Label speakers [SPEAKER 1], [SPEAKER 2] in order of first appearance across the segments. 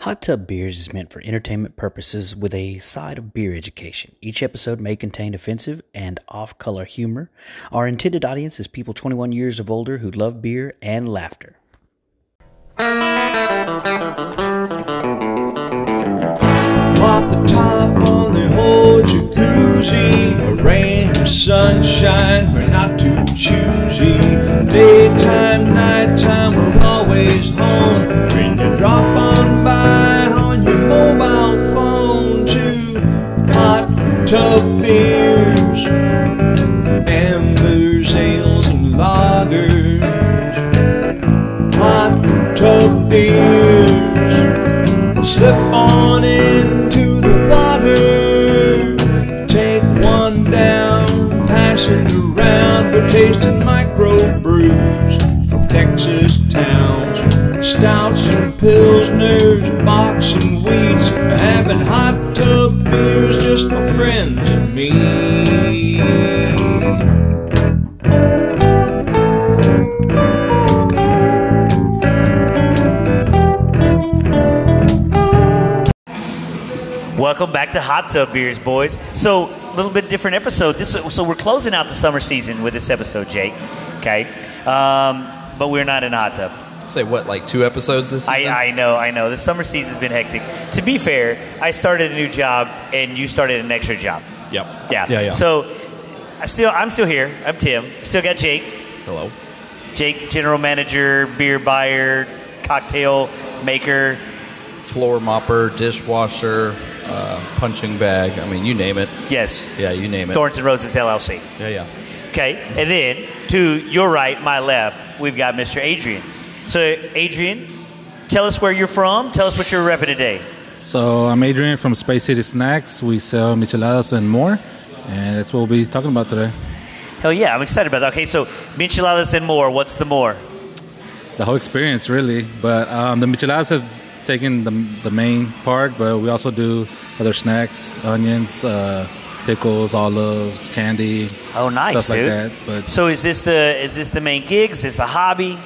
[SPEAKER 1] Hot Tub Beers is meant for entertainment purposes with a side of beer education. Each episode may contain offensive and off color humor. Our intended audience is people 21 years of older who love beer and laughter.
[SPEAKER 2] Pop the top on the whole jacuzzi. A rain or sunshine, we're not too choosy. Daytime, nighttime, we're always home. When you drop on by on your mobile phone to hot tub beers, ambers, ales, and lagers. Hot tub beers. Slip on into the water. Take one down, pass it around. We're tasting microbrews from Texas towns. Stouts and pilsners, box and weeds. We're having hot tub beers, just my friends and me.
[SPEAKER 3] Welcome back to Hot Tub Beers, boys. So, a little bit different episode. This, so, we're closing out the summer season with this episode, Jake. Okay. Um, but we're not in a hot tub.
[SPEAKER 4] Say what, like two episodes this
[SPEAKER 3] I,
[SPEAKER 4] season?
[SPEAKER 3] I know, I know. The summer season's been hectic. To be fair, I started a new job and you started an extra job.
[SPEAKER 4] yep.
[SPEAKER 3] Yeah.
[SPEAKER 4] Yeah, yeah.
[SPEAKER 3] So, I still, I'm still here. I'm Tim. Still got Jake.
[SPEAKER 4] Hello.
[SPEAKER 3] Jake, general manager, beer buyer, cocktail maker.
[SPEAKER 4] Floor mopper, dishwasher, uh, punching bag. I mean, you name it.
[SPEAKER 3] Yes.
[SPEAKER 4] Yeah, you name it.
[SPEAKER 3] Thorns and Roses LLC.
[SPEAKER 4] Yeah, yeah.
[SPEAKER 3] Okay, and then to your right, my left, we've got Mr. Adrian. So, Adrian, tell us where you're from. Tell us what you're repping today.
[SPEAKER 5] So I'm Adrian from Space City Snacks. We sell micheladas and more, and that's what we'll be talking about today.
[SPEAKER 3] Hell yeah, I'm excited about that. Okay, so micheladas and more. What's the more?
[SPEAKER 5] The whole experience, really. But um, the micheladas have taken the, the main part, but we also do other snacks, onions, uh, pickles, olives, candy.
[SPEAKER 3] Oh, nice,
[SPEAKER 5] stuff
[SPEAKER 3] dude.
[SPEAKER 5] like that. But
[SPEAKER 3] So, is this the is this the main gig? Is this a hobby?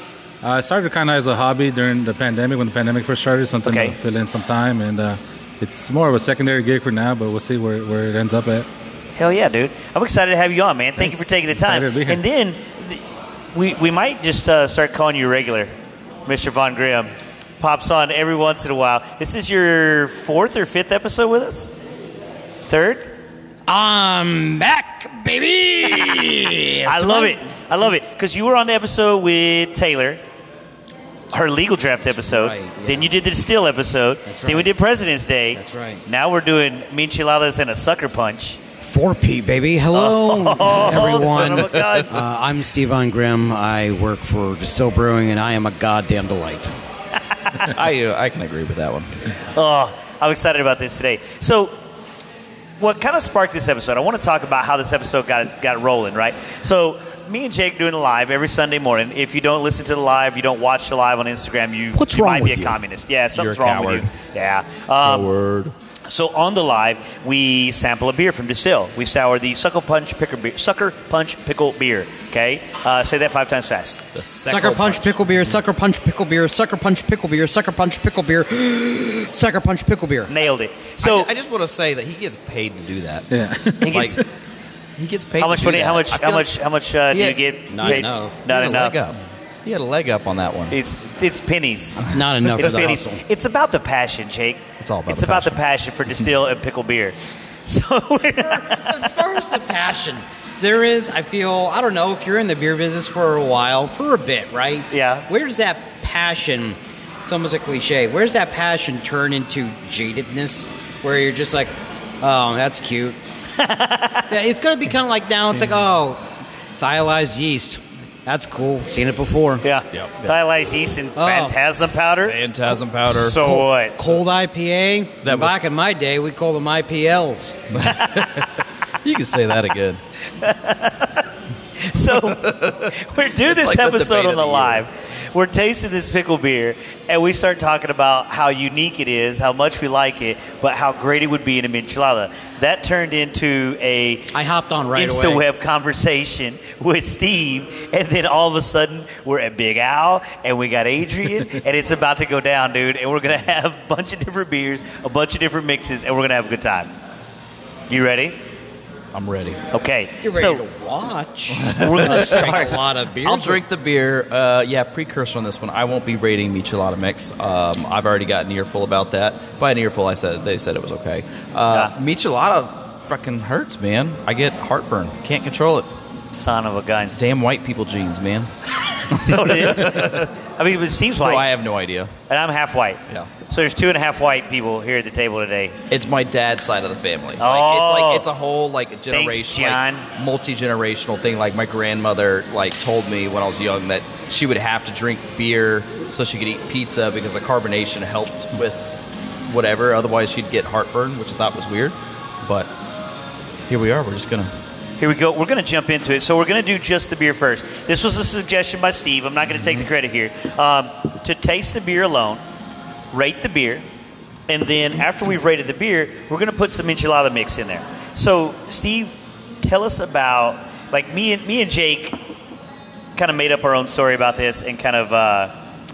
[SPEAKER 5] uh, I started kind of as a hobby during the pandemic when the pandemic first started, something
[SPEAKER 3] Okay.
[SPEAKER 5] to fill in some time, and uh, it's more of a secondary gig for now. But we'll see where, where it ends up at.
[SPEAKER 3] Hell yeah, dude. I'm excited to have you on, man. Thank you
[SPEAKER 5] Thanks.
[SPEAKER 3] for taking the time.
[SPEAKER 5] Excited to be here.
[SPEAKER 3] And then th- we, we might just uh, start calling you regular, Mr. Von Graham. Pops on every once in a while. This is your fourth or fifth episode with us? Third?
[SPEAKER 6] I'm back, baby.
[SPEAKER 3] I love it. I love it. Because you were on the episode with Taylor, her legal draft episode.
[SPEAKER 6] right, yeah.
[SPEAKER 3] Then you did the Still episode.
[SPEAKER 6] That's
[SPEAKER 3] Then we
[SPEAKER 6] right.
[SPEAKER 3] did President's Day.
[SPEAKER 6] That's right.
[SPEAKER 3] Now we're doing Micheladas and a Sucker Punch.
[SPEAKER 6] 4P, baby. Hello,
[SPEAKER 3] Oh, son
[SPEAKER 6] everyone.
[SPEAKER 3] of a gun.
[SPEAKER 6] Uh, I'm Steve Von Grimm. I work for Distill Brewing, and I am a goddamn delight.
[SPEAKER 4] I, uh, I can agree with that one.
[SPEAKER 3] Oh, I'm excited about this today. So, what kind of sparked this episode? I want to talk about how this episode got got rolling, right? So, me and Jake doing a live every Sunday morning. If you don't listen to the live, you don't watch the live on Instagram, you,
[SPEAKER 6] What's
[SPEAKER 3] you
[SPEAKER 6] wrong
[SPEAKER 3] might
[SPEAKER 6] with
[SPEAKER 3] be a
[SPEAKER 6] you?
[SPEAKER 3] communist. Yeah, something's
[SPEAKER 4] You're a
[SPEAKER 3] wrong with
[SPEAKER 4] coward.
[SPEAKER 3] you. Yeah. Um,
[SPEAKER 4] Word.
[SPEAKER 3] so on the live, we sample a beer from Distill. We sour the Sucker Punch Pickle Beer. Sucker Punch Pickle Beer. Okay, uh, say that five times fast.
[SPEAKER 4] The
[SPEAKER 6] Sucker punch, pickle beer. Sucker punch, pickle beer. Sucker punch, pickle beer. Sucker punch, pickle beer. Sucker punch, pickle beer.
[SPEAKER 3] Nailed it. So
[SPEAKER 4] I, just want to say that he gets paid to do that.
[SPEAKER 5] Yeah.
[SPEAKER 3] he gets-
[SPEAKER 4] like, he gets paid.
[SPEAKER 3] how much
[SPEAKER 4] to do
[SPEAKER 3] money?
[SPEAKER 4] that.
[SPEAKER 3] How much?
[SPEAKER 4] I
[SPEAKER 3] How
[SPEAKER 4] feel
[SPEAKER 3] much? How much uh,
[SPEAKER 4] like
[SPEAKER 3] do
[SPEAKER 4] he
[SPEAKER 3] you
[SPEAKER 4] had-
[SPEAKER 3] get?
[SPEAKER 4] Not
[SPEAKER 3] paid?
[SPEAKER 4] enough.
[SPEAKER 3] Not
[SPEAKER 4] he had
[SPEAKER 3] enough.
[SPEAKER 4] A leg up. He had a leg up on that one.
[SPEAKER 3] It's it's pennies.
[SPEAKER 6] Not enough
[SPEAKER 3] It's
[SPEAKER 6] for the
[SPEAKER 3] pennies.
[SPEAKER 6] hustle.
[SPEAKER 3] It's about the passion, Jake.
[SPEAKER 4] It's all about
[SPEAKER 3] It's
[SPEAKER 4] the
[SPEAKER 3] about the passion for distill and pickle beer. So
[SPEAKER 6] as far as the passion, there is, I feel, I don't know, if you're in the beer business for a while, for a bit, right?
[SPEAKER 3] Yeah.
[SPEAKER 6] Where's that passion? It's almost a cliche. Where's that passion turn into jadedness where you're just like, oh, that's cute? yeah, it's going to be kind of like now, it's like, oh, thiolized yeast. That's cool. Seen it before. Oh.
[SPEAKER 3] yeah,
[SPEAKER 4] Yep.
[SPEAKER 3] Dialyzed yeast and phantasm powder.
[SPEAKER 4] Phantasm powder.
[SPEAKER 3] So what?
[SPEAKER 6] Cold IPA.
[SPEAKER 4] That was-
[SPEAKER 6] Back in my day, we called them IPLs.
[SPEAKER 4] you can say that again.
[SPEAKER 3] So we do this
[SPEAKER 4] like the
[SPEAKER 3] episode
[SPEAKER 4] debate
[SPEAKER 3] on
[SPEAKER 4] of
[SPEAKER 3] the
[SPEAKER 4] the year.
[SPEAKER 3] live. We're tasting this pickle beer, and we start talking about how unique it is, how much we like it, but how great it would be in a michelada. That turned into a
[SPEAKER 6] I hopped on right away.
[SPEAKER 3] InstaWeb conversation with Steve, and then all of a sudden we're at Big Al, and we got Adrian, and it's about to go down, dude. And we're gonna have a bunch of different beers, a bunch of different mixes, and we're gonna have a good time. You ready?
[SPEAKER 4] I'm ready.
[SPEAKER 3] Okay.
[SPEAKER 6] You're ready
[SPEAKER 3] so
[SPEAKER 6] to watch.
[SPEAKER 3] we're gonna
[SPEAKER 6] drink
[SPEAKER 3] start.
[SPEAKER 6] a lot of beer.
[SPEAKER 4] I'll drink the beer. Uh, yeah, precursor on this one. I won't be rating Michelada Mix. Um, I've already got an earful about that. By an earful, I said they said it was okay. Uh, Michelada fucking hurts, man. I get heartburn. Can't control it.
[SPEAKER 3] Son of a gun.
[SPEAKER 4] Damn white people genes, man.
[SPEAKER 3] See what it is? I mean, but Steve's
[SPEAKER 4] Bro, I
[SPEAKER 3] white,
[SPEAKER 4] have no idea.
[SPEAKER 3] and I'm half white.
[SPEAKER 4] Yeah.
[SPEAKER 3] So there's two and a half white people here at the table today.
[SPEAKER 4] It's my dad's side of the family. Like,
[SPEAKER 3] Oh.
[SPEAKER 4] it's like it's a whole like generation,
[SPEAKER 3] John.
[SPEAKER 4] like, multi-generational thing. Like my grandmother like told me when I was young that she would have to drink beer so she could eat pizza because the carbonation helped with whatever. Otherwise, she'd get heartburn, which I thought was weird. But here we are. We're just gonna.
[SPEAKER 3] Here we go. We're going to jump into it. So we're going to do just the beer first. This was a suggestion by Steve. I'm not going to take the credit here. Um, to taste the beer alone, rate the beer, and then after we've rated the beer, we're going to put some enchilada mix in there. So Steve, tell us about like me and me and Jake kind of made up our own story about this and kind of uh,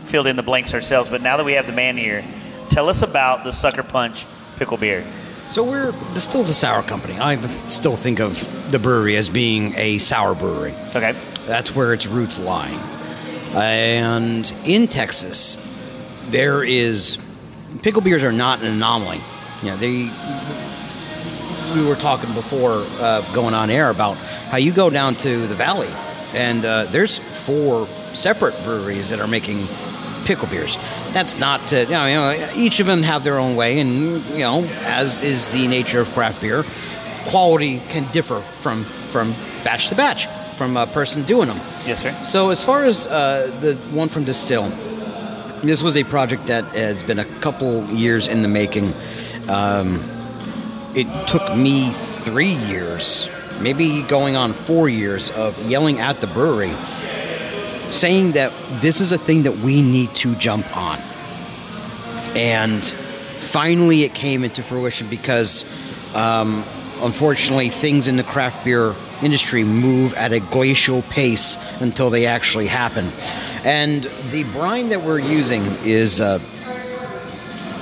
[SPEAKER 3] filled in the blanks ourselves. But now that we have the man here, tell us about the sucker punch pickle beer.
[SPEAKER 6] So we're still a sour company. I still think of the brewery as being a sour brewery.
[SPEAKER 3] Okay.
[SPEAKER 6] That's where its roots lie. And in Texas, there is pickle beers are not an anomaly. You know, they we were talking before uh, going on air about how you go down to the valley, and uh, there's four separate breweries that are making pickle beers. That's not to, you know, you know, each of them have their own way, and you know, as is the nature of craft beer, quality can differ from from batch to batch, from a person doing them.
[SPEAKER 3] Yes, sir.
[SPEAKER 6] So as far as uh, the one from Distill, this was a project that has been a couple years in the making. Um, it took me three years, maybe going on four years, of yelling at the brewery, saying that this is a thing that we need to jump on. And finally, it came into fruition because, um, unfortunately, things in the craft beer industry move at a glacial pace until they actually happen. And the brine that we're using is uh,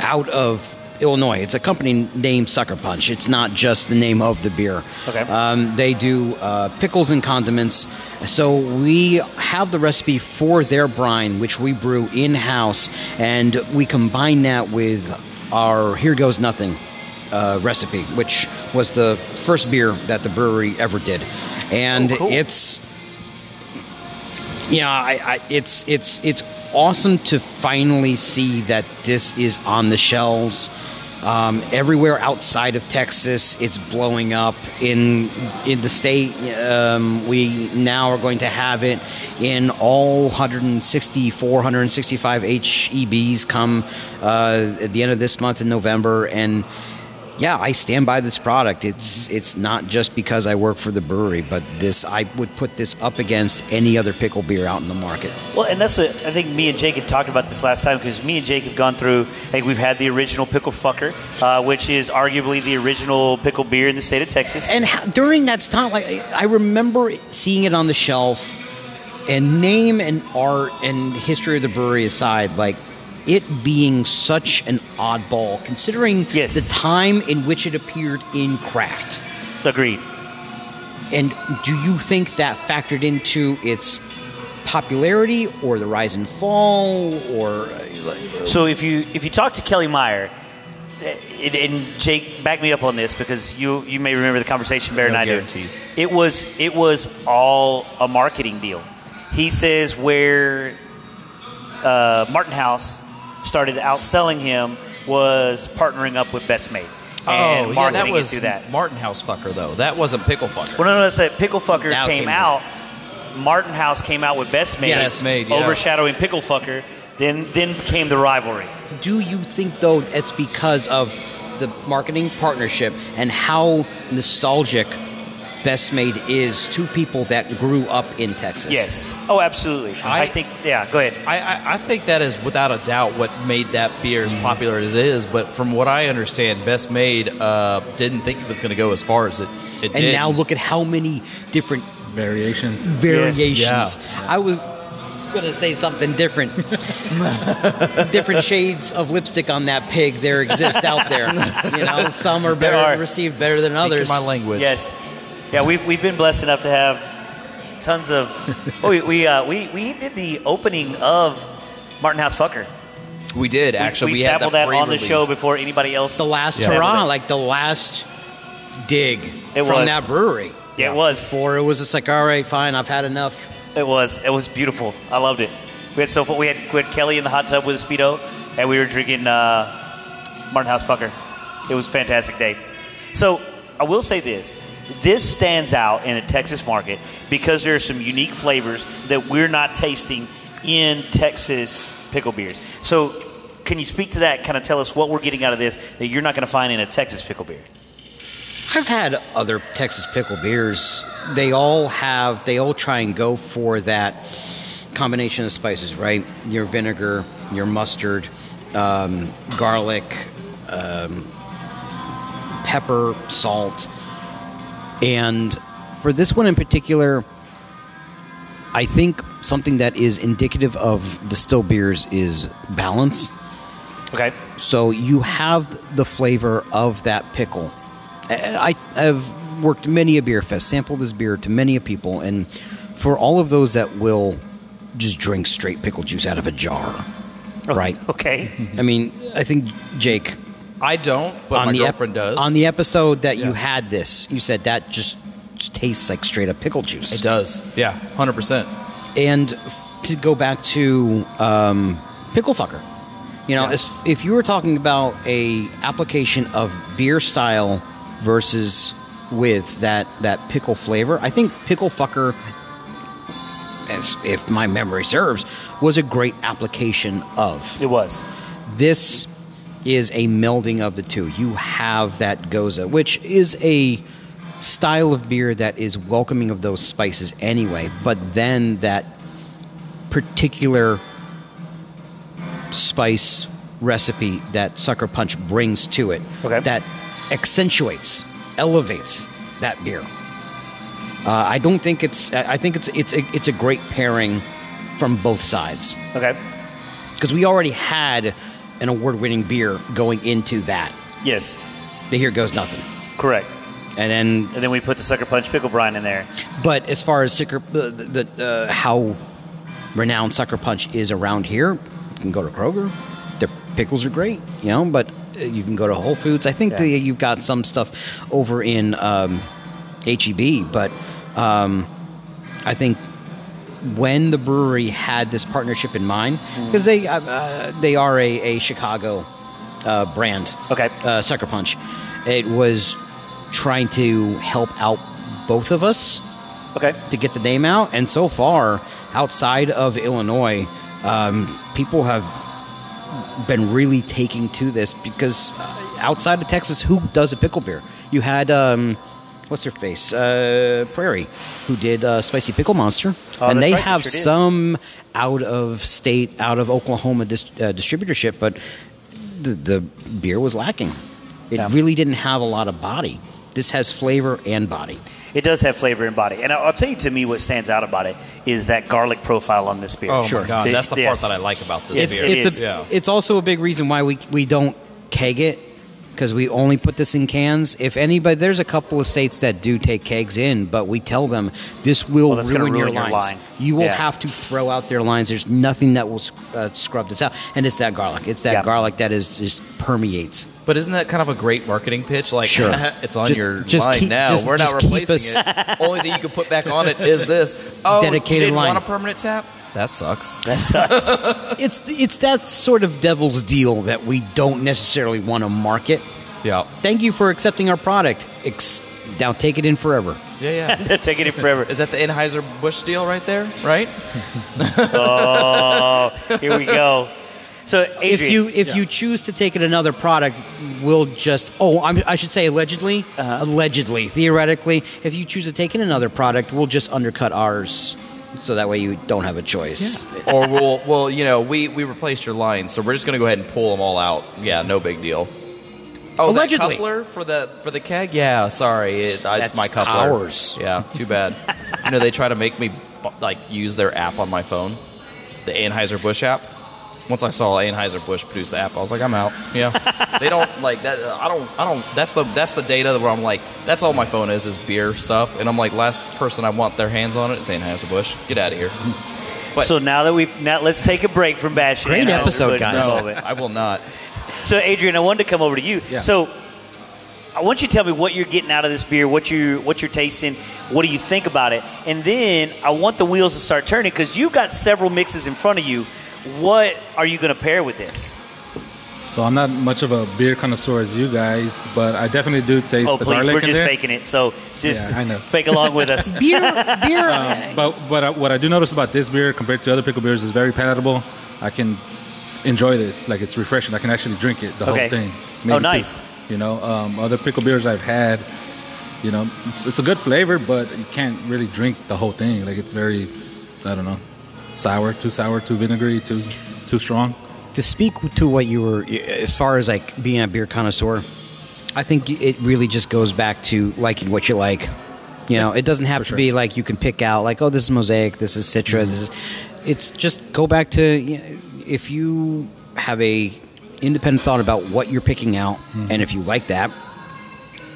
[SPEAKER 6] out of Illinois. It's a company named Sucker Punch. It's not just the name of the beer.
[SPEAKER 3] Okay.
[SPEAKER 6] Um, they do uh, pickles and condiments. So we have the recipe for their brine, which we brew in house, and we combine that with our Here Goes Nothing uh, recipe, which was the first beer that the brewery ever did. And
[SPEAKER 3] Oh, cool.
[SPEAKER 6] it's yeah, I, I, it's it's it's awesome to finally see that this is on the shelves. Um, everywhere outside of Texas, it's blowing up. In in the state, um, we now are going to have it in all 164, 165 HEBs E come uh, at the end of this month in November, and yeah, I stand by this product. It's it's not just because I work for the brewery, but this I would put this up against any other pickle beer out in the market.
[SPEAKER 3] Well, and that's what I think me and Jake had talked about this last time because me and Jake have gone through. Like we've had the original pickle fucker, uh, which is arguably the original pickle beer in the state of Texas.
[SPEAKER 6] And how, during that time, like I- I remember seeing it on the shelf, and name and art and history of the brewery aside, like it being such an oddball considering
[SPEAKER 3] Yes.
[SPEAKER 6] the time in which it appeared in craft.
[SPEAKER 3] Agreed.
[SPEAKER 6] And do you think that factored into its popularity or the rise and fall or uh,
[SPEAKER 3] So if you if you talk to Kelly Meyer, eh, and, and Jake, back me up on this because you you may remember the conversation better
[SPEAKER 4] No
[SPEAKER 3] than I
[SPEAKER 4] guarantees.
[SPEAKER 3] do. It was it was all a marketing deal. He says where uh, Martin House started outselling him was partnering up with Best Made and
[SPEAKER 4] oh, yeah,
[SPEAKER 3] marketing
[SPEAKER 4] that was
[SPEAKER 3] it through that.
[SPEAKER 4] Martin House fucker though. That wasn't pickle fucker.
[SPEAKER 3] Well, no, no, that's it. Pickle Fucker
[SPEAKER 6] Now
[SPEAKER 3] came,
[SPEAKER 6] came
[SPEAKER 3] out. Martin House came out with Best Made,
[SPEAKER 4] Yes. Best Made, yeah.
[SPEAKER 3] overshadowing Pickle Fucker. Then, then came the rivalry.
[SPEAKER 6] do you think though it's because of the marketing partnership and how nostalgic Best Made is to people that grew up in Texas.
[SPEAKER 3] Yes. Oh, absolutely. I,
[SPEAKER 4] I-
[SPEAKER 3] think. Yeah. Go ahead.
[SPEAKER 4] I, I, I think that is without a doubt what made that beer
[SPEAKER 6] Mm-hmm.
[SPEAKER 4] as popular as it is. But from what I understand, Best Made uh, didn't think it was going to go as far as it, it
[SPEAKER 6] And
[SPEAKER 4] did.
[SPEAKER 6] now look at how many different
[SPEAKER 5] variations.
[SPEAKER 6] variations.
[SPEAKER 4] Yeah.
[SPEAKER 6] I was gonna say something different. different shades of lipstick on that pig there exist out there. You know, some are better
[SPEAKER 3] are.
[SPEAKER 6] received better than
[SPEAKER 4] Speaking
[SPEAKER 6] others.
[SPEAKER 4] my language.
[SPEAKER 3] Yes. Yeah, we've, we've been blessed enough to have tons of. oh, we we, uh, we we did the opening of Martin House Fucker.
[SPEAKER 4] we did
[SPEAKER 3] We,
[SPEAKER 4] actually.
[SPEAKER 3] we,
[SPEAKER 4] had
[SPEAKER 3] sampled that, on the
[SPEAKER 4] pre-release.
[SPEAKER 3] show before anybody else.
[SPEAKER 6] the last
[SPEAKER 4] Yeah.
[SPEAKER 6] hurrah,
[SPEAKER 3] Sampled it.
[SPEAKER 6] like the last dig
[SPEAKER 3] It
[SPEAKER 6] from
[SPEAKER 3] was.
[SPEAKER 6] that brewery.
[SPEAKER 3] Yeah, it was.
[SPEAKER 6] Before it was just like, all right, fine, I've had enough.
[SPEAKER 3] It was. It was beautiful. I loved it. We had so fun. We had, we had Kelly in the hot tub with a speedo, and we were drinking uh, Martin House Fucker. It was a fantastic day. So I will say this: this stands out in the Texas market because there are some unique flavors that we're not tasting in Texas pickle beers. So. Can you speak to that? Kind of tell us what we're getting out of this that you're not going to find in a Texas pickle beer.
[SPEAKER 6] I've had other Texas pickle beers. They all have, they all try and go for that combination of spices, right? Your vinegar, your mustard, um, garlic, um, pepper, salt. And for this one in particular, I think something that is indicative of the still beers is balance.
[SPEAKER 3] Okay.
[SPEAKER 6] So you have the flavor of that pickle. I, I- I've worked many a beer fest, sampled this beer to many a people, and for all of those that will just drink straight pickle juice out of a jar, right?
[SPEAKER 3] Oh, Okay.
[SPEAKER 6] I mean, I think Jake
[SPEAKER 4] I don't, but my
[SPEAKER 6] ep-
[SPEAKER 4] girlfriend does.
[SPEAKER 6] on the episode that you had this, you said that just tastes like straight up pickle juice.
[SPEAKER 4] it does. Yeah, hundred percent.
[SPEAKER 6] and f- to go back to um, pickle fucker you know as- if you were talking about a application of beer style versus with that that pickle flavor i think pickle fucker as if my memory serves was a great application of
[SPEAKER 3] It was.
[SPEAKER 6] this is a melding of the two. You have that goza, which is a style of beer that is welcoming of those spices anyway, but then that particular spice recipe that Sucker Punch brings to it
[SPEAKER 3] Okay.
[SPEAKER 6] that accentuates, elevates that beer. Uh, I don't think it's. I I think it's it's a, it's a great pairing from both sides
[SPEAKER 3] Okay.
[SPEAKER 6] because we already had an award-winning beer going into that.
[SPEAKER 3] Yes.
[SPEAKER 6] The here goes nothing,
[SPEAKER 3] Correct.
[SPEAKER 6] and then.
[SPEAKER 3] And then we put the sucker punch pickle brine in there.
[SPEAKER 6] But as far as Sucker, the, the, the uh, how renowned Sucker Punch is around here, you can go to Kroger. Their pickles are great, you know. But uh, you can go to Whole Foods. I think
[SPEAKER 3] Yeah.
[SPEAKER 6] the, you've got some stuff over in um, HEB, but um, I think when the brewery had this partnership in mind, because they uh, uh, they are a, a Chicago uh, brand.
[SPEAKER 3] Okay.
[SPEAKER 6] uh, Sucker Punch. It was trying to help out both of us
[SPEAKER 3] Okay.
[SPEAKER 6] to get the name out, and so far, outside of Illinois, um, people have been really taking to this because uh, outside of Texas, who does a pickle beer? You had um, what's her face uh, Prairie, who did uh, spicy pickle monster,
[SPEAKER 3] Oh,
[SPEAKER 6] and
[SPEAKER 3] that's
[SPEAKER 6] they
[SPEAKER 3] right, they
[SPEAKER 6] have
[SPEAKER 3] sure did.
[SPEAKER 6] some out of state, out of Oklahoma dis- uh, distributorship, but the, the beer was lacking. It really didn't have a lot of body. This has flavor and body.
[SPEAKER 3] It does have flavor and body, and I- I'll tell you to me what stands out about it is that garlic profile on this beer.
[SPEAKER 4] Oh
[SPEAKER 6] Sure.
[SPEAKER 4] my god,
[SPEAKER 3] It-
[SPEAKER 4] that's the
[SPEAKER 3] yes.
[SPEAKER 4] part that I like about this
[SPEAKER 3] It's-
[SPEAKER 4] beer.
[SPEAKER 3] it
[SPEAKER 6] it's
[SPEAKER 3] is.
[SPEAKER 6] a,
[SPEAKER 4] Yeah.
[SPEAKER 6] it's also a big reason why we we don't keg it because we only put this in cans. If anybody, there's a couple of states that do take kegs in, but we tell them this will
[SPEAKER 3] Well, that's
[SPEAKER 6] ruin,
[SPEAKER 3] gonna
[SPEAKER 6] your,
[SPEAKER 3] ruin your
[SPEAKER 6] lines.
[SPEAKER 3] line.
[SPEAKER 6] You will
[SPEAKER 3] Yeah.
[SPEAKER 6] have to throw out their lines. There's nothing that will sc- uh, scrub this out, and it's that garlic. It's that
[SPEAKER 3] Yeah.
[SPEAKER 6] garlic that is just permeates.
[SPEAKER 4] But isn't that kind of a great marketing pitch? Like,
[SPEAKER 6] Sure.
[SPEAKER 4] it's on
[SPEAKER 6] Just-
[SPEAKER 4] your
[SPEAKER 6] just
[SPEAKER 4] line
[SPEAKER 6] keep-
[SPEAKER 4] now.
[SPEAKER 6] just-
[SPEAKER 4] We're not
[SPEAKER 6] just keep
[SPEAKER 4] replacing
[SPEAKER 6] us-
[SPEAKER 4] it. Only thing you can put back on it is this. Oh,
[SPEAKER 6] Dedicated
[SPEAKER 4] you didn't
[SPEAKER 6] line.
[SPEAKER 4] want a permanent tap? That sucks.
[SPEAKER 3] That sucks.
[SPEAKER 6] It's it's that sort of devil's deal that we don't necessarily want to market.
[SPEAKER 4] Yeah.
[SPEAKER 6] Thank you for accepting our product. Ex- now take it in forever.
[SPEAKER 4] Yeah, yeah.
[SPEAKER 3] They're taking it forever.
[SPEAKER 4] Is that the Anheuser
[SPEAKER 6] Oh,
[SPEAKER 4] Busch deal right there? Right?
[SPEAKER 3] Here Oh, we go. So, Adrian,
[SPEAKER 6] if you if you choose to take it another product, we'll just oh I'm, I should say allegedly
[SPEAKER 3] Uh-huh.
[SPEAKER 6] allegedly theoretically if you choose to take in another product, we'll just undercut ours, so that way you don't have a choice.
[SPEAKER 4] or we'll well you know we we replaced your lines, so we're just gonna go ahead and pull them all out. Yeah, no big deal. Oh, that
[SPEAKER 6] Allegedly.
[SPEAKER 4] coupler for the for the keg. Yeah, sorry, it,
[SPEAKER 6] That's
[SPEAKER 4] it's my coupler.
[SPEAKER 6] ours.
[SPEAKER 4] Yeah, too bad. you know they try to make me bu- like use their app on my phone, the Anheuser Busch app. Once I saw Anheuser Busch produce the app, I was like, I'm out. Yeah, they don't like that. I don't. I don't. That's the that's the data where I'm like, that's all my phone is is beer stuff, and I'm like, last person I want their hands on it is Anheuser Busch. Get out of here. But
[SPEAKER 3] so now that we've now let's take a break from bashing.
[SPEAKER 6] Great
[SPEAKER 3] and I'll-
[SPEAKER 6] episode,
[SPEAKER 3] but-
[SPEAKER 6] guys.
[SPEAKER 3] no,
[SPEAKER 4] no,
[SPEAKER 3] but-
[SPEAKER 4] I will not.
[SPEAKER 3] So, Adrian, I wanted to come over to you.
[SPEAKER 5] Yeah.
[SPEAKER 3] So, I want you to tell me what you're getting out of this beer, what you what you're tasting, what do you think about it, and then I want the wheels to start turning because you've got several mixes in front of you. What are you going to pair with this?
[SPEAKER 5] So I'm not much of a beer connoisseur as you guys, but I definitely do taste
[SPEAKER 3] Oh,
[SPEAKER 5] the
[SPEAKER 3] please,
[SPEAKER 5] garlic
[SPEAKER 3] we're
[SPEAKER 5] in
[SPEAKER 3] just
[SPEAKER 5] there.
[SPEAKER 3] faking it. So just
[SPEAKER 5] Yeah, I know.
[SPEAKER 3] fake along with us.
[SPEAKER 6] beer beer
[SPEAKER 5] But but I, what I do notice about this beer compared to other pickle beers is very palatable. I can enjoy this like it's refreshing. I can actually drink it the
[SPEAKER 3] Okay.
[SPEAKER 5] whole thing.
[SPEAKER 3] Oh,
[SPEAKER 5] two.
[SPEAKER 3] nice.
[SPEAKER 5] you know, um, other pickle beers I've had, you know, it's, it's a good flavor, but you can't really drink the whole thing. Like it's very, I don't know, sour, too sour, too vinegary, too too strong.
[SPEAKER 6] to speak to what you were as far as like being a beer connoisseur i think it really just goes back to liking what you like you know it doesn't have to
[SPEAKER 5] sure.
[SPEAKER 6] be like you can pick out like oh this is mosaic this is citra this is it's just go back to you know, if you have a independent thought about what you're picking out
[SPEAKER 5] Mm-hmm.
[SPEAKER 6] and if you like that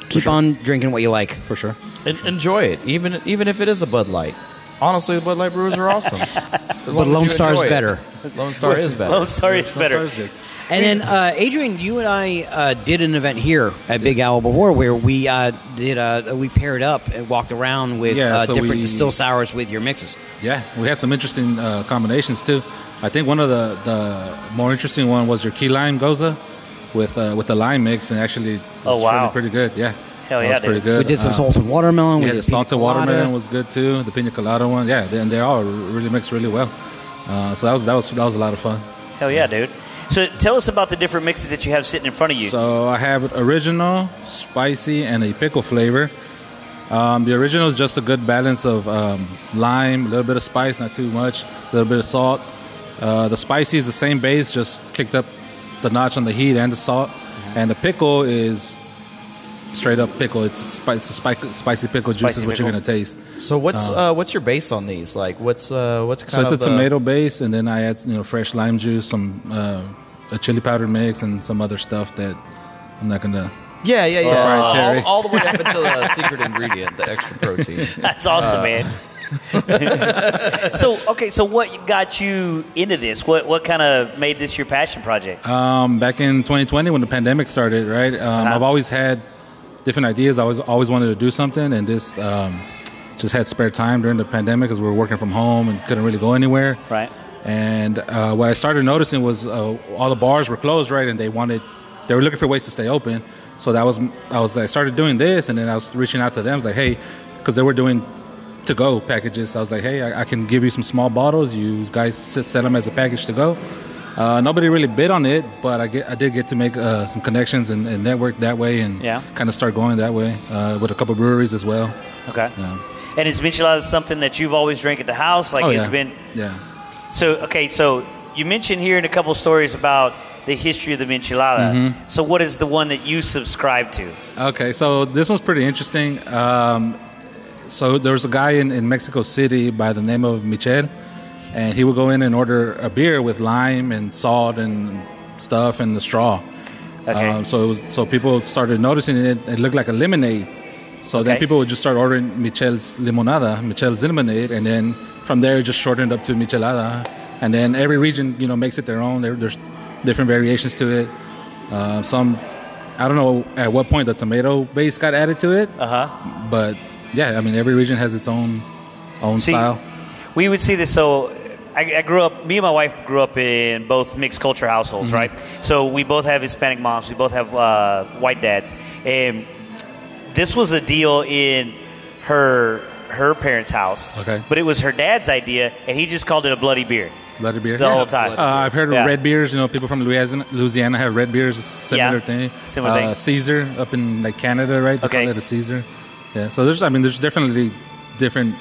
[SPEAKER 6] keep on drinking what you like
[SPEAKER 5] For sure.
[SPEAKER 4] En- enjoy it, even even if it is a Bud Light. Honestly, the Bud Light brewers are awesome. As long
[SPEAKER 6] But
[SPEAKER 4] as
[SPEAKER 6] Lone
[SPEAKER 4] you
[SPEAKER 6] Star is
[SPEAKER 4] enjoy it.
[SPEAKER 6] better.
[SPEAKER 4] Lone Star is better.
[SPEAKER 3] Lone Star is
[SPEAKER 5] Lone Star
[SPEAKER 3] better.
[SPEAKER 5] is good.
[SPEAKER 6] And then, uh, Adrian, you and I uh, did an event here at Big Owl before where we uh, did uh, we paired up and walked around with
[SPEAKER 5] Yeah,
[SPEAKER 6] uh,
[SPEAKER 5] so
[SPEAKER 6] different
[SPEAKER 5] we-
[SPEAKER 6] distill sours with your mixes.
[SPEAKER 5] Yeah, we had some interesting uh, combinations too. I think one of the, the more interesting one was your key lime goza with uh, with the lime mix, and actually, it
[SPEAKER 3] Oh,
[SPEAKER 5] was
[SPEAKER 3] wow.
[SPEAKER 5] pretty, pretty good. Yeah,
[SPEAKER 3] Hell
[SPEAKER 5] That
[SPEAKER 3] yeah,
[SPEAKER 5] was pretty
[SPEAKER 3] dude.
[SPEAKER 5] good.
[SPEAKER 6] We did some
[SPEAKER 5] Uh,
[SPEAKER 6] salted watermelon.
[SPEAKER 5] Yeah,
[SPEAKER 6] we
[SPEAKER 5] the
[SPEAKER 6] did pina
[SPEAKER 5] salted
[SPEAKER 6] colada.
[SPEAKER 5] watermelon was good too. The pina colada one, yeah, they- and they all really mixed really well. Uh, so that was that was that was a lot of fun.
[SPEAKER 3] Hell yeah, dude. So tell us about the different mixes that you have sitting in front of you.
[SPEAKER 5] So I have original, spicy, and a pickle flavor. Um, the original is just a good balance of um, lime, a little bit of spice, not too much, a little bit of salt. Uh, the spicy is the same base, just kicked up the notch on the heat and the salt.
[SPEAKER 4] Mm-hmm.
[SPEAKER 5] And the pickle is straight up pickle. It's spicy, spicy, spicy pickle juice
[SPEAKER 3] Spicy
[SPEAKER 5] is what you're
[SPEAKER 3] pickle.
[SPEAKER 5] gonna taste. Um,
[SPEAKER 4] So what's uh, what's your base on these? Like what's uh, what's
[SPEAKER 5] So
[SPEAKER 4] kind
[SPEAKER 5] it's
[SPEAKER 4] of
[SPEAKER 5] a
[SPEAKER 4] the-
[SPEAKER 5] tomato base, and then I add you know fresh lime juice, some uh, a chili powder mix, and some other stuff that I'm not gonna.
[SPEAKER 4] Yeah, yeah, yeah.
[SPEAKER 5] Proprietary.
[SPEAKER 4] all, all the way up until the secret ingredient, the extra protein.
[SPEAKER 3] That's
[SPEAKER 5] Uh,
[SPEAKER 3] awesome, man. so okay, so what got you into this? What what kind of made this your passion project?
[SPEAKER 5] Um, back in 2020 when the pandemic started, right? Um,
[SPEAKER 3] Uh-huh.
[SPEAKER 5] I've always had different ideas. I always always wanted to do something, and this um, just had spare time during the pandemic because we were working from home and couldn't really go anywhere.
[SPEAKER 3] Right.
[SPEAKER 5] And uh, what I started noticing was uh, all the bars were closed, right? And they wanted, they were looking for ways to stay open. So that was, I was, I started doing this, and then I was reaching out to them, I was like, hey, because they were doing to go packages. I was like, hey, I, I can give you some small bottles. You guys s- sell them as a package to go. Uh, nobody really bid on it, but I, get, I did get to make uh, some connections and, and network that way, and
[SPEAKER 3] Yeah.
[SPEAKER 5] kind of start going that way uh, with a couple breweries as well.
[SPEAKER 3] Okay.
[SPEAKER 5] Yeah.
[SPEAKER 3] And is michelada something that you've always drank at the house? Like
[SPEAKER 5] Oh,
[SPEAKER 3] it's
[SPEAKER 5] yeah.
[SPEAKER 3] been
[SPEAKER 5] yeah.
[SPEAKER 3] so okay. So you mentioned here in a couple of stories about the history of the michelada.
[SPEAKER 5] Mm-hmm.
[SPEAKER 3] So what is the one that you subscribe to?
[SPEAKER 5] Okay, so this one's pretty interesting. Um, so there was a guy in, in Mexico City by the name of Michel, and he would go in and order a beer with lime and salt and stuff and the straw.
[SPEAKER 3] Okay.
[SPEAKER 5] Um, so it was, so people started noticing it. It looked like a lemonade. So then
[SPEAKER 3] Okay.
[SPEAKER 5] people would just start ordering Michel's limonada, Michel's lemonade, and then from there it just shortened up to Michelada. And then every region, you know, makes it their own. There, there's different variations to it. Uh, some, I don't know at what point the tomato base got added to it,
[SPEAKER 3] Uh huh.
[SPEAKER 5] but yeah, I mean every region has its own own
[SPEAKER 3] See,
[SPEAKER 5] style.
[SPEAKER 3] we would see this. So I, I grew up. Me and my wife grew up in both mixed culture
[SPEAKER 5] Mm-hmm.
[SPEAKER 3] households, right? So we both have Hispanic moms. We both have uh, white dads, and this was a deal in her her parents' house.
[SPEAKER 5] Okay.
[SPEAKER 3] But it was her dad's idea, and he just called it a bloody beer.
[SPEAKER 5] Bloody beer.
[SPEAKER 3] The whole time.
[SPEAKER 5] Uh, I've heard of
[SPEAKER 3] Yeah.
[SPEAKER 5] red beers. You know, people from Louisiana, Louisiana have red beers. Similar
[SPEAKER 3] Yeah.
[SPEAKER 5] thing.
[SPEAKER 3] Similar
[SPEAKER 5] uh,
[SPEAKER 3] thing.
[SPEAKER 5] Caesar up in like Canada, right? They
[SPEAKER 3] Okay.
[SPEAKER 5] call it a Caesar. Yeah. So there's, I mean, there's definitely different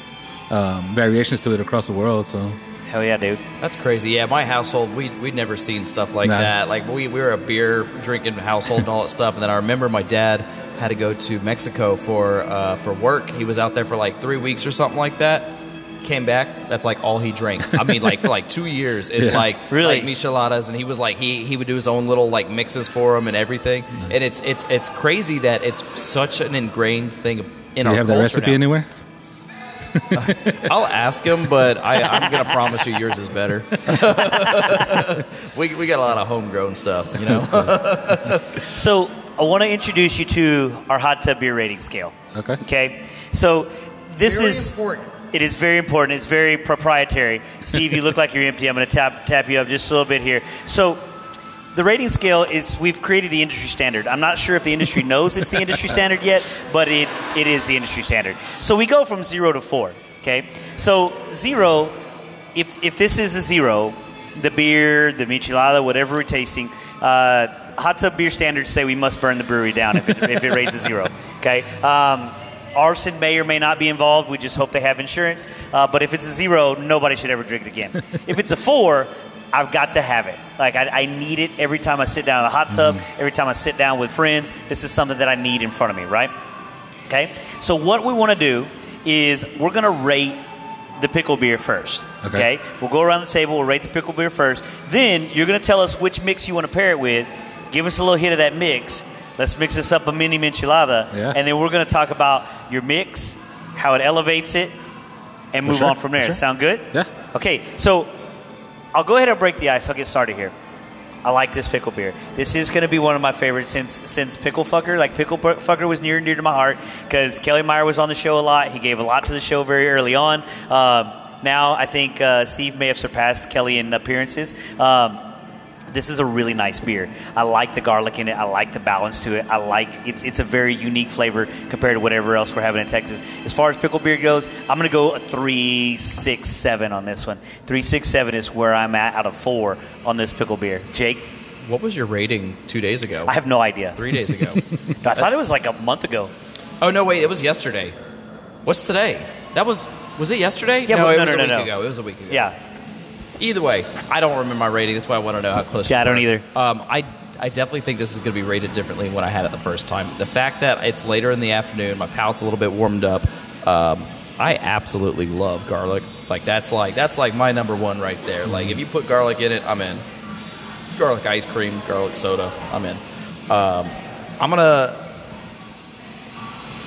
[SPEAKER 5] um, variations to it across the world. So
[SPEAKER 3] Hell yeah, dude.
[SPEAKER 4] That's crazy. Yeah, my household, we we'd never seen stuff like
[SPEAKER 5] No.
[SPEAKER 4] that. Like we, we were a beer drinking household and all that stuff. And then I remember my dad had to go to Mexico for uh, for work. He was out there for like three weeks or something like that. Came back. That's like all he drank. I mean, like for like two years, it's
[SPEAKER 5] Yeah.
[SPEAKER 4] like
[SPEAKER 3] Really?
[SPEAKER 4] like micheladas, and he was like he he would do his own little like mixes for him and everything. And it's it's it's crazy that it's such an ingrained thing in
[SPEAKER 5] do
[SPEAKER 4] our
[SPEAKER 5] you have the
[SPEAKER 4] culture
[SPEAKER 5] recipe
[SPEAKER 4] now.
[SPEAKER 5] anywhere?
[SPEAKER 4] I'll ask him, but I, I'm gonna promise you yours is better. we, we got a lot of homegrown stuff, you know.
[SPEAKER 3] So I want to introduce you to our hot tub beer rating scale.
[SPEAKER 5] Okay.
[SPEAKER 3] Okay. So this
[SPEAKER 6] Very
[SPEAKER 3] is
[SPEAKER 6] important.
[SPEAKER 3] It is very important. It's very proprietary. Steve, you look like you're empty. I'm going to tap tap you up just a little bit here. So. The rating scale is we've created the industry standard. I'm not sure if the industry knows it's the industry standard yet, but it, it is the industry standard. So we go from zero to four. Okay. So zero, if if this is a zero, the beer, the michelada, whatever we're tasting, uh, hot tub beer standards say we must burn the brewery down if it, if it rates a zero. Okay. Um, arson may or may not be involved. We just hope they have insurance. Uh, but if it's a zero, nobody should ever drink it again. if it's a four, I've got to have it. Like I, I need it every time I sit down in the hot tub. Every time I sit down with friends, this is something that I need in front of me. Right. Okay. So what we want to do is we're going to rate the pickle beer first. Okay.
[SPEAKER 5] Okay.
[SPEAKER 3] We'll go around the table. We'll rate the pickle beer first. Then you're going to tell us which mix you want to pair it with. Give us a little hit of that mix. Let's mix this up a mini michelada,
[SPEAKER 5] Yeah.
[SPEAKER 3] and then we're going to talk about your mix, how it elevates it, and move
[SPEAKER 5] sure,
[SPEAKER 3] on from
[SPEAKER 5] for
[SPEAKER 3] there.
[SPEAKER 5] sure.
[SPEAKER 3] Sound good?
[SPEAKER 5] Yeah.
[SPEAKER 3] Okay. So I'll go ahead and break the ice. I'll get started here. I like this pickle beer. This is going to be one of my favorites since since Pickle Fucker, like Pickle Bu- Fucker, was near and dear to my heart because Kelly Meyer was on the show a lot. He gave a lot to the show very early on. Um, now I think uh, Steve may have surpassed Kelly in appearances. Um, this is a really nice beer. I like the garlic in it. I like the balance to it. I like it's it's a very unique flavor compared to whatever else we're having in Texas. As far as pickle beer goes, I'm gonna go a three six seven on this one. Three six seven is where I'm at out of four on this pickle beer. Jake,
[SPEAKER 4] what was your rating two days ago?
[SPEAKER 3] I have no idea.
[SPEAKER 4] Three days ago.
[SPEAKER 3] I thought it was like a month ago.
[SPEAKER 4] oh no, wait, it was yesterday. What's today? That was was it yesterday?
[SPEAKER 3] Yeah,
[SPEAKER 4] no,
[SPEAKER 3] but-
[SPEAKER 4] it
[SPEAKER 3] no,
[SPEAKER 4] was
[SPEAKER 3] no,
[SPEAKER 4] a
[SPEAKER 3] no,
[SPEAKER 4] week
[SPEAKER 3] no.
[SPEAKER 4] ago. It was a week ago.
[SPEAKER 3] Yeah.
[SPEAKER 4] Either way, I don't remember my rating. That's why I want to know how close.
[SPEAKER 3] Yeah, I
[SPEAKER 4] you
[SPEAKER 3] don't
[SPEAKER 4] were.
[SPEAKER 3] either.
[SPEAKER 4] Um, I I definitely think this is going to be rated differently than what I had it the first time. The fact that it's later in the afternoon, my palate's a little bit warmed up. Um, I absolutely love garlic. Like that's like that's like my number one right there. Like if you put garlic in it, I'm in. Garlic ice cream, garlic soda, I'm in. Um, I'm gonna.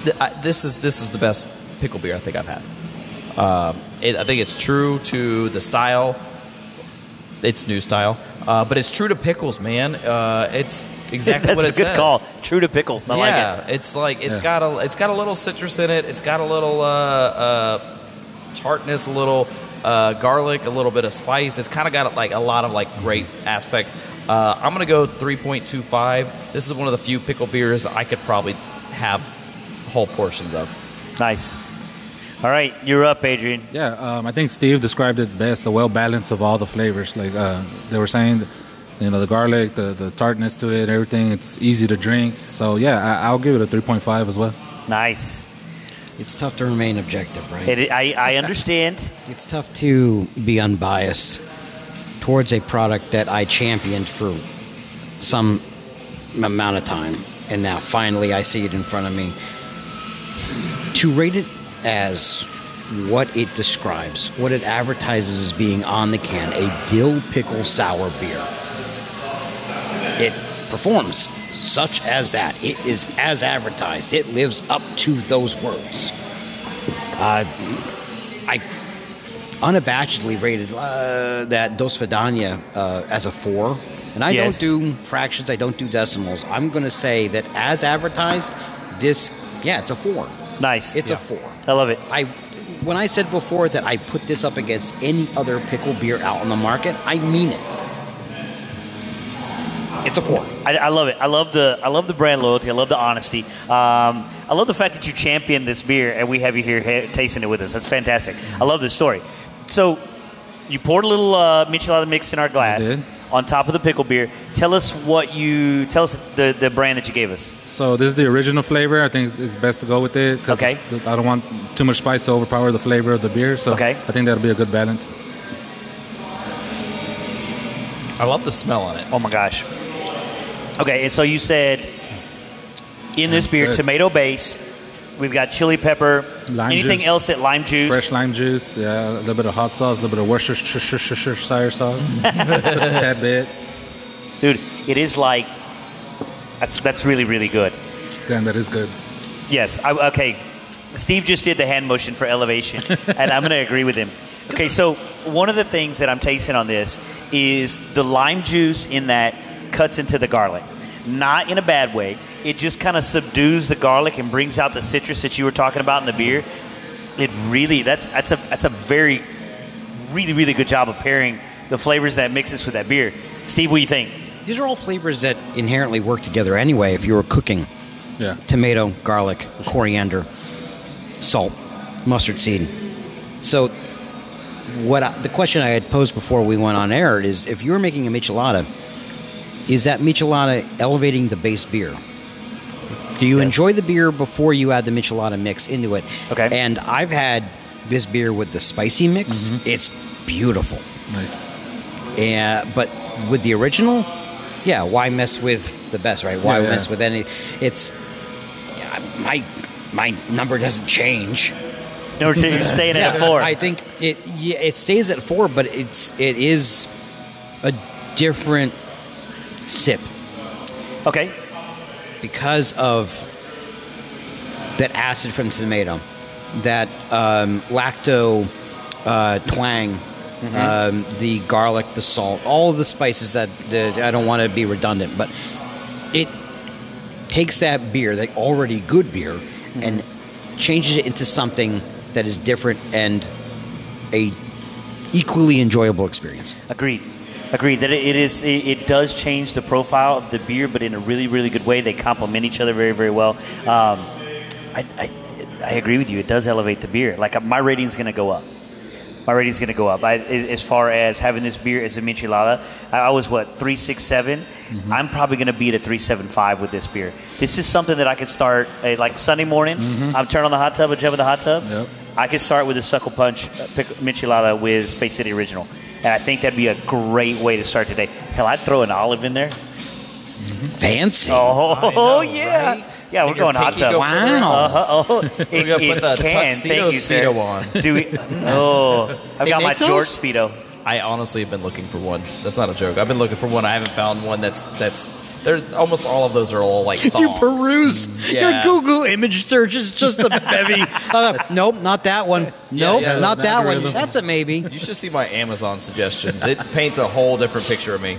[SPEAKER 4] Th- I, this is this is the best pickle beer I think I've had. Um, it, I think it's true to the style it's new style, uh, but it's true to pickles, man. Uh, it's exactly
[SPEAKER 3] That's
[SPEAKER 4] what it
[SPEAKER 3] a good
[SPEAKER 4] says.
[SPEAKER 3] call. True to pickles. I
[SPEAKER 4] yeah,
[SPEAKER 3] like it.
[SPEAKER 4] it's like it's
[SPEAKER 5] Yeah.
[SPEAKER 4] got a it's got a little citrus in it. It's got a little uh, uh, tartness, a little uh, garlic, a little bit of spice. It's kind of got like a lot of like great aspects. Uh, I'm gonna go 3.25. This is one of the few pickle beers I could probably have whole portions of.
[SPEAKER 3] Nice. All right, you're up, Adrian.
[SPEAKER 5] Yeah, um, I think Steve described it best. The well balance of all the flavors, like uh, they were saying, you know, the garlic, the the tartness to it, everything. It's easy to drink. So yeah, I, I'll give it a three point five as well.
[SPEAKER 3] Nice.
[SPEAKER 6] It's tough to remain objective, right?
[SPEAKER 3] It, I, I understand.
[SPEAKER 6] It's tough to be unbiased towards a product that I championed for some amount of time, and now finally I see it in front of me. To rate it as what it describes, what it advertises as being on the can, a dill pickle sour beer. It performs such as that. It is as advertised. It lives up to those words. Uh, I unabashedly rated uh, that Dos Vidania uh, as a four. And I don't
[SPEAKER 3] Yes.
[SPEAKER 6] do fractions, I don't do decimals. I'm going to say that as advertised, this, yeah, it's a four.
[SPEAKER 3] Nice.
[SPEAKER 6] It's
[SPEAKER 3] Yeah.
[SPEAKER 6] a four.
[SPEAKER 3] I love it.
[SPEAKER 6] I when I said before that I put this up against any other pickle beer out on the market, I mean it. It's a four.
[SPEAKER 3] I, I love it. I love the I love the brand loyalty. I love the honesty. Um, I love the fact that you champion this beer and we have you here ha- tasting it with us. That's fantastic. I love this story. So you poured a little uh, michelada mix in our glass
[SPEAKER 5] did.
[SPEAKER 3] on top of the pickle beer. Tell us what you tell us the, the brand that you gave us.
[SPEAKER 5] So this is the original flavor. I think it's, it's best to go with it. 'cause
[SPEAKER 3] Okay.
[SPEAKER 5] it's- I don't want too much spice to overpower the flavor of the beer. So
[SPEAKER 3] Okay.
[SPEAKER 5] I think that'll be a good balance.
[SPEAKER 4] I love the smell on it.
[SPEAKER 3] Oh my gosh. Okay, and so you said in this beer,
[SPEAKER 5] good.
[SPEAKER 3] tomato base. We've got chili pepper.
[SPEAKER 5] Lime
[SPEAKER 3] Anything
[SPEAKER 5] juice.
[SPEAKER 3] else that lime juice?
[SPEAKER 5] Fresh lime juice, yeah, a little bit of hot sauce, a little bit of Worcestershire sauce, just a tad bit.
[SPEAKER 3] Dude, it is like that's that's really really good.
[SPEAKER 5] Damn, that is good.
[SPEAKER 3] Yes. I, okay. Steve just did the hand motion for elevation, and I'm going to agree with him. Okay, so one of the things that I'm tasting on this is the lime juice in that cuts into the garlic. Not in a bad way. It just kind of subdues the garlic and brings out the citrus that you were talking about in the beer. It really that's that's a that's a very really really good job of pairing the flavors that mixes with that beer. Steve, what do you think?
[SPEAKER 6] These are all flavors that inherently work together anyway if you were cooking.
[SPEAKER 5] Yeah.
[SPEAKER 6] tomato, garlic, coriander, salt, mustard seed. So, what I, the question I had posed before we went on air is: if you were making a michelada, is that michelada elevating the base beer? Do you
[SPEAKER 3] Yes.
[SPEAKER 6] enjoy the beer before you add the michelada mix into it?
[SPEAKER 3] Okay.
[SPEAKER 6] And I've had this beer with the spicy mix. It's beautiful.
[SPEAKER 5] Mm-hmm. Nice.
[SPEAKER 6] Yeah, but with the original, yeah, why mess with the best, right? Why
[SPEAKER 5] Yeah, yeah.
[SPEAKER 6] mess with any? It's my my number doesn't change.
[SPEAKER 3] In order to- You're staying at a
[SPEAKER 6] Yeah,
[SPEAKER 3] four.
[SPEAKER 6] I think it yeah, it stays at four, but it's it is a different sip
[SPEAKER 3] Okay.
[SPEAKER 6] because of that acid from the tomato, that um, lacto uh, twang,
[SPEAKER 3] Mm-hmm.
[SPEAKER 6] um, the garlic, the salt, all of the spices that, that I don't want to be redundant, but it takes that beer, that already good beer, and changes it into something that is different and a equally enjoyable experience.
[SPEAKER 3] Agreed. Agreed. That it it is. It, it does change the profile of the beer, but in a really, really good way. They complement each other very, very well. Um, I, I, I agree with you. It does elevate the beer. Like uh, my rating's going to go up. My rating's going to go up. I, as as far as having this beer as a michelada, I, I was what three six seven.
[SPEAKER 4] Mm-hmm.
[SPEAKER 3] I'm probably going to be at a three seven five with this beer. This is something that I could start uh, like Sunday morning.
[SPEAKER 4] Mm-hmm.
[SPEAKER 3] I'm turning on the hot tub and jump in the hot tub.
[SPEAKER 5] Yep.
[SPEAKER 3] I could start with a suckle punch uh, pick, michelada with Space City Original, and I think that'd be a great way to start today. Hell, I'd throw an olive in there.
[SPEAKER 6] Fancy.
[SPEAKER 3] Oh,
[SPEAKER 4] Mm-hmm. know,
[SPEAKER 3] yeah,
[SPEAKER 4] right?
[SPEAKER 3] yeah. We're
[SPEAKER 4] Make your
[SPEAKER 3] going hot
[SPEAKER 4] pinky go
[SPEAKER 3] tub.
[SPEAKER 4] further out.
[SPEAKER 6] Wow.
[SPEAKER 3] Uh-huh. Oh, it,
[SPEAKER 4] We're gonna
[SPEAKER 3] it
[SPEAKER 4] put Uh, the
[SPEAKER 3] can.
[SPEAKER 4] tuxedo
[SPEAKER 3] Thank you, sir.
[SPEAKER 4] speedo on.
[SPEAKER 3] Do we? Oh, I've
[SPEAKER 6] They
[SPEAKER 3] got my
[SPEAKER 6] make those?
[SPEAKER 3] George speedo.
[SPEAKER 4] I honestly have been looking for one. That's not a joke. I've been looking for one. I haven't found one that's that's. They're almost all of those are all like thongs.
[SPEAKER 6] You peruse
[SPEAKER 4] yeah.
[SPEAKER 6] your Google image search is just a bevy. Uh, nope, not that one. Nope,
[SPEAKER 4] yeah,
[SPEAKER 6] not
[SPEAKER 5] the
[SPEAKER 6] that one.
[SPEAKER 5] algorithm.
[SPEAKER 6] That's a maybe.
[SPEAKER 4] You should see my Amazon suggestions. It paints a whole different picture of me.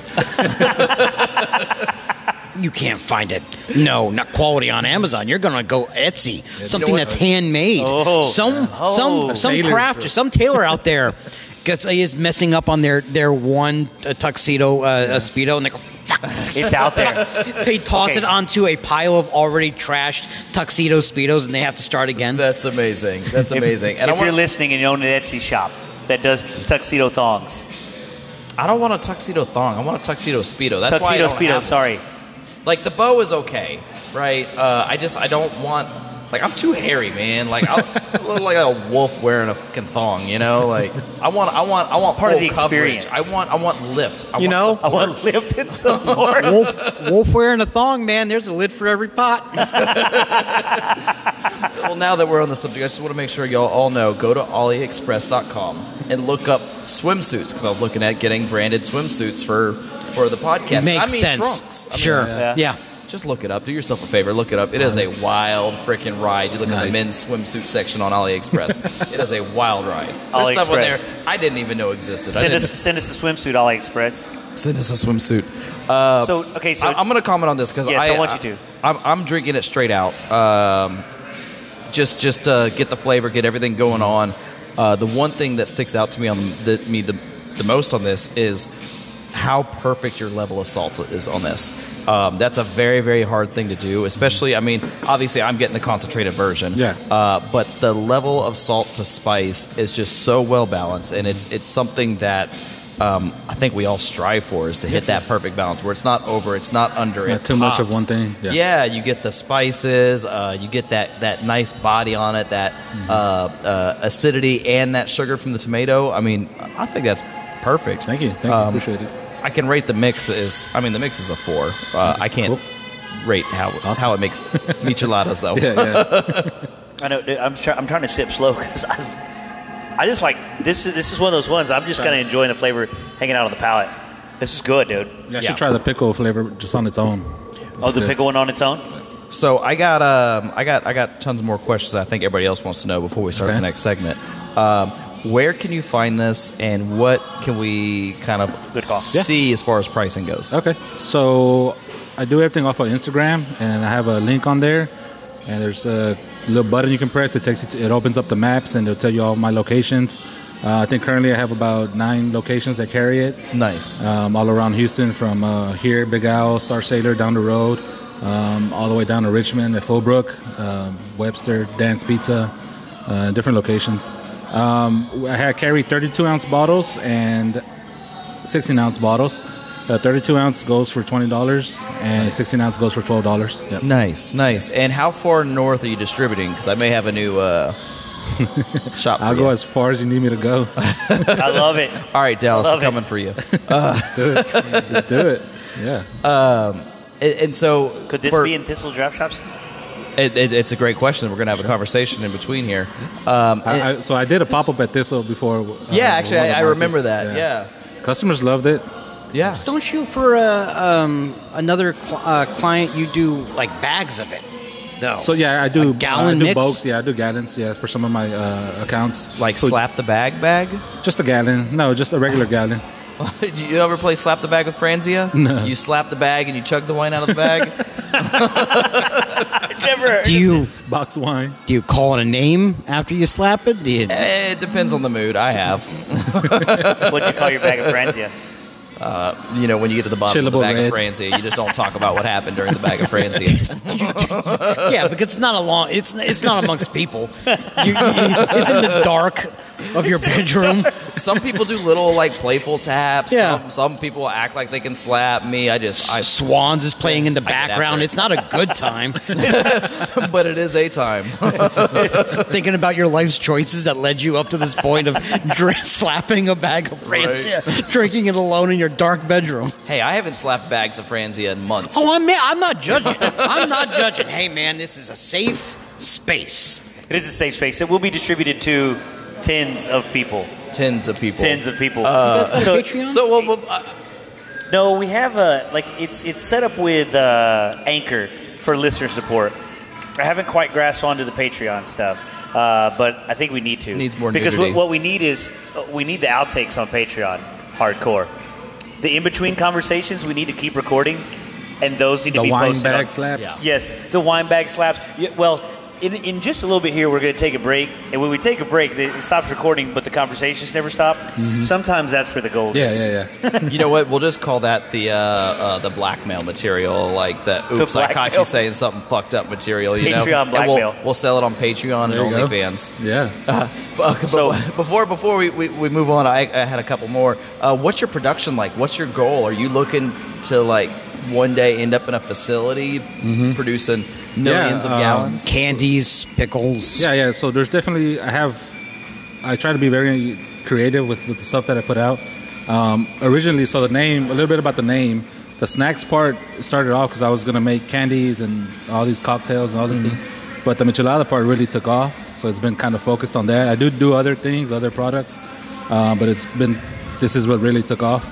[SPEAKER 6] You can't find it. No, not quality on Amazon. You're gonna go Etsy, something
[SPEAKER 4] what?
[SPEAKER 6] that's handmade.
[SPEAKER 3] Oh.
[SPEAKER 6] some
[SPEAKER 3] Oh.
[SPEAKER 6] some some
[SPEAKER 5] Tailor.
[SPEAKER 6] crafter, some tailor out there, gets is messing up on their their one uh, tuxedo uh, uh, speedo, and they go. Fuck.
[SPEAKER 3] It's out there.
[SPEAKER 6] They toss
[SPEAKER 3] Okay.
[SPEAKER 6] it onto a pile of already trashed tuxedo speedos, and they have to start again.
[SPEAKER 4] That's amazing. That's amazing. and
[SPEAKER 3] if
[SPEAKER 4] I, want,
[SPEAKER 3] you're listening and you own an Etsy shop that does tuxedo thongs,
[SPEAKER 4] I don't want a tuxedo thong. I want a tuxedo speedo. That's why I
[SPEAKER 3] tuxedo
[SPEAKER 4] don't
[SPEAKER 3] speedo.
[SPEAKER 4] have-
[SPEAKER 3] Sorry,
[SPEAKER 4] Like the bow is okay, right? Uh, I just I don't want. Like I'm too hairy, man. Like I look like a wolf wearing a fucking thong. You know, like I want I want I want
[SPEAKER 3] part of
[SPEAKER 4] full
[SPEAKER 3] the
[SPEAKER 4] coverage.
[SPEAKER 3] experience.
[SPEAKER 4] I want I want lift. I
[SPEAKER 6] You
[SPEAKER 4] want
[SPEAKER 6] know?
[SPEAKER 3] I want to lift and support.
[SPEAKER 6] wolf, wolf wearing a thong, man. There's a lid for every pot.
[SPEAKER 4] Well, now that we're on the subject, I just want to make sure y'all all know go to AliExpress.com and look up swimsuits because I was looking at getting branded swimsuits for for the podcast.
[SPEAKER 6] Makes
[SPEAKER 4] I mean,
[SPEAKER 6] sense.
[SPEAKER 4] Trunks. I mean, uh,
[SPEAKER 6] sure.
[SPEAKER 3] Yeah.
[SPEAKER 6] Yeah.
[SPEAKER 4] Just look it up. Do yourself a favor. Look it up. It is a wild freaking ride. You look at the
[SPEAKER 5] Nice.
[SPEAKER 4] men's swimsuit section on AliExpress. it is a wild ride. There's stuff on there
[SPEAKER 3] AliExpress.
[SPEAKER 4] I didn't even know existed. I
[SPEAKER 3] Send us,
[SPEAKER 4] didn't-
[SPEAKER 3] send us a swimsuit, AliExpress.
[SPEAKER 4] send us a swimsuit. Uh,
[SPEAKER 3] So okay, so
[SPEAKER 4] I, am going to comment on this because
[SPEAKER 3] Yes,
[SPEAKER 4] I,
[SPEAKER 3] I want you to.
[SPEAKER 4] I'm, I'm drinking it straight out. Um, just just uh, get the flavor, get everything going on. Uh, the one thing that sticks out to me on the, me the, the most on this is how perfect your level of salt is on this. Um, that's a very, very hard thing to do, especially, I mean, obviously I'm getting the concentrated version.
[SPEAKER 5] Yeah.
[SPEAKER 4] Uh, but the level of salt to spice is just so well balanced, and it's, it's something that um, I think we all strive for is to hit that perfect balance where it's not over, it's not under,
[SPEAKER 5] Not
[SPEAKER 4] it
[SPEAKER 5] too much of
[SPEAKER 4] pops.
[SPEAKER 5] one thing.
[SPEAKER 4] Yeah.
[SPEAKER 5] Yeah.
[SPEAKER 4] you get the spices, uh, you get that, that nice body on it, that
[SPEAKER 5] Mm-hmm.
[SPEAKER 4] uh, uh, acidity, and that sugar from the tomato. I mean, I think that's perfect.
[SPEAKER 5] Thank you. Thank you.
[SPEAKER 4] Um,
[SPEAKER 5] Appreciate it.
[SPEAKER 4] I can rate the mix as I mean the mix is a four. Uh, I can't rate how how it makes micheladas though.
[SPEAKER 5] Yeah, yeah.
[SPEAKER 3] I know. dude, I'm, try- I'm trying to sip slow because I, I just like this. Is, this is one of those ones I'm just kind of enjoying the flavor hanging out on the palate. This is good, dude.
[SPEAKER 5] yeah. I
[SPEAKER 4] Yeah.
[SPEAKER 5] should try the pickle flavor just on its own.
[SPEAKER 3] oh,
[SPEAKER 5] That's
[SPEAKER 3] the
[SPEAKER 5] good.
[SPEAKER 3] pickle one on its own.
[SPEAKER 4] So I got um, I got I got tons more questions. I think everybody else wants to know before we start
[SPEAKER 5] Okay.
[SPEAKER 4] the next segment. Um, where can you find this, and what can we kind of
[SPEAKER 3] Good call.
[SPEAKER 5] Yeah.
[SPEAKER 4] see as far as pricing goes?
[SPEAKER 5] Okay. So I do everything off of Instagram, and I have a link on there. And there's a little button you can press. It takes you. To, it opens up the maps, and it'll tell you all my locations. Uh, I think currently I have about nine locations that carry it,
[SPEAKER 4] Nice.
[SPEAKER 5] um, all around Houston, from uh, here, Big Owl, Star Sailor, down the road, um, all the way down to Richmond, at Fullbrook, um, Webster, Dan's Pizza, uh, different locations. Um, I had carry 32 ounce bottles and 16 ounce bottles. Uh, 32 ounce goes for $20 and 16 ounce goes for $12. Yep.
[SPEAKER 4] Nice, nice. And how far north are you distributing? Because I may have a new uh, shop. For
[SPEAKER 5] I'll
[SPEAKER 4] you.
[SPEAKER 5] go as far as you need me to go.
[SPEAKER 3] I love it.
[SPEAKER 4] All right, Dallas,
[SPEAKER 3] Love
[SPEAKER 4] we're
[SPEAKER 3] it.
[SPEAKER 4] coming for you.
[SPEAKER 5] Let's do it. Let's do it. Yeah.
[SPEAKER 4] Um, And, and so,
[SPEAKER 3] Could this
[SPEAKER 4] for-
[SPEAKER 3] be in Thistle Draft Shops?
[SPEAKER 4] It, it, it's a great question. We're going to have a conversation in between here. Um, and-
[SPEAKER 5] I, I, so I did a pop up at Thistle before. uh,
[SPEAKER 4] yeah,
[SPEAKER 5] one
[SPEAKER 4] actually,
[SPEAKER 5] of the
[SPEAKER 4] I, I remember
[SPEAKER 5] markets.
[SPEAKER 4] that. Yeah.
[SPEAKER 5] Customers loved it.
[SPEAKER 4] Yeah.
[SPEAKER 6] Don't you for uh, um, another cl- uh, client? You do like bags of it.
[SPEAKER 4] Oh.
[SPEAKER 6] No.
[SPEAKER 5] So yeah, uh, I do.
[SPEAKER 6] A gallon
[SPEAKER 5] I do
[SPEAKER 6] mix?
[SPEAKER 5] bulks. Yeah, I do gallons. Yeah, for some of my uh, accounts.
[SPEAKER 4] Like
[SPEAKER 5] So
[SPEAKER 4] slap the bag bag?
[SPEAKER 5] Just a gallon. No, just a regular gallon.
[SPEAKER 4] Did you ever play slap the bag with Franzia? No. You slap the bag and you chug the wine out of the bag?
[SPEAKER 3] I never. heard
[SPEAKER 6] do
[SPEAKER 3] of
[SPEAKER 6] you
[SPEAKER 5] Box wine.
[SPEAKER 6] do you call it a name after you slap it? Do you,
[SPEAKER 4] Eh, it depends on the mood. I have.
[SPEAKER 3] it. What'd you call your bag of Franzia?
[SPEAKER 4] Uh, You know, when you get to the bottom of the
[SPEAKER 5] Chillable
[SPEAKER 4] bag
[SPEAKER 5] red.
[SPEAKER 4] of Franzia, you just don't talk about what happened during the bag of Franzia.
[SPEAKER 6] yeah, because it's not a long. It's it's not amongst people. You, you- it's in the dark of your bedroom.
[SPEAKER 4] some people do little, like, playful taps.
[SPEAKER 6] Yeah.
[SPEAKER 4] Some, some people act like they can slap me. I just, I,
[SPEAKER 6] Swans is playing in the
[SPEAKER 4] I get after
[SPEAKER 6] background.
[SPEAKER 4] it.
[SPEAKER 6] It's not a good time.
[SPEAKER 4] but it is a time.
[SPEAKER 6] Thinking about your life's choices that led you up to this point of dr- slapping a bag of Francia, drinking it alone in your dark bedroom.
[SPEAKER 4] hey, I haven't slapped bags of Franzia in months.
[SPEAKER 6] Oh, I'm I'm not judging. I'm not judging. Hey, man, this is a safe space.
[SPEAKER 3] It is a safe space. It will be distributed to tens of people.
[SPEAKER 4] Tens of people. Uh,
[SPEAKER 3] Tens of people.
[SPEAKER 6] So,
[SPEAKER 3] so,
[SPEAKER 6] Patreon.
[SPEAKER 4] So, well, well, uh,
[SPEAKER 3] no, we have a like it's it's set up with uh, Anchor for listener support. I haven't quite grasped onto the Patreon stuff, uh, but I think we need to.
[SPEAKER 4] Needs more
[SPEAKER 3] because
[SPEAKER 4] nudity.
[SPEAKER 3] what, what we need is uh, we need the outtakes on Patreon hardcore. The in between conversations we need to keep recording, and those need to
[SPEAKER 5] The
[SPEAKER 3] be
[SPEAKER 5] wine
[SPEAKER 3] posted on-
[SPEAKER 5] bag slaps.
[SPEAKER 3] Yes, the wine bag slaps. Yeah, well, in, in just a little bit here, we're going to take a break. And when we take a break, it it stops recording, but the conversations never stop. Sometimes that's where the gold
[SPEAKER 5] Mm-hmm. Yeah,
[SPEAKER 3] is.
[SPEAKER 5] yeah, yeah.
[SPEAKER 4] you know what? We'll just call that the uh, uh, the blackmail material, like the oops, I caught
[SPEAKER 3] blackmail.
[SPEAKER 4] you saying something fucked up material. You know?
[SPEAKER 3] Patreon
[SPEAKER 4] And
[SPEAKER 3] blackmail.
[SPEAKER 4] we'll, we'll sell it on Patreon
[SPEAKER 5] There
[SPEAKER 4] and
[SPEAKER 5] you go.
[SPEAKER 4] OnlyFans. Uh,
[SPEAKER 5] Yeah.
[SPEAKER 4] But, but
[SPEAKER 3] So-
[SPEAKER 4] before before we, we, we move on, I, I had a couple more. Uh, what's your production like? What's your goal? Are you looking to like one day end up in a facility producing millions
[SPEAKER 5] Mm-hmm. um,
[SPEAKER 4] of gallons?
[SPEAKER 6] candies, pickles.
[SPEAKER 5] Yeah, yeah. So there's definitely I have I try to be very creative with, with the stuff that I put out. Um, originally, so the name a little bit about the name. The snacks part started off because I was gonna make candies and all these cocktails and all
[SPEAKER 6] Mm-hmm.
[SPEAKER 5] this, stuff. but the michelada part really took off. So it's been kind of focused on that. I do do other things, other products, uh, but it's been this is what really took off.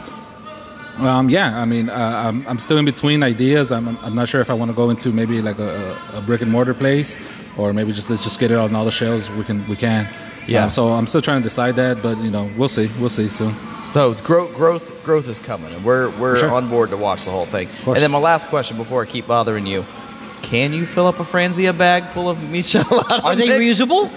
[SPEAKER 5] Um, yeah, I mean, uh, I'm, I'm still in between ideas. I'm, I'm not sure if I want to go into maybe like a, a brick and mortar place, or maybe just let's just get it on all the shelves we can. We can.
[SPEAKER 4] Yeah.
[SPEAKER 5] Um, so I'm still trying to decide that, but you know, we'll see. We'll see soon.
[SPEAKER 4] So growth, growth, growth is coming, and we're we're
[SPEAKER 5] Sure.
[SPEAKER 4] on board to watch the whole thing.
[SPEAKER 5] course.
[SPEAKER 4] And then my last question before I keep bothering you: Can you fill up a Franzia bag full of michelada?
[SPEAKER 6] Are they
[SPEAKER 4] mix?
[SPEAKER 6] reusable?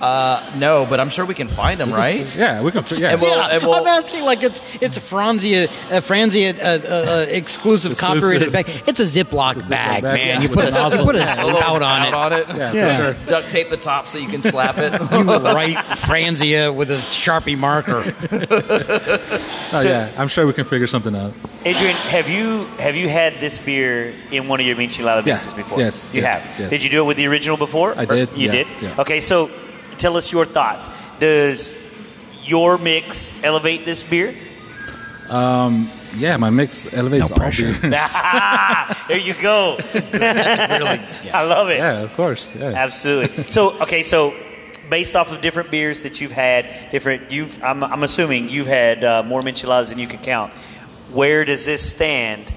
[SPEAKER 4] No, but I'm sure we can find them, right?
[SPEAKER 5] Yeah, we can. Yeah,
[SPEAKER 4] And we'll-
[SPEAKER 6] Yeah,
[SPEAKER 4] and we'll-
[SPEAKER 6] I'm asking like it's it's a Franzia a Franzia uh, uh, uh, exclusive, copyrighted bag. It's a Ziploc,
[SPEAKER 5] Ziploc bag,
[SPEAKER 6] bag, man.
[SPEAKER 5] yeah.
[SPEAKER 6] You
[SPEAKER 5] With
[SPEAKER 6] put
[SPEAKER 5] a
[SPEAKER 6] a, you
[SPEAKER 5] nozzle.
[SPEAKER 6] put a
[SPEAKER 4] A little
[SPEAKER 6] spout on it.
[SPEAKER 4] on it.
[SPEAKER 5] yeah,
[SPEAKER 6] Yeah.
[SPEAKER 5] for sure.
[SPEAKER 4] Duct tape the top so you can slap it.
[SPEAKER 6] You write Franzia with a Sharpie marker.
[SPEAKER 5] Oh,
[SPEAKER 3] So-
[SPEAKER 5] yeah, I'm sure we can figure something out.
[SPEAKER 3] Adrian, have you have you had this beer in one of your Michelada
[SPEAKER 5] Yeah.
[SPEAKER 3] mixes before?
[SPEAKER 5] Yes,
[SPEAKER 3] you
[SPEAKER 5] yes,
[SPEAKER 3] have.
[SPEAKER 5] yes.
[SPEAKER 3] Did you do it with the original before?
[SPEAKER 5] I
[SPEAKER 3] Or-
[SPEAKER 5] did,
[SPEAKER 3] You
[SPEAKER 5] yeah,
[SPEAKER 3] did.
[SPEAKER 5] yeah.
[SPEAKER 3] Okay, so tell us your thoughts. Does your mix elevate this beer?
[SPEAKER 5] Um, Yeah, my mix elevates
[SPEAKER 1] No
[SPEAKER 5] all
[SPEAKER 1] pressure.
[SPEAKER 5] beer.
[SPEAKER 3] there you go. I love it.
[SPEAKER 5] yeah, of course. Yeah.
[SPEAKER 3] Absolutely. so okay, so based off of different beers that you've had, different you've I'm, I'm assuming you've had uh, more micheladas than you could count. Where does this stand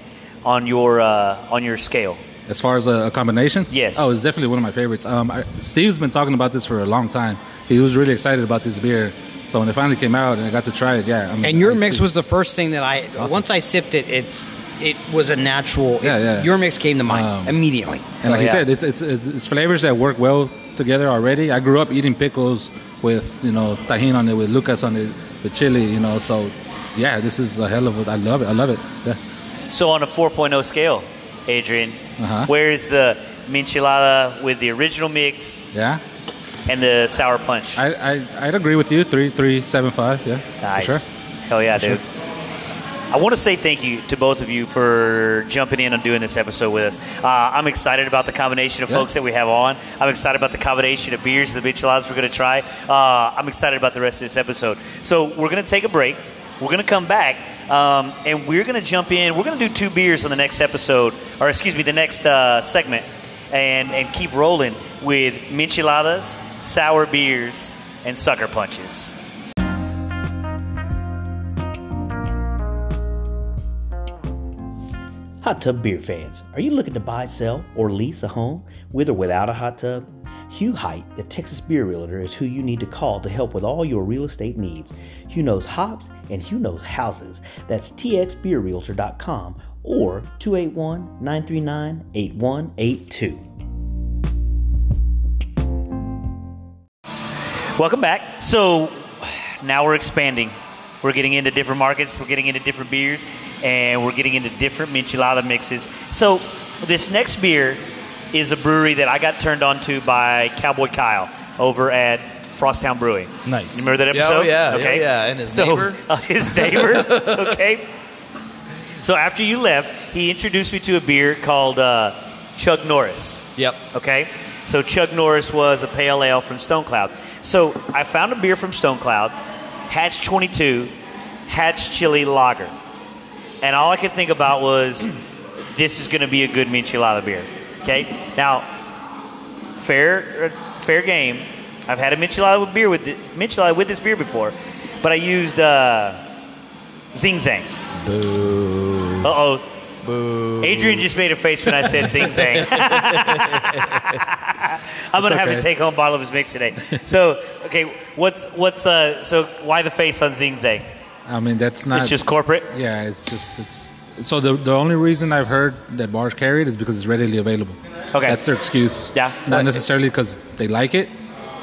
[SPEAKER 3] on your uh, on your scale?
[SPEAKER 5] As far as a, a combination,
[SPEAKER 3] Yes.
[SPEAKER 5] Oh, it's definitely one of my favorites. Um, I, Steve's been talking about this for a long time. He was really excited about this beer. So when it finally came out and I got to try it, yeah. I'm,
[SPEAKER 6] And your
[SPEAKER 5] I'm
[SPEAKER 6] mix
[SPEAKER 5] su-
[SPEAKER 6] was the first thing that I
[SPEAKER 5] Awesome.
[SPEAKER 6] once I sipped it. It's it was a natural. it-
[SPEAKER 5] Yeah, yeah.
[SPEAKER 6] Your mix came to mind
[SPEAKER 5] Um,
[SPEAKER 6] immediately.
[SPEAKER 5] And like
[SPEAKER 4] Oh,
[SPEAKER 5] you
[SPEAKER 4] yeah.
[SPEAKER 5] said, it's, it's it's it's flavors that work well together already. I grew up eating pickles with you know tahini on it, with lucas on it, with chili. You know, so yeah, this is a hell of a. I love it. I love it. Yeah.
[SPEAKER 3] So on a 4.0 scale, Adrian,
[SPEAKER 5] Uh-huh.
[SPEAKER 3] where is the michelada with the original mix
[SPEAKER 5] Yeah,
[SPEAKER 3] and the sour punch?
[SPEAKER 5] I, I I'd agree with you. Three, three, seven, five. Yeah, for
[SPEAKER 3] Nice.
[SPEAKER 5] sure.
[SPEAKER 3] Hell yeah,
[SPEAKER 5] For
[SPEAKER 3] dude. I want to say thank you to both of you for jumping in and doing this episode with us. Uh, I'm excited about the combination of
[SPEAKER 5] Yeah.
[SPEAKER 3] folks that we have on. I'm excited about the combination of beers and the micheladas we're going to try. Uh, I'm excited about the rest of this episode. So we're going to take a break. We're going to come back, um, and we're going to jump in. We're going to do two beers on the next episode, or excuse me, the next uh, segment, and and keep rolling with micheladas, sour beers, and sucker punches.
[SPEAKER 1] Hot tub beer fans, are you looking to buy, sell, or lease a home with or without a hot tub? Hugh Height, the Texas Beer Realtor, is who you need to call to help with all your real estate needs. Hugh knows hops and Hugh knows houses. That's txbeerrealtor.com or 281 939 8182.
[SPEAKER 3] Welcome back. So now we're expanding. We're getting into different markets. We're getting into different beers, and we're getting into different michelada mixes. So this next beer is a brewery that I got turned on to by Cowboy Kyle over at Frosttown Brewing.
[SPEAKER 7] Nice.
[SPEAKER 3] You remember that
[SPEAKER 4] Yeah,
[SPEAKER 3] episode?
[SPEAKER 4] oh, yeah, yeah, yeah. And his
[SPEAKER 3] so,
[SPEAKER 4] neighbor?
[SPEAKER 3] uh, his neighbor. okay. So after you left, he introduced me to a beer called uh, Chug Norris
[SPEAKER 4] Yep.
[SPEAKER 3] okay? So Chuck Norris was a pale ale from Stone Cloud. So I found a beer from Stone Cloud, Hatch 22, Hatch Chili Lager. And all I could think about was, this is going to be a good michelada beer, okay? Now, fair, er, fair game. I've had a michelada with beer with thi- michelada with this beer before, but I used uh, Zing Zang. Boo. Uh oh. Boo. Adrian just made a face when I said Zing Zang. I'm gonna have
[SPEAKER 5] okay.
[SPEAKER 3] to take home a bottle of his mix today. So, okay, what's what's uh, so why the face on Zing Zang?
[SPEAKER 5] I mean, that's not
[SPEAKER 3] It's just corporate.
[SPEAKER 5] Yeah, it's just it's. So the the only reason I've heard that bars carry it is because it's readily available.
[SPEAKER 3] Okay.
[SPEAKER 5] that's their excuse.
[SPEAKER 3] Yeah.
[SPEAKER 5] not necessarily because they like it,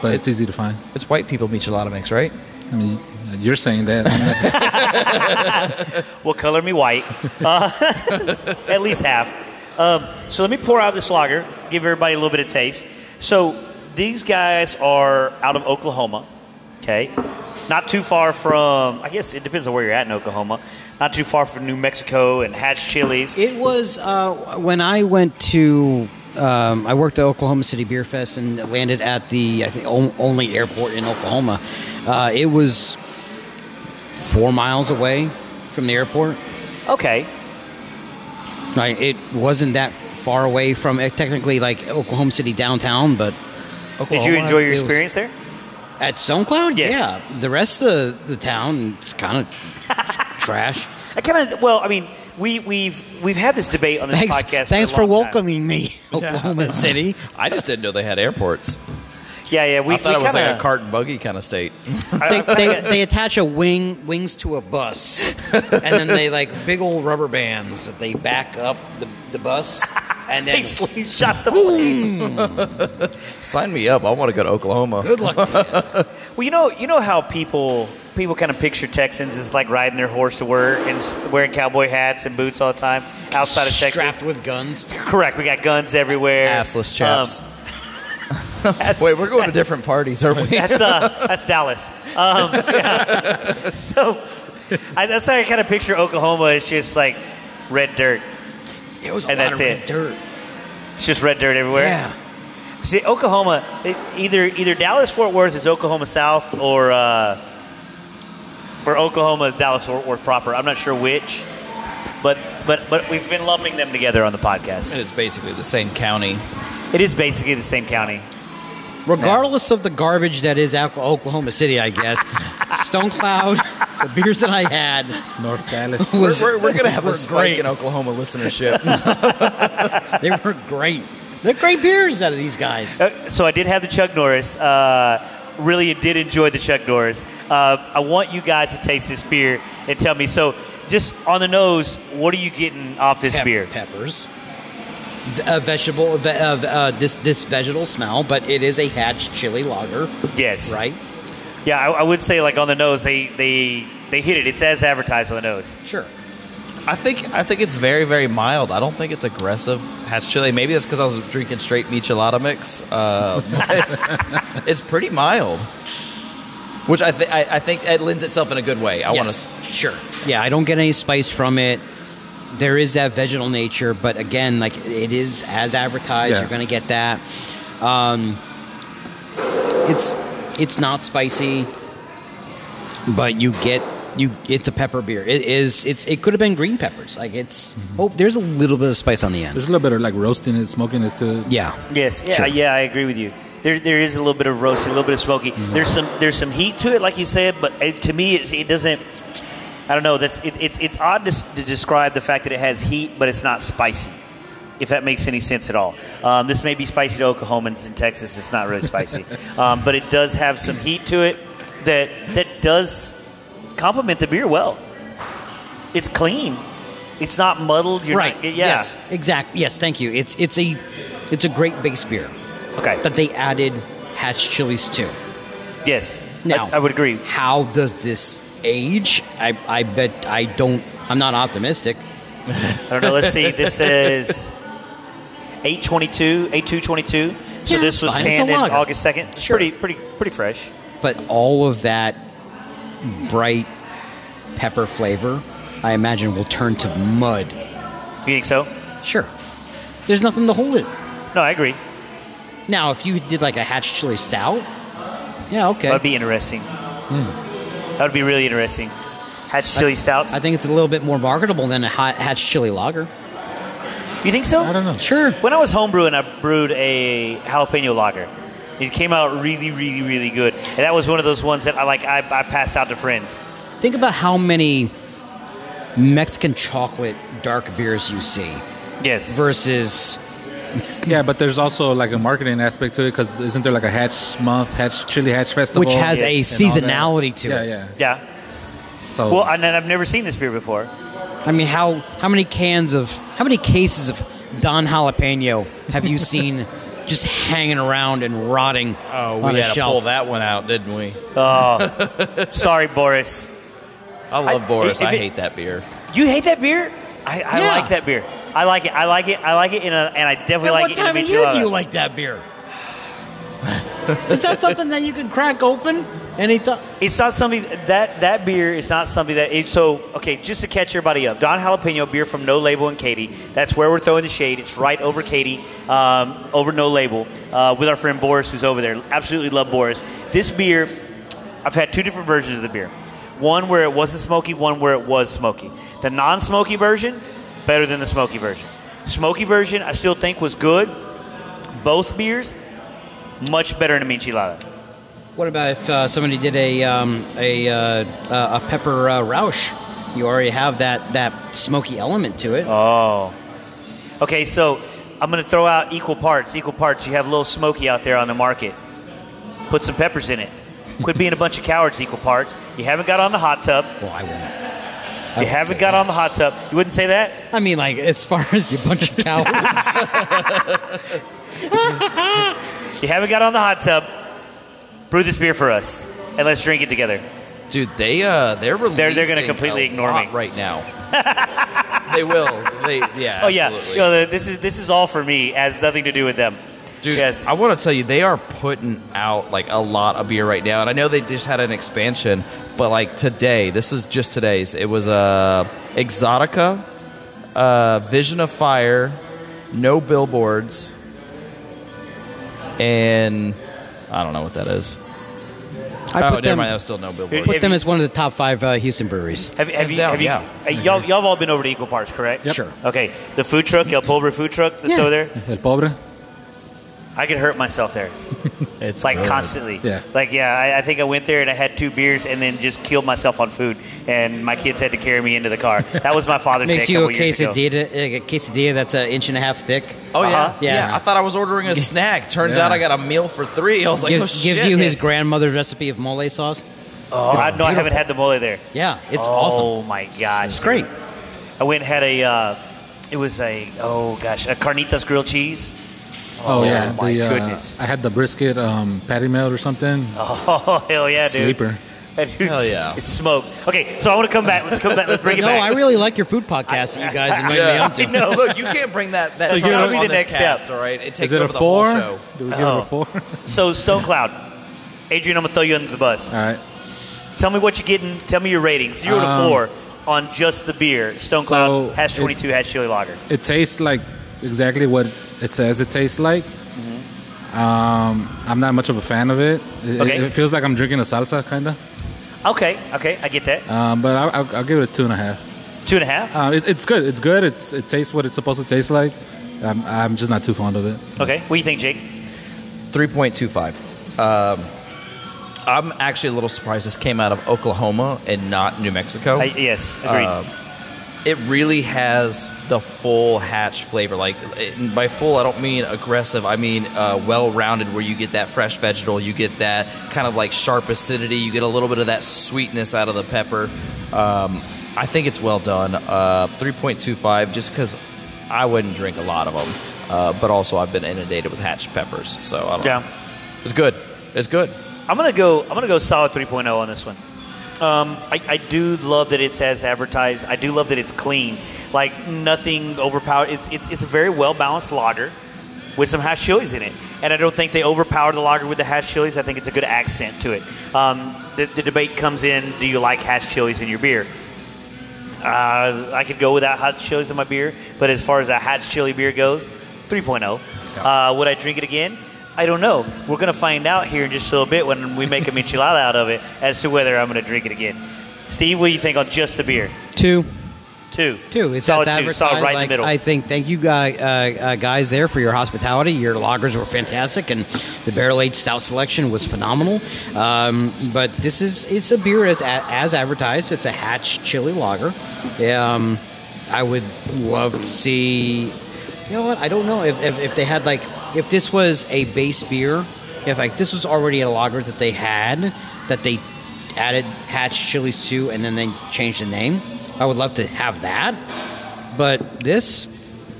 [SPEAKER 5] but it's easy to find.
[SPEAKER 4] It's white people michelada mix, right?
[SPEAKER 5] I mean, you're saying that.
[SPEAKER 3] Well, color me white, uh, at least half. Um, so let me pour out this lager, give everybody a little bit of taste. So these guys are out of Oklahoma, okay? Not too far from, I guess it depends on where you're at in Oklahoma. Not too far from New Mexico and Hatch Chili's.
[SPEAKER 6] It was uh, when I went to. Um, I worked at Oklahoma City Beer Fest and landed at the I think on- only airport in Oklahoma. Uh, it was four miles away from the airport.
[SPEAKER 3] Okay,
[SPEAKER 6] Like it wasn't that far away from eh, technically like Oklahoma City downtown, but
[SPEAKER 3] did you enjoy your experience there?
[SPEAKER 6] at SoundCloud?
[SPEAKER 3] Yes.
[SPEAKER 6] Yeah. The rest of the town is kind of trash.
[SPEAKER 3] I kind of, well, I mean, we, we've, we've had this debate on this
[SPEAKER 6] Thanks,
[SPEAKER 3] podcast.
[SPEAKER 6] thanks
[SPEAKER 3] for, a
[SPEAKER 6] for,
[SPEAKER 3] long time.
[SPEAKER 6] welcoming me, Oklahoma City.
[SPEAKER 4] I just didn't know they had airports.
[SPEAKER 3] Yeah, yeah. We,
[SPEAKER 4] I thought
[SPEAKER 3] we
[SPEAKER 4] it was
[SPEAKER 3] kinda,
[SPEAKER 4] like a cart and buggy kind of state.
[SPEAKER 6] They, they, they attach a wing wings to a bus, and then they like big old rubber bands that they back up the, the bus, and
[SPEAKER 3] He
[SPEAKER 6] then
[SPEAKER 3] slingshot the blades.
[SPEAKER 4] Sign me up. I want to go to Oklahoma.
[SPEAKER 6] good luck. To you.
[SPEAKER 3] Well, you know, you know how people people kind of picture Texans as like riding their horse to work and s- wearing cowboy hats and boots all the time outside of Texas.
[SPEAKER 6] strapped with guns.
[SPEAKER 3] Correct. We got guns everywhere.
[SPEAKER 4] Assless chaps.
[SPEAKER 3] Um, that's-
[SPEAKER 4] Wait, we're going to different parties, aren't we?
[SPEAKER 3] That's uh, that's Dallas. Um, yeah. So I, that's how I kind of picture Oklahoma. It's just like red dirt.
[SPEAKER 6] It was a
[SPEAKER 3] And
[SPEAKER 6] lot
[SPEAKER 3] that's
[SPEAKER 6] of
[SPEAKER 3] it.
[SPEAKER 6] dirt.
[SPEAKER 3] It's just red dirt everywhere.
[SPEAKER 6] Yeah.
[SPEAKER 3] See, Oklahoma, it, either either Dallas Fort Worth is Oklahoma South or uh, or Oklahoma is Dallas Fort Worth proper. I'm not sure which, but but but we've been lumping them together on the
[SPEAKER 4] And
[SPEAKER 3] podcast.
[SPEAKER 4] it's basically the same county.
[SPEAKER 3] It is basically the same county.
[SPEAKER 6] Regardless of the garbage that is Al- Oklahoma City, I guess Stone Cloud, the beers that I had
[SPEAKER 5] North Dallas.
[SPEAKER 4] We're,
[SPEAKER 6] was
[SPEAKER 4] we're, we're going to have a
[SPEAKER 6] were
[SPEAKER 4] spike
[SPEAKER 6] great.
[SPEAKER 4] in Oklahoma listenership.
[SPEAKER 6] they were great. They're great beers out of these guys.
[SPEAKER 3] Uh, so I did have the Chuck Norris. Uh, really did enjoy the Chuck Norris. Uh, I want you guys to taste this beer and tell me. So, just on the nose, what are you getting off this
[SPEAKER 6] Pep-
[SPEAKER 3] beer?
[SPEAKER 6] peppers, V- a vegetable, ve- uh, uh, this this vegetal smell, but it is a hatch chili lager,
[SPEAKER 3] Yes.
[SPEAKER 6] right?
[SPEAKER 3] Yeah, I, I would say like on the nose, they they they hit it. It's as advertised on the nose.
[SPEAKER 6] Sure.
[SPEAKER 4] I think I think it's very very mild. I don't think it's aggressive hatch chili. Maybe that's because I was drinking straight michelada mix. Uh, but it's pretty mild, which I, th- I I think it lends itself in a good way. I want
[SPEAKER 6] to. Sure. Yeah, I don't get any spice from it. There is that vegetal nature, but again, like it is as advertised.
[SPEAKER 5] Yeah.
[SPEAKER 6] You're going to get that. Um, it's it's not spicy, but you get you. It's a pepper beer. It is. It's it could have been green peppers. Like it's. Oh, there's a little bit of spice on the end.
[SPEAKER 5] There's a little bit of like roasting and smoking is to
[SPEAKER 6] Yeah.
[SPEAKER 3] Yes. Yeah.
[SPEAKER 6] Sure.
[SPEAKER 3] Yeah, I agree with you. There, there is a little bit of roasty, a little bit of smoky.
[SPEAKER 6] Mm-hmm.
[SPEAKER 3] There's some there's some heat to it, like you said, but it, to me, it, it doesn't. I don't know. That's it, it's it's odd to, s- to describe the fact that it has heat, but it's not spicy. If that makes any sense at all, um, this may be spicy to Oklahomans in Texas. It's not really spicy, um, but it does have some heat to it that that does complement the beer well. It's clean. It's not muddled. You're
[SPEAKER 6] right.
[SPEAKER 3] Not, yeah.
[SPEAKER 6] Yes. Exactly. Yes. Thank you. It's it's a it's a great base beer
[SPEAKER 3] Okay.
[SPEAKER 6] that they added hatch chilies to.
[SPEAKER 3] Yes.
[SPEAKER 6] Now,
[SPEAKER 3] I, I would agree.
[SPEAKER 6] How does this age? I, I bet I don't. I'm not optimistic.
[SPEAKER 3] I don't know. Let's see. This says 822, 8222. So
[SPEAKER 6] Yeah,
[SPEAKER 3] this
[SPEAKER 6] that's fine.
[SPEAKER 3] was
[SPEAKER 6] It's a
[SPEAKER 3] canned in
[SPEAKER 6] lager.
[SPEAKER 3] August 2nd. It's
[SPEAKER 6] Sure.
[SPEAKER 3] Pretty, pretty, pretty fresh.
[SPEAKER 6] But all of that bright pepper flavor, I imagine, will turn to mud.
[SPEAKER 3] You think so?
[SPEAKER 6] Sure. There's nothing to hold it.
[SPEAKER 3] No, I agree.
[SPEAKER 6] Now, if you did like a hatch chili stout, yeah, okay. Hmm.
[SPEAKER 3] That would be interesting. That would be really interesting. Hatch chili stouts.
[SPEAKER 6] I think it's a little bit more marketable than a hot hatch chili lager.
[SPEAKER 3] you think so?
[SPEAKER 5] I don't know.
[SPEAKER 6] Sure.
[SPEAKER 3] When I was homebrewing, I brewed a jalapeno lager. It came out really, really, really good. And that was one of those ones that I like. I, I passed out to friends.
[SPEAKER 6] Think about how many Mexican chocolate dark beers you see
[SPEAKER 3] Yes.
[SPEAKER 6] versus
[SPEAKER 5] Yeah, but there's also like a marketing aspect to it because isn't there like a hatch month, hatch chili hatch festival,
[SPEAKER 6] which has a
[SPEAKER 3] Yes,
[SPEAKER 5] and all that?
[SPEAKER 6] seasonality to
[SPEAKER 5] yeah,
[SPEAKER 6] it.
[SPEAKER 5] Yeah,
[SPEAKER 3] yeah.
[SPEAKER 5] So
[SPEAKER 3] Well, and I've never seen this beer before.
[SPEAKER 6] I mean, how how many cans of how many cases of Don Jalapeno have you seen just hanging around and rotting
[SPEAKER 4] to. Oh,
[SPEAKER 6] on
[SPEAKER 4] we
[SPEAKER 6] a
[SPEAKER 4] had to
[SPEAKER 6] shelf?
[SPEAKER 4] pull that one out, didn't we?
[SPEAKER 3] Oh, sorry, Boris.
[SPEAKER 4] I love
[SPEAKER 3] I-
[SPEAKER 4] Boris.
[SPEAKER 3] if
[SPEAKER 4] I
[SPEAKER 3] it-
[SPEAKER 4] hate that beer.
[SPEAKER 3] You hate that beer? I, I
[SPEAKER 6] Yeah.
[SPEAKER 3] like that beer. I like it. I like it. I like it. In a, and I definitely
[SPEAKER 6] At
[SPEAKER 3] like
[SPEAKER 6] what
[SPEAKER 3] it.
[SPEAKER 6] time
[SPEAKER 3] in
[SPEAKER 6] of
[SPEAKER 3] a
[SPEAKER 6] year
[SPEAKER 3] michelada.
[SPEAKER 6] do you like that beer? Is that something that you can crack open? And he thought,
[SPEAKER 3] It's not something that that beer is not something that is so okay. Just to catch everybody up, Don Jalapeno beer from No Label and Katie. That's where we're throwing the shade. It's right over Katie, um, over No Label, uh, with our friend Boris who's over there. Absolutely love Boris. This beer, I've had two different versions of the beer. One where it wasn't smoky, one where it was smoky. The non-smoky version, better than the smoky version. Smoky version, I still think was good. Both beers, much better than a michelada.
[SPEAKER 6] what about if uh, somebody did a um, a uh, uh, a pepper uh, Rausch? You already have that that smoky element to it.
[SPEAKER 3] Oh. Okay, so I'm going to throw out equal parts. Equal parts. You have a little smoky out there on the market. Put some peppers in it. Quit being a bunch of cowards, equal parts. You haven't got on the hot tub.
[SPEAKER 6] Well, I won't. I
[SPEAKER 3] You haven't got on the hot tub. You wouldn't say that?
[SPEAKER 6] I mean, like as far as you bunch of cowards.
[SPEAKER 3] You haven't got on the hot tub. Brew this beer for us, and let's drink it together.
[SPEAKER 4] Dude, they uh, they're releasing
[SPEAKER 3] they're gonna completely
[SPEAKER 4] a
[SPEAKER 3] ignore me.
[SPEAKER 4] lot right now. they will. They yeah.
[SPEAKER 3] Oh yeah,
[SPEAKER 4] absolutely.
[SPEAKER 3] you know, this is this is all for me. Has nothing to do with them.
[SPEAKER 4] Dude,
[SPEAKER 3] Yes.
[SPEAKER 4] I want to tell you, they are putting out like a lot of beer right now, and I know they just had an expansion, but like today, this is just today's. It was uh, Exotica, uh, Vision of Fire, No Billboards, and I don't know what that is.
[SPEAKER 6] I
[SPEAKER 4] oh, never
[SPEAKER 6] put them,
[SPEAKER 4] mind, that was still No Billboards.
[SPEAKER 6] put them as one of the top five uh, Houston breweries.
[SPEAKER 3] Have, have
[SPEAKER 4] Hands
[SPEAKER 3] you?
[SPEAKER 4] down,
[SPEAKER 3] have you?
[SPEAKER 4] yeah.
[SPEAKER 3] uh, y'all, y'all have all been over to Equal Parts, correct?
[SPEAKER 5] Yep.
[SPEAKER 6] Sure.
[SPEAKER 3] Okay. The food truck, El Pobre food truck that's
[SPEAKER 6] Yeah.
[SPEAKER 3] over there.
[SPEAKER 5] El pobre.
[SPEAKER 3] I could hurt myself there,
[SPEAKER 4] It's
[SPEAKER 3] like
[SPEAKER 4] good.
[SPEAKER 3] constantly.
[SPEAKER 5] Yeah.
[SPEAKER 3] Like yeah, I, I think I went there and I had two beers and then just killed myself on food, and my kids had to carry me into the car. That was my father's
[SPEAKER 6] Makes
[SPEAKER 3] day a
[SPEAKER 6] you a
[SPEAKER 3] couple years ago.
[SPEAKER 6] quesadilla, a quesadilla that's an inch and a half thick.
[SPEAKER 4] Oh yeah,
[SPEAKER 3] Uh-huh.
[SPEAKER 6] Yeah.
[SPEAKER 4] yeah, I thought I was ordering a snack. Turns
[SPEAKER 5] Yeah.
[SPEAKER 4] out I got a meal for three. I was like,
[SPEAKER 6] gives
[SPEAKER 4] oh, shit.
[SPEAKER 6] gives you his
[SPEAKER 3] yes.
[SPEAKER 6] grandmother's recipe of mole sauce.
[SPEAKER 3] Oh, I, no, I haven't had the mole there.
[SPEAKER 6] Yeah, it's
[SPEAKER 3] oh,
[SPEAKER 6] awesome.
[SPEAKER 3] my gosh.
[SPEAKER 6] It's great.
[SPEAKER 3] I went and had a. Uh, it was a oh gosh, a carnitas grilled cheese.
[SPEAKER 5] Oh, yeah.
[SPEAKER 3] my
[SPEAKER 5] the, uh,
[SPEAKER 3] goodness.
[SPEAKER 5] I had the brisket um, patty melt or something.
[SPEAKER 3] Oh hell yeah, dude!
[SPEAKER 5] Sleeper.
[SPEAKER 3] That dude's-
[SPEAKER 4] Hell yeah.
[SPEAKER 3] It's smoked. Okay, so I want to come back. Let's come back. Let's bring it
[SPEAKER 6] No,
[SPEAKER 3] back.
[SPEAKER 6] I really like your food podcast that you guys invite me on to.
[SPEAKER 3] I know. Look,
[SPEAKER 4] Look, you can't bring that. That
[SPEAKER 3] So
[SPEAKER 4] so
[SPEAKER 3] you're gonna be
[SPEAKER 4] on
[SPEAKER 3] the
[SPEAKER 4] this
[SPEAKER 3] next
[SPEAKER 4] cast,
[SPEAKER 3] step.
[SPEAKER 4] all right? It
[SPEAKER 5] Is
[SPEAKER 4] takes
[SPEAKER 5] it
[SPEAKER 4] over
[SPEAKER 5] a
[SPEAKER 4] the whole
[SPEAKER 5] four?
[SPEAKER 4] show.
[SPEAKER 5] Do we give it
[SPEAKER 3] Oh.
[SPEAKER 5] a four? All
[SPEAKER 3] so Stone Cloud, Adrian, I'm gonna throw you under the bus.
[SPEAKER 5] right.
[SPEAKER 3] Tell me what you're getting. Tell me your ratings, zero to
[SPEAKER 5] Um,
[SPEAKER 3] four, on just the beer. Stone
[SPEAKER 5] so
[SPEAKER 3] Cloud hash
[SPEAKER 5] it-
[SPEAKER 3] 22 hash chili lager.
[SPEAKER 5] It tastes like exactly what it says it tastes like. Um, I'm not much of a fan of it. It,
[SPEAKER 3] Mm-hmm. Okay.
[SPEAKER 5] it feels like I'm drinking a salsa, kind of.
[SPEAKER 3] Okay, okay, I get that.
[SPEAKER 5] Um, but I, I'll, I'll give it a two and a half.
[SPEAKER 3] Two and a half.
[SPEAKER 5] Uh, it, it's good. It's good. It's, it tastes what it's supposed to taste like. I'm, I'm just not too fond of it.
[SPEAKER 3] okay, what do you think, Jake?
[SPEAKER 4] Three point two five. Um, I'm actually a little surprised this came out of Oklahoma and not New Mexico.
[SPEAKER 3] I, yes, agreed.
[SPEAKER 4] Uh, it really has the full hatch flavor. Like it, and by full, I don't mean aggressive. I mean uh, well-rounded, where you get that fresh vegetable, you get that kind of like sharp acidity, you get a little bit of that sweetness out of the pepper. Um, I think it's well done. Uh, Three point two five, just because I wouldn't drink a lot of them, uh, but also I've been inundated with hatch peppers, so I don't
[SPEAKER 3] yeah,
[SPEAKER 4] know. It's good. It's good.
[SPEAKER 3] I'm gonna go. I'm gonna go solid 3.0 on this one. Um, I, I do love that it's as advertised. I do love that it's clean, like nothing overpowered. It's it's it's a very well balanced lager with some hash chilies in it, and I don't think they overpower the lager with the hash chilies. I think it's a good accent to it. Um, the, the debate comes in: Do you like hash chilies in your beer? Uh, I could go without hot chilies in my beer, but as far as a hot chili beer goes, 3.0. Uh, would I drink it again? I don't know. We're going to find out here in just a little bit when we make a michelada out of it as to whether I'm going to drink it again. Steve, what do you think on just the beer?
[SPEAKER 6] Two.
[SPEAKER 3] Two.
[SPEAKER 6] Two. It's
[SPEAKER 3] solid
[SPEAKER 6] that's
[SPEAKER 3] two.
[SPEAKER 6] advertised.
[SPEAKER 3] Solid right in the
[SPEAKER 6] Like,
[SPEAKER 3] middle.
[SPEAKER 6] I think. Thank you, guy, uh, uh, guys, there for your hospitality. Your lagers were fantastic, and the barrel aged stout selection was phenomenal. Um, but this is it's a beer as as advertised. It's a Hatch chili lager. Um, I would love to see. You know what? I don't know if, if, if they had like if this was a base beer. If like this was already a lager that they had that they added Hatch chilies to, and then they changed the name. I would love to have that. But this,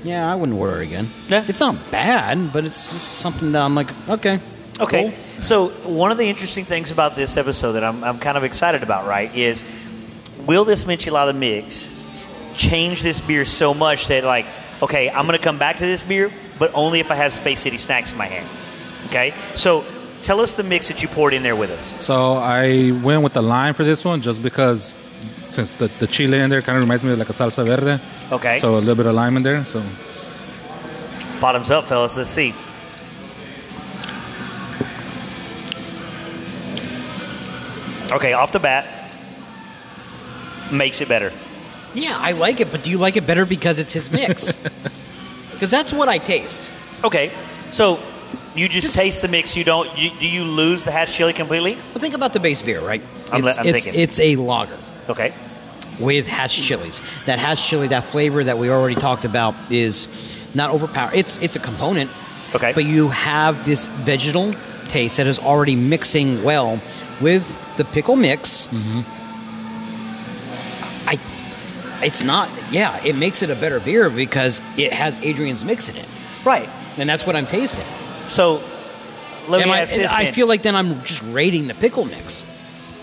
[SPEAKER 6] yeah, I wouldn't order it again.
[SPEAKER 3] Yeah.
[SPEAKER 6] It's not bad, but it's just something that I'm like, okay.
[SPEAKER 3] Okay. So one of the interesting things about this episode that I'm, I'm kind of excited about, right, is will this Michelada mix change this beer so much that like, okay, I'm going to come back to this beer, but only if I have Space City snacks in my hand. Okay. So tell us the mix that you poured in there with us.
[SPEAKER 5] So I went with the lime for this one just because since the, the chile in there kind of reminds me of like a salsa verde.
[SPEAKER 3] Okay.
[SPEAKER 5] So a little bit of lime in there. So
[SPEAKER 3] Bottoms up, fellas. Let's see. Okay, off the bat, makes it better.
[SPEAKER 6] Yeah, I like it, but do you like it better because it's his mix? Because that's what I taste.
[SPEAKER 3] Okay, so you just,
[SPEAKER 6] Just-
[SPEAKER 3] taste the mix. You don't. You, do you lose the hash chili completely?
[SPEAKER 6] But think about the base beer, right?
[SPEAKER 3] I'm-
[SPEAKER 6] it's,
[SPEAKER 3] I'm
[SPEAKER 6] it's,
[SPEAKER 3] thinking.
[SPEAKER 6] it's a lager
[SPEAKER 3] Okay.
[SPEAKER 6] with hash chilies. That hash chili, that flavor that we already talked about, is not overpowered. It's it's a component,
[SPEAKER 3] Okay.
[SPEAKER 6] but you have this vegetal taste that is already mixing
[SPEAKER 3] Mm-hmm.
[SPEAKER 6] well with the pickle mix. I it's not. Yeah, it makes it a better beer because it has Adrian's mix in it,
[SPEAKER 3] Right.
[SPEAKER 6] and that's what I'm tasting.
[SPEAKER 3] So let
[SPEAKER 6] Am
[SPEAKER 3] me
[SPEAKER 6] I,
[SPEAKER 3] ask this.
[SPEAKER 6] I
[SPEAKER 3] then.
[SPEAKER 6] feel like then I'm just rating the pickle mix,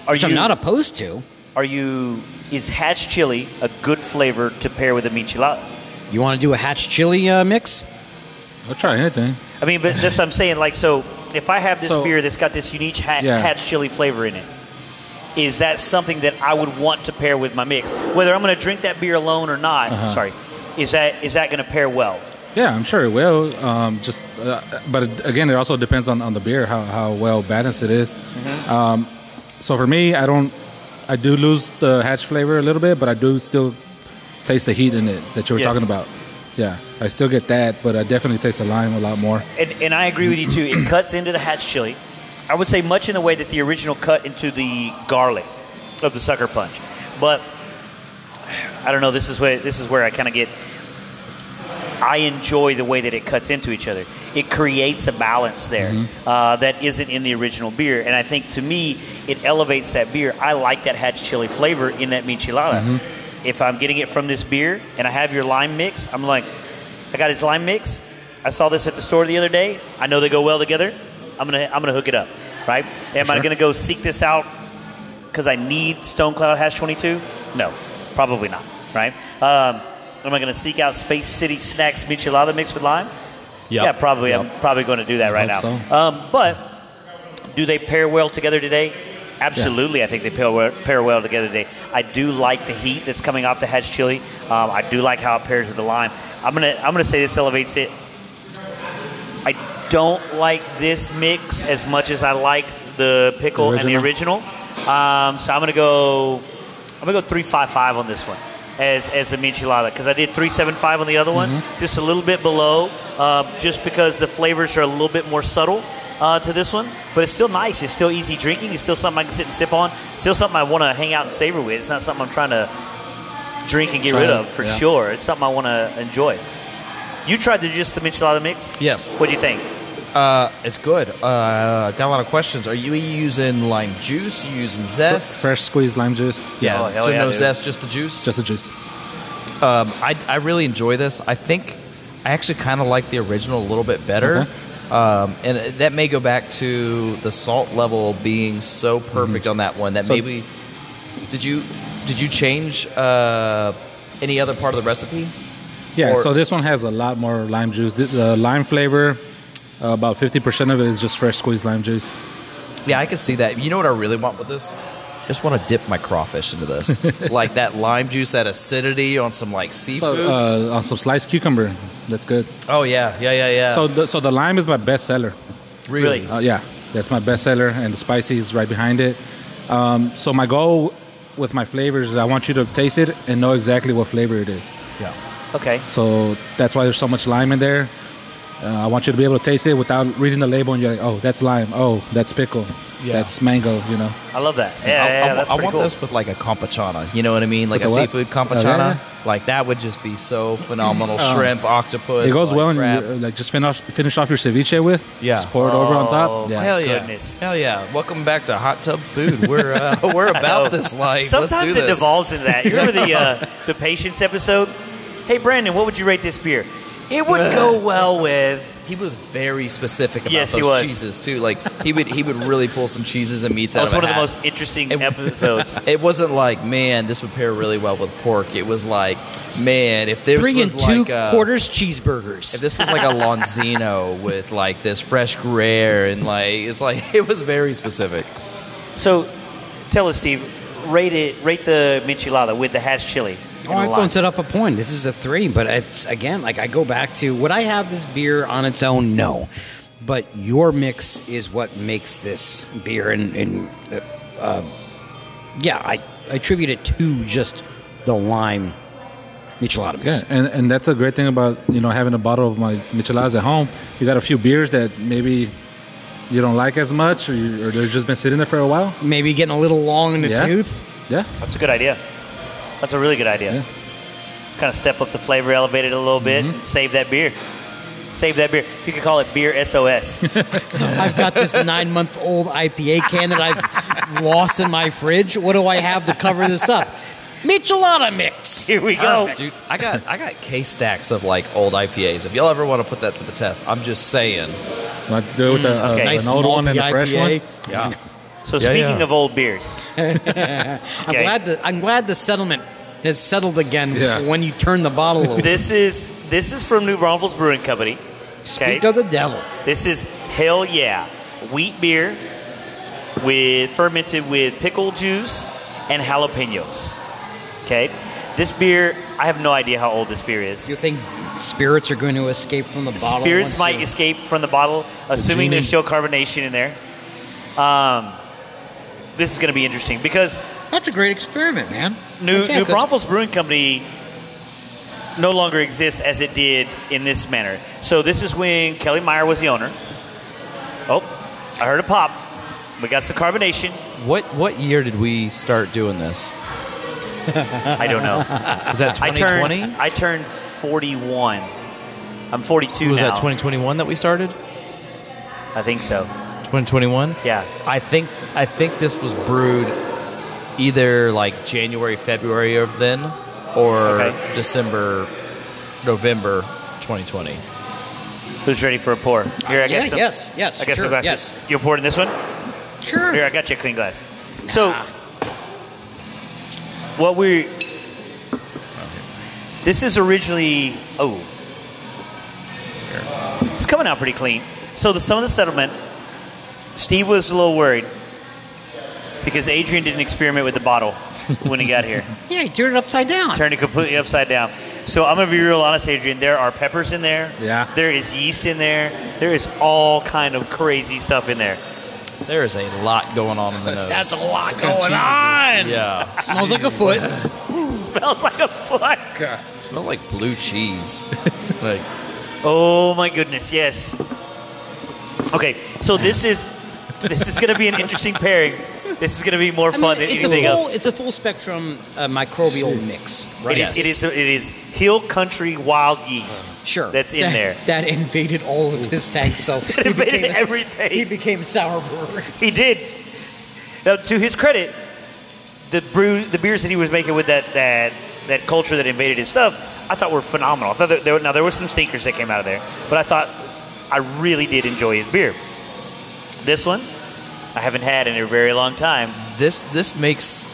[SPEAKER 3] are
[SPEAKER 6] which
[SPEAKER 3] you
[SPEAKER 6] I'm not opposed to.
[SPEAKER 3] are you is hatch chili a good flavor to pair with a michelada?
[SPEAKER 6] You want to do a hatch chili uh, mix?
[SPEAKER 5] I'll try anything.
[SPEAKER 3] I mean, but that's what I'm saying. Like, so if I have this
[SPEAKER 5] So-
[SPEAKER 3] beer that's got this unique ha-
[SPEAKER 5] Yeah.
[SPEAKER 3] hatch chili flavor in it, is that something that I would want to pair with my mix? Whether I'm going to drink that beer alone or not,
[SPEAKER 5] Uh-huh.
[SPEAKER 3] sorry, is that is that going to pair well?
[SPEAKER 5] Yeah, I'm sure it will. Um, just, uh, but it- again, it also depends on, on the beer how, how well balanced it is.
[SPEAKER 3] Mm-hmm.
[SPEAKER 5] Um, so for me, I don't, I do lose the hatch flavor a little bit, but I do still taste the heat in it that you were
[SPEAKER 3] Yes.
[SPEAKER 5] talking about. Yeah, I still get that, but I definitely taste the lime a lot more.
[SPEAKER 3] And, and I agree with you too. It cuts into the hatch chili. I would say much in the way that the original cut into the garlic of the sucker punch, but I don't know. This is where this is where I kind of get. I enjoy the way that it cuts into each other. It creates a balance there uh, that isn't in the original beer, and I think to me it elevates that beer. I like that hatch chili flavor in that michelada. If I'm getting it from this beer and I have your lime mix, I'm like, I got his lime mix. I saw this at the store the other day. I know they go well together. I'm gonna I'm gonna hook it up, right? Am I gonna go seek this out because I need Stone Cloud Hash 22? No, probably not, right? Um, am I gonna seek out Space City Snacks Michelada mixed with lime? Yeah, probably. I'm probably going to do that right now.
[SPEAKER 5] hope
[SPEAKER 3] Um, but do they pair well together today? Absolutely, I think they pair well, pair well together today. I do like the heat that's coming off the hatch chili. Um, I do like how it pairs with the lime. I'm gonna I'm gonna say this elevates it. I don't like this mix as much as I like the pickle and the original. Um, so I'm gonna go I'm gonna go three five five on this one as as a michelada because I did three seven five on the other one, just a little bit below, uh, just because the flavors are a little bit more subtle uh, to this one. But it's still nice. It's still easy drinking. It's still something I can sit and sip on. Still something I want to hang out and savor with. It's not something I'm trying to drink and get
[SPEAKER 5] Try
[SPEAKER 3] rid
[SPEAKER 5] it,
[SPEAKER 3] of for
[SPEAKER 5] yeah.
[SPEAKER 3] sure. It's something I want to enjoy. You tried to just the michelada mix.
[SPEAKER 4] Yes.
[SPEAKER 3] What'd you think?
[SPEAKER 4] Uh, it's good. Uh, got a lot of questions. Are you using lime juice? you using zest?
[SPEAKER 5] Fresh squeezed lime juice.
[SPEAKER 4] yeah.
[SPEAKER 3] Oh, hell
[SPEAKER 4] so
[SPEAKER 3] yeah,
[SPEAKER 4] no
[SPEAKER 3] dude.
[SPEAKER 4] zest, just the juice.
[SPEAKER 5] Just the juice.
[SPEAKER 4] um, I, I really enjoy this. I think I actually kind of like the original a little bit better. Um, and that may go back to the salt level being so perfect on that one that
[SPEAKER 5] Mm-hmm. So-
[SPEAKER 4] maybe did you did you change uh, any other part of the recipe?
[SPEAKER 5] Yeah,
[SPEAKER 4] Or-
[SPEAKER 5] so this one has a lot more lime juice. The, the lime flavor, uh, about 50% of it is just fresh squeezed lime juice.
[SPEAKER 4] Yeah, I can see that. You know what I really want with this? Just want to dip my crawfish into this, like that lime juice, that acidity on some like
[SPEAKER 5] So,
[SPEAKER 4] seafood.
[SPEAKER 5] uh, on some sliced cucumber. That's good.
[SPEAKER 4] oh yeah, yeah, yeah, yeah.
[SPEAKER 5] So, the, so the lime is my best seller.
[SPEAKER 3] Really?
[SPEAKER 5] Uh, yeah, that's my best seller, and the spicy is right behind it. Um, so my goal with my flavors is I want you to taste it and know exactly what flavor it is.
[SPEAKER 3] Okay.
[SPEAKER 5] So that's why there's so much lime in there. Uh, I want you to be able to taste it without reading the label and you're like, oh, that's lime. Oh, that's pickle.
[SPEAKER 4] Yeah.
[SPEAKER 5] That's mango. You know.
[SPEAKER 3] I love that.
[SPEAKER 4] I,
[SPEAKER 3] Yeah, yeah,
[SPEAKER 4] I-
[SPEAKER 3] yeah, that's
[SPEAKER 4] I
[SPEAKER 3] pretty
[SPEAKER 4] want
[SPEAKER 3] cool.
[SPEAKER 4] this with like a compachana. You know what I mean? Like
[SPEAKER 5] With
[SPEAKER 4] a
[SPEAKER 5] a what?
[SPEAKER 4] seafood
[SPEAKER 5] Oh, yeah,
[SPEAKER 4] compachana.
[SPEAKER 5] yeah. Oh.
[SPEAKER 4] Like that would just be so phenomenal. Shrimp, octopus.
[SPEAKER 5] it goes
[SPEAKER 4] Oh, like
[SPEAKER 5] well, and
[SPEAKER 4] crab.
[SPEAKER 5] you, uh, like just finish finish off your ceviche with.
[SPEAKER 4] Yeah.
[SPEAKER 5] Just pour it over on
[SPEAKER 3] Oh,
[SPEAKER 5] top.
[SPEAKER 3] yeah.
[SPEAKER 4] Hell yeah!
[SPEAKER 3] Goodness.
[SPEAKER 4] Hell yeah! Welcome back to hot tub food. We're uh, we're
[SPEAKER 3] know.
[SPEAKER 4] about this life.
[SPEAKER 3] Sometimes
[SPEAKER 4] Let's do
[SPEAKER 3] it
[SPEAKER 4] this.
[SPEAKER 3] devolves into that. You remember the uh, the patience episode? Hey Brandon, what would you rate this beer? It would go well with.
[SPEAKER 4] He was very specific about
[SPEAKER 3] Yes,
[SPEAKER 4] those
[SPEAKER 3] he was.
[SPEAKER 4] cheeses too. Like he would he would really pull some cheeses and meats
[SPEAKER 3] That
[SPEAKER 4] out
[SPEAKER 3] was
[SPEAKER 4] of
[SPEAKER 3] one
[SPEAKER 4] a
[SPEAKER 3] of the
[SPEAKER 4] hat.
[SPEAKER 3] most interesting
[SPEAKER 4] It-
[SPEAKER 3] episodes.
[SPEAKER 4] It wasn't like man, this would pair really well with pork. It was like man, if this
[SPEAKER 6] Three
[SPEAKER 4] was
[SPEAKER 6] and two
[SPEAKER 4] like, uh,
[SPEAKER 6] quarters cheeseburgers.
[SPEAKER 4] If this was like a Lonzino with like this fresh Gruyere and like it's like it was very specific.
[SPEAKER 3] So, tell us, Steve, rate it. Rate the michelada with the hash chili.
[SPEAKER 6] Oh, I bumped it up a point. This is a three, but it's again like I go back to would I have this beer on its own? No, but your mix is what makes this beer, and, and uh, uh, yeah, I I attribute it to just the lime michelada
[SPEAKER 5] Yeah,
[SPEAKER 6] mix.
[SPEAKER 5] and, and that's a great thing about you know having a bottle of my micheladas at home. You got a few beers that maybe you don't like as much, or, you, or they've just been sitting there for a while.
[SPEAKER 6] Maybe getting a little long in the
[SPEAKER 5] Yeah.
[SPEAKER 6] tooth.
[SPEAKER 5] Yeah,
[SPEAKER 3] That's a good idea. That's a really good idea.
[SPEAKER 5] Yeah. Mm-hmm.
[SPEAKER 3] Kind of step up the flavor, elevate it a little bit, and save that beer. Save that beer. You could call it beer SOS.
[SPEAKER 6] I've got this nine month old IPA can that I've lost in my fridge. What do I have to cover this up? Michelada mix.
[SPEAKER 3] Here we go.
[SPEAKER 4] Dude, I got I got case stacks of like old IPAs. If y'all ever want to put that to the test, I'm just saying.
[SPEAKER 5] Want to do it with the, uh,
[SPEAKER 3] Okay.
[SPEAKER 5] an old one and a
[SPEAKER 6] malty
[SPEAKER 5] fresh
[SPEAKER 6] IPA.
[SPEAKER 5] one?
[SPEAKER 4] Yeah.
[SPEAKER 3] So
[SPEAKER 4] Yeah,
[SPEAKER 3] speaking
[SPEAKER 4] yeah.
[SPEAKER 3] of old beers,
[SPEAKER 6] I'm
[SPEAKER 3] Okay.
[SPEAKER 6] glad the I'm glad the settlement has settled again
[SPEAKER 5] Yeah.
[SPEAKER 6] when you turn the bottle over.
[SPEAKER 3] this is this is from New Braunfels Brewing Company. Okay.
[SPEAKER 6] Speak of the devil.
[SPEAKER 3] This is hell yeah wheat beer with fermented with pickle juice and jalapenos. Okay. This beer, I have no idea how old this beer
[SPEAKER 6] You
[SPEAKER 3] is.
[SPEAKER 6] think spirits are going to escape from the bottle?
[SPEAKER 3] Spirits
[SPEAKER 6] once
[SPEAKER 3] might
[SPEAKER 6] you-
[SPEAKER 3] escape from the bottle, assuming there's still carbonation in there. Um, this is going to be interesting because
[SPEAKER 6] That's a great experiment, man.
[SPEAKER 3] New,
[SPEAKER 6] Okay,
[SPEAKER 3] New
[SPEAKER 6] 'cause-
[SPEAKER 3] Braunfels Brewing Company no longer exists as it did in this manner. So this is when Kelly Meyer was the owner. Oh, I heard a pop. We got some carbonation.
[SPEAKER 4] What what year did we start doing this?
[SPEAKER 3] I don't know.
[SPEAKER 4] Was that
[SPEAKER 3] I
[SPEAKER 4] 2020?
[SPEAKER 3] turned I turned 41. I'm 42
[SPEAKER 4] was
[SPEAKER 3] now.
[SPEAKER 4] that 2021 that we started?
[SPEAKER 3] I think so.
[SPEAKER 4] 2021.
[SPEAKER 3] Yeah.
[SPEAKER 4] I think I think this was brewed either like January, February of then, or
[SPEAKER 3] Okay.
[SPEAKER 4] December, November, 2020.
[SPEAKER 3] Who's ready for a pour? Here, I
[SPEAKER 6] Yeah,
[SPEAKER 3] guess. some,
[SPEAKER 6] yes, yes,
[SPEAKER 3] I guess
[SPEAKER 6] sure,
[SPEAKER 3] some glasses.
[SPEAKER 6] yes.
[SPEAKER 3] You're pouring this one.
[SPEAKER 6] Sure.
[SPEAKER 3] Here, I got you a clean glass. So, what we this is originally oh, it's coming out pretty clean. So the some of the settlement, Steve was a little worried because Adrian didn't experiment with the bottle when he got here,
[SPEAKER 6] Yeah, you turn it upside down.
[SPEAKER 3] turned it completely upside down. So I'm gonna be real honest, Adrian. There are peppers in there.
[SPEAKER 5] Yeah.
[SPEAKER 3] There is yeast in there. There is all kind of crazy stuff in there.
[SPEAKER 4] There is a lot going on in the nose.
[SPEAKER 6] That's a lot going on.
[SPEAKER 4] yeah,
[SPEAKER 6] Smells like a foot.
[SPEAKER 3] Smells like a foot.
[SPEAKER 4] it smells like blue cheese. like
[SPEAKER 3] Oh my goodness, yes. Okay, so this is this is going to be an interesting pairing. This is going to be more
[SPEAKER 6] I
[SPEAKER 3] fun
[SPEAKER 6] mean,
[SPEAKER 3] than
[SPEAKER 6] it's a
[SPEAKER 3] anything
[SPEAKER 6] full,
[SPEAKER 3] else.
[SPEAKER 6] it's a full spectrum uh, microbial mix, right?
[SPEAKER 3] It is, it is it is hill country wild yeast.
[SPEAKER 6] Sure.
[SPEAKER 3] that's in
[SPEAKER 6] That-
[SPEAKER 3] there.
[SPEAKER 6] That invaded all of his tanks, so he
[SPEAKER 3] invaded
[SPEAKER 6] became a-
[SPEAKER 3] everything.
[SPEAKER 6] He became a sour brewer.
[SPEAKER 3] He did. Now, to his credit, the brew the beers that he was making with that that that culture that invaded his stuff, I thought were phenomenal. I thought that there, were- now there were some stinkers that came out of there, but I thought I really did enjoy his beer. This one, I haven't had in a very long time.
[SPEAKER 4] this. This makes.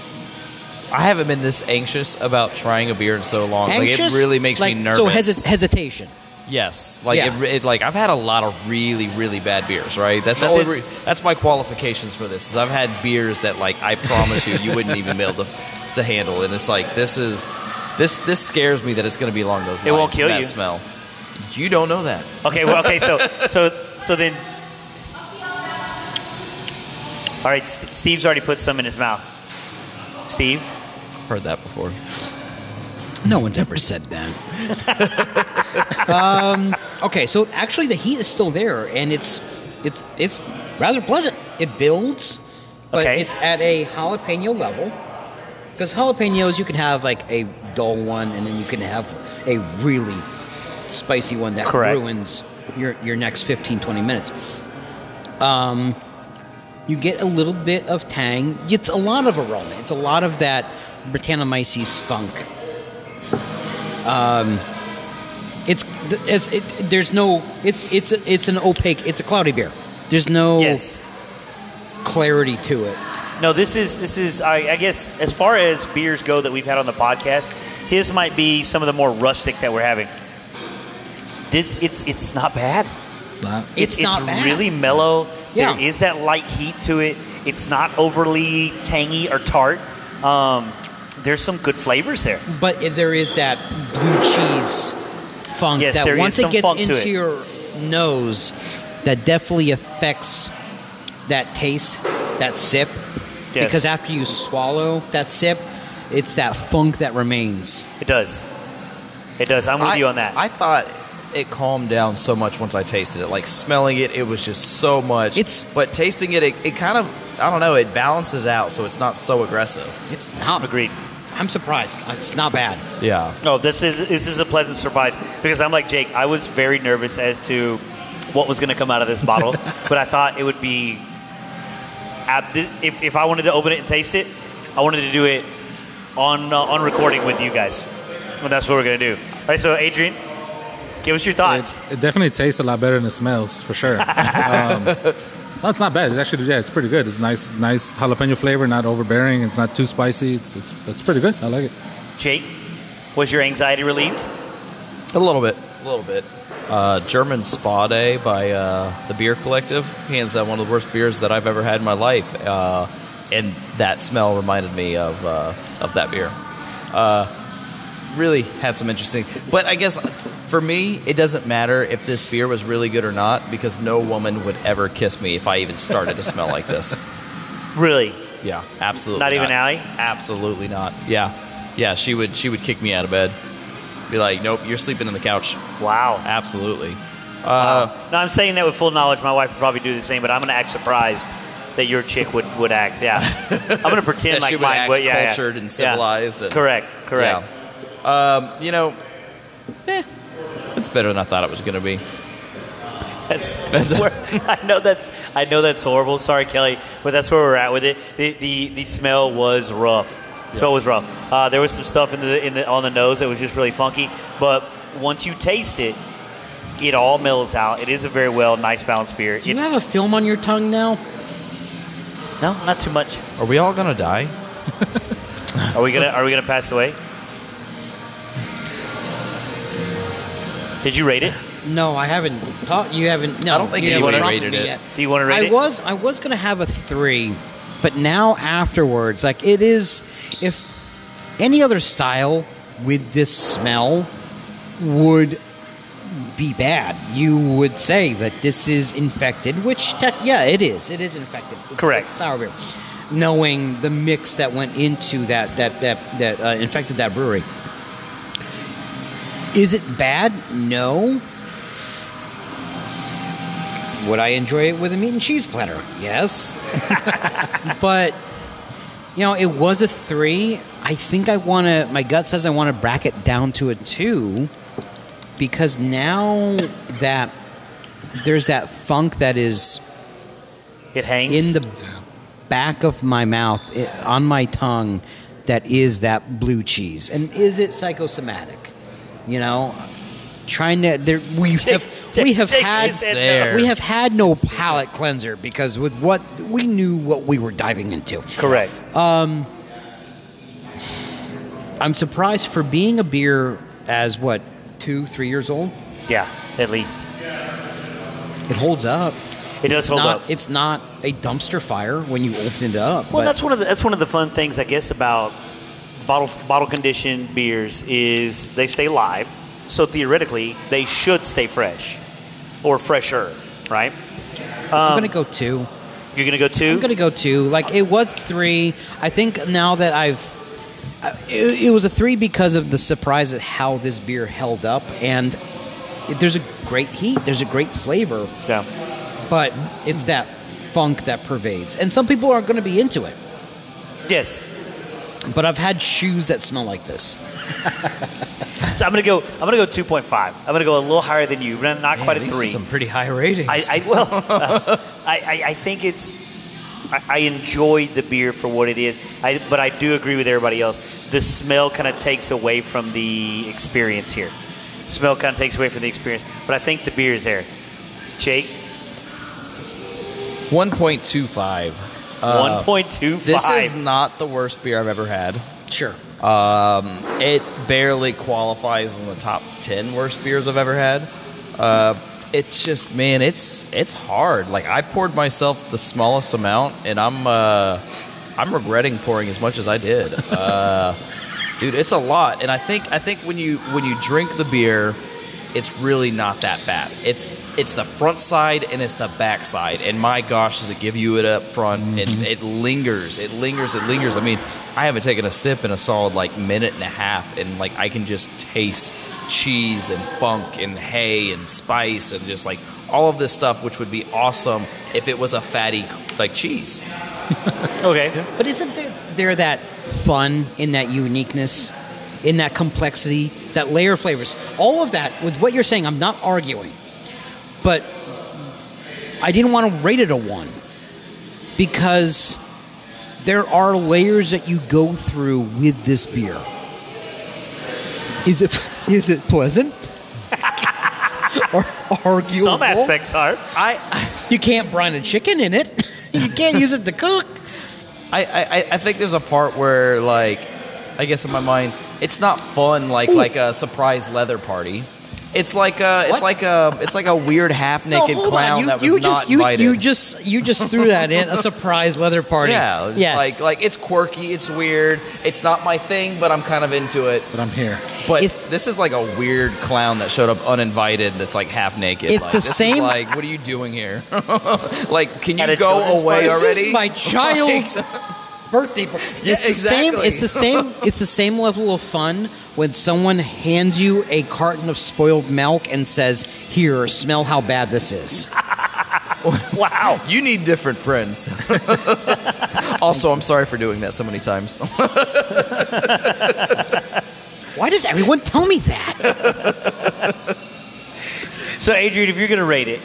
[SPEAKER 4] I haven't been this anxious about trying a beer in so long. Like
[SPEAKER 6] Anxious?
[SPEAKER 4] it really makes
[SPEAKER 6] Like,
[SPEAKER 4] me nervous.
[SPEAKER 6] So hesi- hesitation.
[SPEAKER 4] Yes, like
[SPEAKER 6] Yeah.
[SPEAKER 4] it, it, like I've had a lot of really really bad beers, right? That's the
[SPEAKER 3] Nothing-
[SPEAKER 4] only re- that's my qualifications for this. Is I've had beers that like I promise you you wouldn't even be able to, to handle, and it's like this is this this scares me that it's going to be along those lines.
[SPEAKER 3] It won't kill
[SPEAKER 4] that
[SPEAKER 3] you.
[SPEAKER 4] Smell. You don't know that.
[SPEAKER 3] Okay, well, okay, so so so then. All right, St- Steve's already put some in his mouth. Steve,
[SPEAKER 4] I've heard that before.
[SPEAKER 6] No one's ever said that. um, okay, so actually the heat is still there, and it's it's it's rather pleasant. It builds, but
[SPEAKER 3] Okay.
[SPEAKER 6] it's at a jalapeno level. Because jalapenos, you can have like a dull one, and then you can have a really spicy one that
[SPEAKER 3] Correct.
[SPEAKER 6] ruins your your next 15, 20 minutes. Um, you get a little bit of tang. It's a lot of aroma. It's a lot of that Britannomyces funk Um, It's, th- it's it, there's no it's it's it's an opaque it's a cloudy beer. There's no
[SPEAKER 3] yes.
[SPEAKER 6] clarity to it.
[SPEAKER 3] No, this is this is I, I guess as far as beers go that we've had on the podcast, his might be some of the more rustic that we're having. This it's it's not bad.
[SPEAKER 5] It's not.
[SPEAKER 6] It's
[SPEAKER 3] it's
[SPEAKER 6] not bad.
[SPEAKER 3] really mellow.
[SPEAKER 6] Yeah.
[SPEAKER 3] There is that light heat to it. It's not overly tangy or tart. Um, there's some good flavors there.
[SPEAKER 6] But i- there is that blue cheese funk
[SPEAKER 3] Yes,
[SPEAKER 6] that
[SPEAKER 3] there is
[SPEAKER 6] once
[SPEAKER 3] some
[SPEAKER 6] it gets
[SPEAKER 3] funk to
[SPEAKER 6] into
[SPEAKER 3] it.
[SPEAKER 6] your nose, that definitely affects that taste, that sip.
[SPEAKER 3] Yes.
[SPEAKER 6] Because after you swallow that sip, it's that funk that remains.
[SPEAKER 3] It does. It does. I'm with
[SPEAKER 4] I,
[SPEAKER 3] you on that.
[SPEAKER 4] I thought it calmed down so much once I tasted it. Like smelling it, it was just so much.
[SPEAKER 6] It's-
[SPEAKER 4] but tasting it, it, it kind of I don't know. It balances out, so it's not so aggressive.
[SPEAKER 6] It's not.
[SPEAKER 3] Agreed.
[SPEAKER 6] I'm surprised. It's not bad.
[SPEAKER 4] Yeah.
[SPEAKER 3] No, Oh, this is this is a pleasant surprise because I'm like Jake. I was very nervous as to what was going to come out of this bottle, but I thought it would be. ab- If if I wanted to open it and taste it, I wanted to do it on uh, on recording with you guys. And that's what we're gonna do. All right, so Adrian, give us your thoughts.
[SPEAKER 5] It definitely tastes a lot better than it smells, for sure. um, no, it's not bad. It's actually yeah, it's pretty good. It's nice, nice jalapeno flavor, not overbearing. It's not too spicy. It's it's, it's pretty good. I like it.
[SPEAKER 4] uh,
[SPEAKER 3] Jake, was your anxiety relieved?
[SPEAKER 4] A little bit. A little bit. Uh, German Spa Day by uh, the Beer Collective. Hands down, one of the worst beers that I've ever had in my life. Uh, and that smell reminded me of uh, of that beer. Uh, really had some interesting. But I guess for me, it doesn't matter if this beer was really good or not because no woman would ever kiss me if I even started to smell like this.
[SPEAKER 3] Really?
[SPEAKER 4] Yeah, absolutely.
[SPEAKER 3] Not even Allie?
[SPEAKER 4] Absolutely not. Yeah, yeah. She would she would kick me out of bed. Be like, nope, you're sleeping in the couch.
[SPEAKER 3] Wow.
[SPEAKER 4] Absolutely. Uh,
[SPEAKER 3] No, I'm saying that with full knowledge. My wife would probably do the same, but I'm gonna act surprised that your chick would, would act. Yeah, I'm gonna pretend
[SPEAKER 4] That
[SPEAKER 3] like
[SPEAKER 4] she would
[SPEAKER 3] mine
[SPEAKER 4] act
[SPEAKER 3] would. Yeah, yeah.
[SPEAKER 4] cultured and
[SPEAKER 3] Yeah.
[SPEAKER 4] civilized and-
[SPEAKER 3] Correct.
[SPEAKER 4] Yeah.
[SPEAKER 3] Correct.
[SPEAKER 4] Um, you know, eh, it's better than I thought it was going to be.
[SPEAKER 3] That's,
[SPEAKER 4] That's-
[SPEAKER 3] where, I know that's I know that's horrible. Sorry, Kelly, but that's where we're at with it. The the, the smell was rough. The smell was rough. Uh, there was some stuff in the in the on the nose that was just really funky. But once you taste it, it all mellows out. It is a very well nice balanced beer.
[SPEAKER 6] Do you
[SPEAKER 3] It-
[SPEAKER 6] have a film on your tongue now?
[SPEAKER 3] no, not too much.
[SPEAKER 4] Are we all going to die?
[SPEAKER 3] Are we gonna Are we gonna pass away? Did you rate it?
[SPEAKER 6] No, I haven't taught you. Haven't no.
[SPEAKER 4] I don't think
[SPEAKER 6] you
[SPEAKER 4] anyone
[SPEAKER 6] haven't prompted
[SPEAKER 4] rated
[SPEAKER 6] me
[SPEAKER 4] it.
[SPEAKER 6] Yet.
[SPEAKER 3] Do you want to rate
[SPEAKER 6] I
[SPEAKER 3] it?
[SPEAKER 6] was I was gonna have a three, but now afterwards, like it is, if any other style with this smell would be bad, you would say that this is infected. Which tech, yeah, it is. It is infected. It's-
[SPEAKER 3] Correct.
[SPEAKER 6] it's sour beer. Knowing the mix that went into that that that that uh, infected that brewery. Is it bad? No. Would I enjoy it with a meat and cheese platter? Yes. but you know, it was a three. I think I want to. My gut says I want to bracket down to a two because now that there's that funk that is
[SPEAKER 3] It hangs
[SPEAKER 6] in the back of my mouth, it, on my tongue, that is that blue cheese. And is it psychosomatic? You know, trying to there we have we have
[SPEAKER 3] Shake
[SPEAKER 6] had
[SPEAKER 3] his head
[SPEAKER 4] there.
[SPEAKER 6] we have had no palate cleanser because with what we knew what we were diving into. Um,
[SPEAKER 3] no. Correct.
[SPEAKER 6] I'm surprised for being a beer as what two three years old.
[SPEAKER 3] Yeah, at least
[SPEAKER 6] It holds up.
[SPEAKER 3] it does hold
[SPEAKER 6] not,
[SPEAKER 3] up.
[SPEAKER 6] It's not a dumpster fire when you open it up.
[SPEAKER 3] Well,
[SPEAKER 6] but-
[SPEAKER 3] that's one of the, that's one of the fun things, I guess, about bottle bottle conditioned beers is they stay live, so theoretically they should stay fresh or fresher, right?
[SPEAKER 6] I'm gonna go two.
[SPEAKER 3] Um, You're gonna go 2
[SPEAKER 6] I'm gonna go two. Like it was three. I think now that I've, I- it, it was a three because of the surprise at how this beer held up, and it- there's a great heat, there's a great flavor,
[SPEAKER 3] yeah,
[SPEAKER 6] but it's that funk that pervades, and some people aren't gonna be into it.
[SPEAKER 3] yes.
[SPEAKER 6] But I've had shoes that smell like this.
[SPEAKER 3] So I'm gonna go. I'm gonna go 2.5. I'm gonna go a little higher than you, but not quite a three.
[SPEAKER 4] pretty high ratings.
[SPEAKER 3] I, I well, uh, I, I, I think it's. I, I enjoyed the beer for what it is, I, but I do agree with everybody else. The smell kind of takes away from the experience here. Smell kind of takes away from the experience, but I think the beer is there. Jake,
[SPEAKER 4] 1.25.
[SPEAKER 3] one point two
[SPEAKER 4] Uh, This is
[SPEAKER 3] five.
[SPEAKER 4] not the worst beer I've ever had. Um,
[SPEAKER 6] Sure.
[SPEAKER 4] It barely qualifies in the top 10 worst beers I've ever had. Uh, it's just, man, it's it's hard. Like I poured myself the smallest amount, and I'm uh, I'm regretting pouring as much as I did. Uh, dude, it's a lot, and I think I think when you when you drink the beer, it's really not that bad. It's it's the front side and it's the back side, and my gosh, does it give you it up front? And it lingers, it lingers, it lingers. I mean, I haven't taken a sip in a solid like minute and a half, and like I can just taste cheese and funk and hay and spice and just like all of this stuff, which would be awesome if it was a fatty like cheese.
[SPEAKER 3] Okay,
[SPEAKER 6] But isn't there, there that fun in that uniqueness, in that complexity, that layer of flavors? All of that, with what you're saying, I'm not arguing. But I didn't want to rate it a one because there are layers that you go through with this beer. Is it is it pleasant? or arguable?
[SPEAKER 3] Some aspects are.
[SPEAKER 4] I,
[SPEAKER 6] You can't brine a chicken in it. you can't use it to cook.
[SPEAKER 4] I, I, I think there's a part where like, I guess in my mind, it's not fun like
[SPEAKER 6] Ooh.
[SPEAKER 4] like a surprise leather party. It's like a it's
[SPEAKER 6] What?
[SPEAKER 4] like a it's like a weird half
[SPEAKER 6] No,
[SPEAKER 4] naked
[SPEAKER 6] hold on.
[SPEAKER 4] clown
[SPEAKER 6] You-
[SPEAKER 4] that was
[SPEAKER 6] you
[SPEAKER 4] not
[SPEAKER 6] just, you,
[SPEAKER 4] invited.
[SPEAKER 6] You just you just threw that in a surprise leather party.
[SPEAKER 4] yeah, it's
[SPEAKER 6] yeah.
[SPEAKER 4] Like like it's quirky, it's weird, it's not my thing, but I'm kind of into it.
[SPEAKER 5] But I'm here.
[SPEAKER 4] But
[SPEAKER 6] If-
[SPEAKER 4] this is like a weird clown that showed up uninvited. That's like half naked.
[SPEAKER 6] It's
[SPEAKER 4] like,
[SPEAKER 6] the
[SPEAKER 4] this is
[SPEAKER 6] same-
[SPEAKER 4] like, what are you doing here? like, can
[SPEAKER 3] At
[SPEAKER 4] you
[SPEAKER 3] a
[SPEAKER 4] go
[SPEAKER 3] children's
[SPEAKER 4] away
[SPEAKER 3] party?
[SPEAKER 6] this
[SPEAKER 4] already?
[SPEAKER 6] is my child's birthday. par-
[SPEAKER 4] Yeah,
[SPEAKER 6] it's the same.
[SPEAKER 4] exactly.
[SPEAKER 6] It's the same. It's the same level of fun when someone hands you a carton of spoiled milk and says, "Here, smell how bad this is."
[SPEAKER 3] Wow.
[SPEAKER 4] You need different friends. also, I'm sorry for doing that so many times.
[SPEAKER 6] Why does everyone tell me that?
[SPEAKER 3] So, Adrian, if you're going to rate it,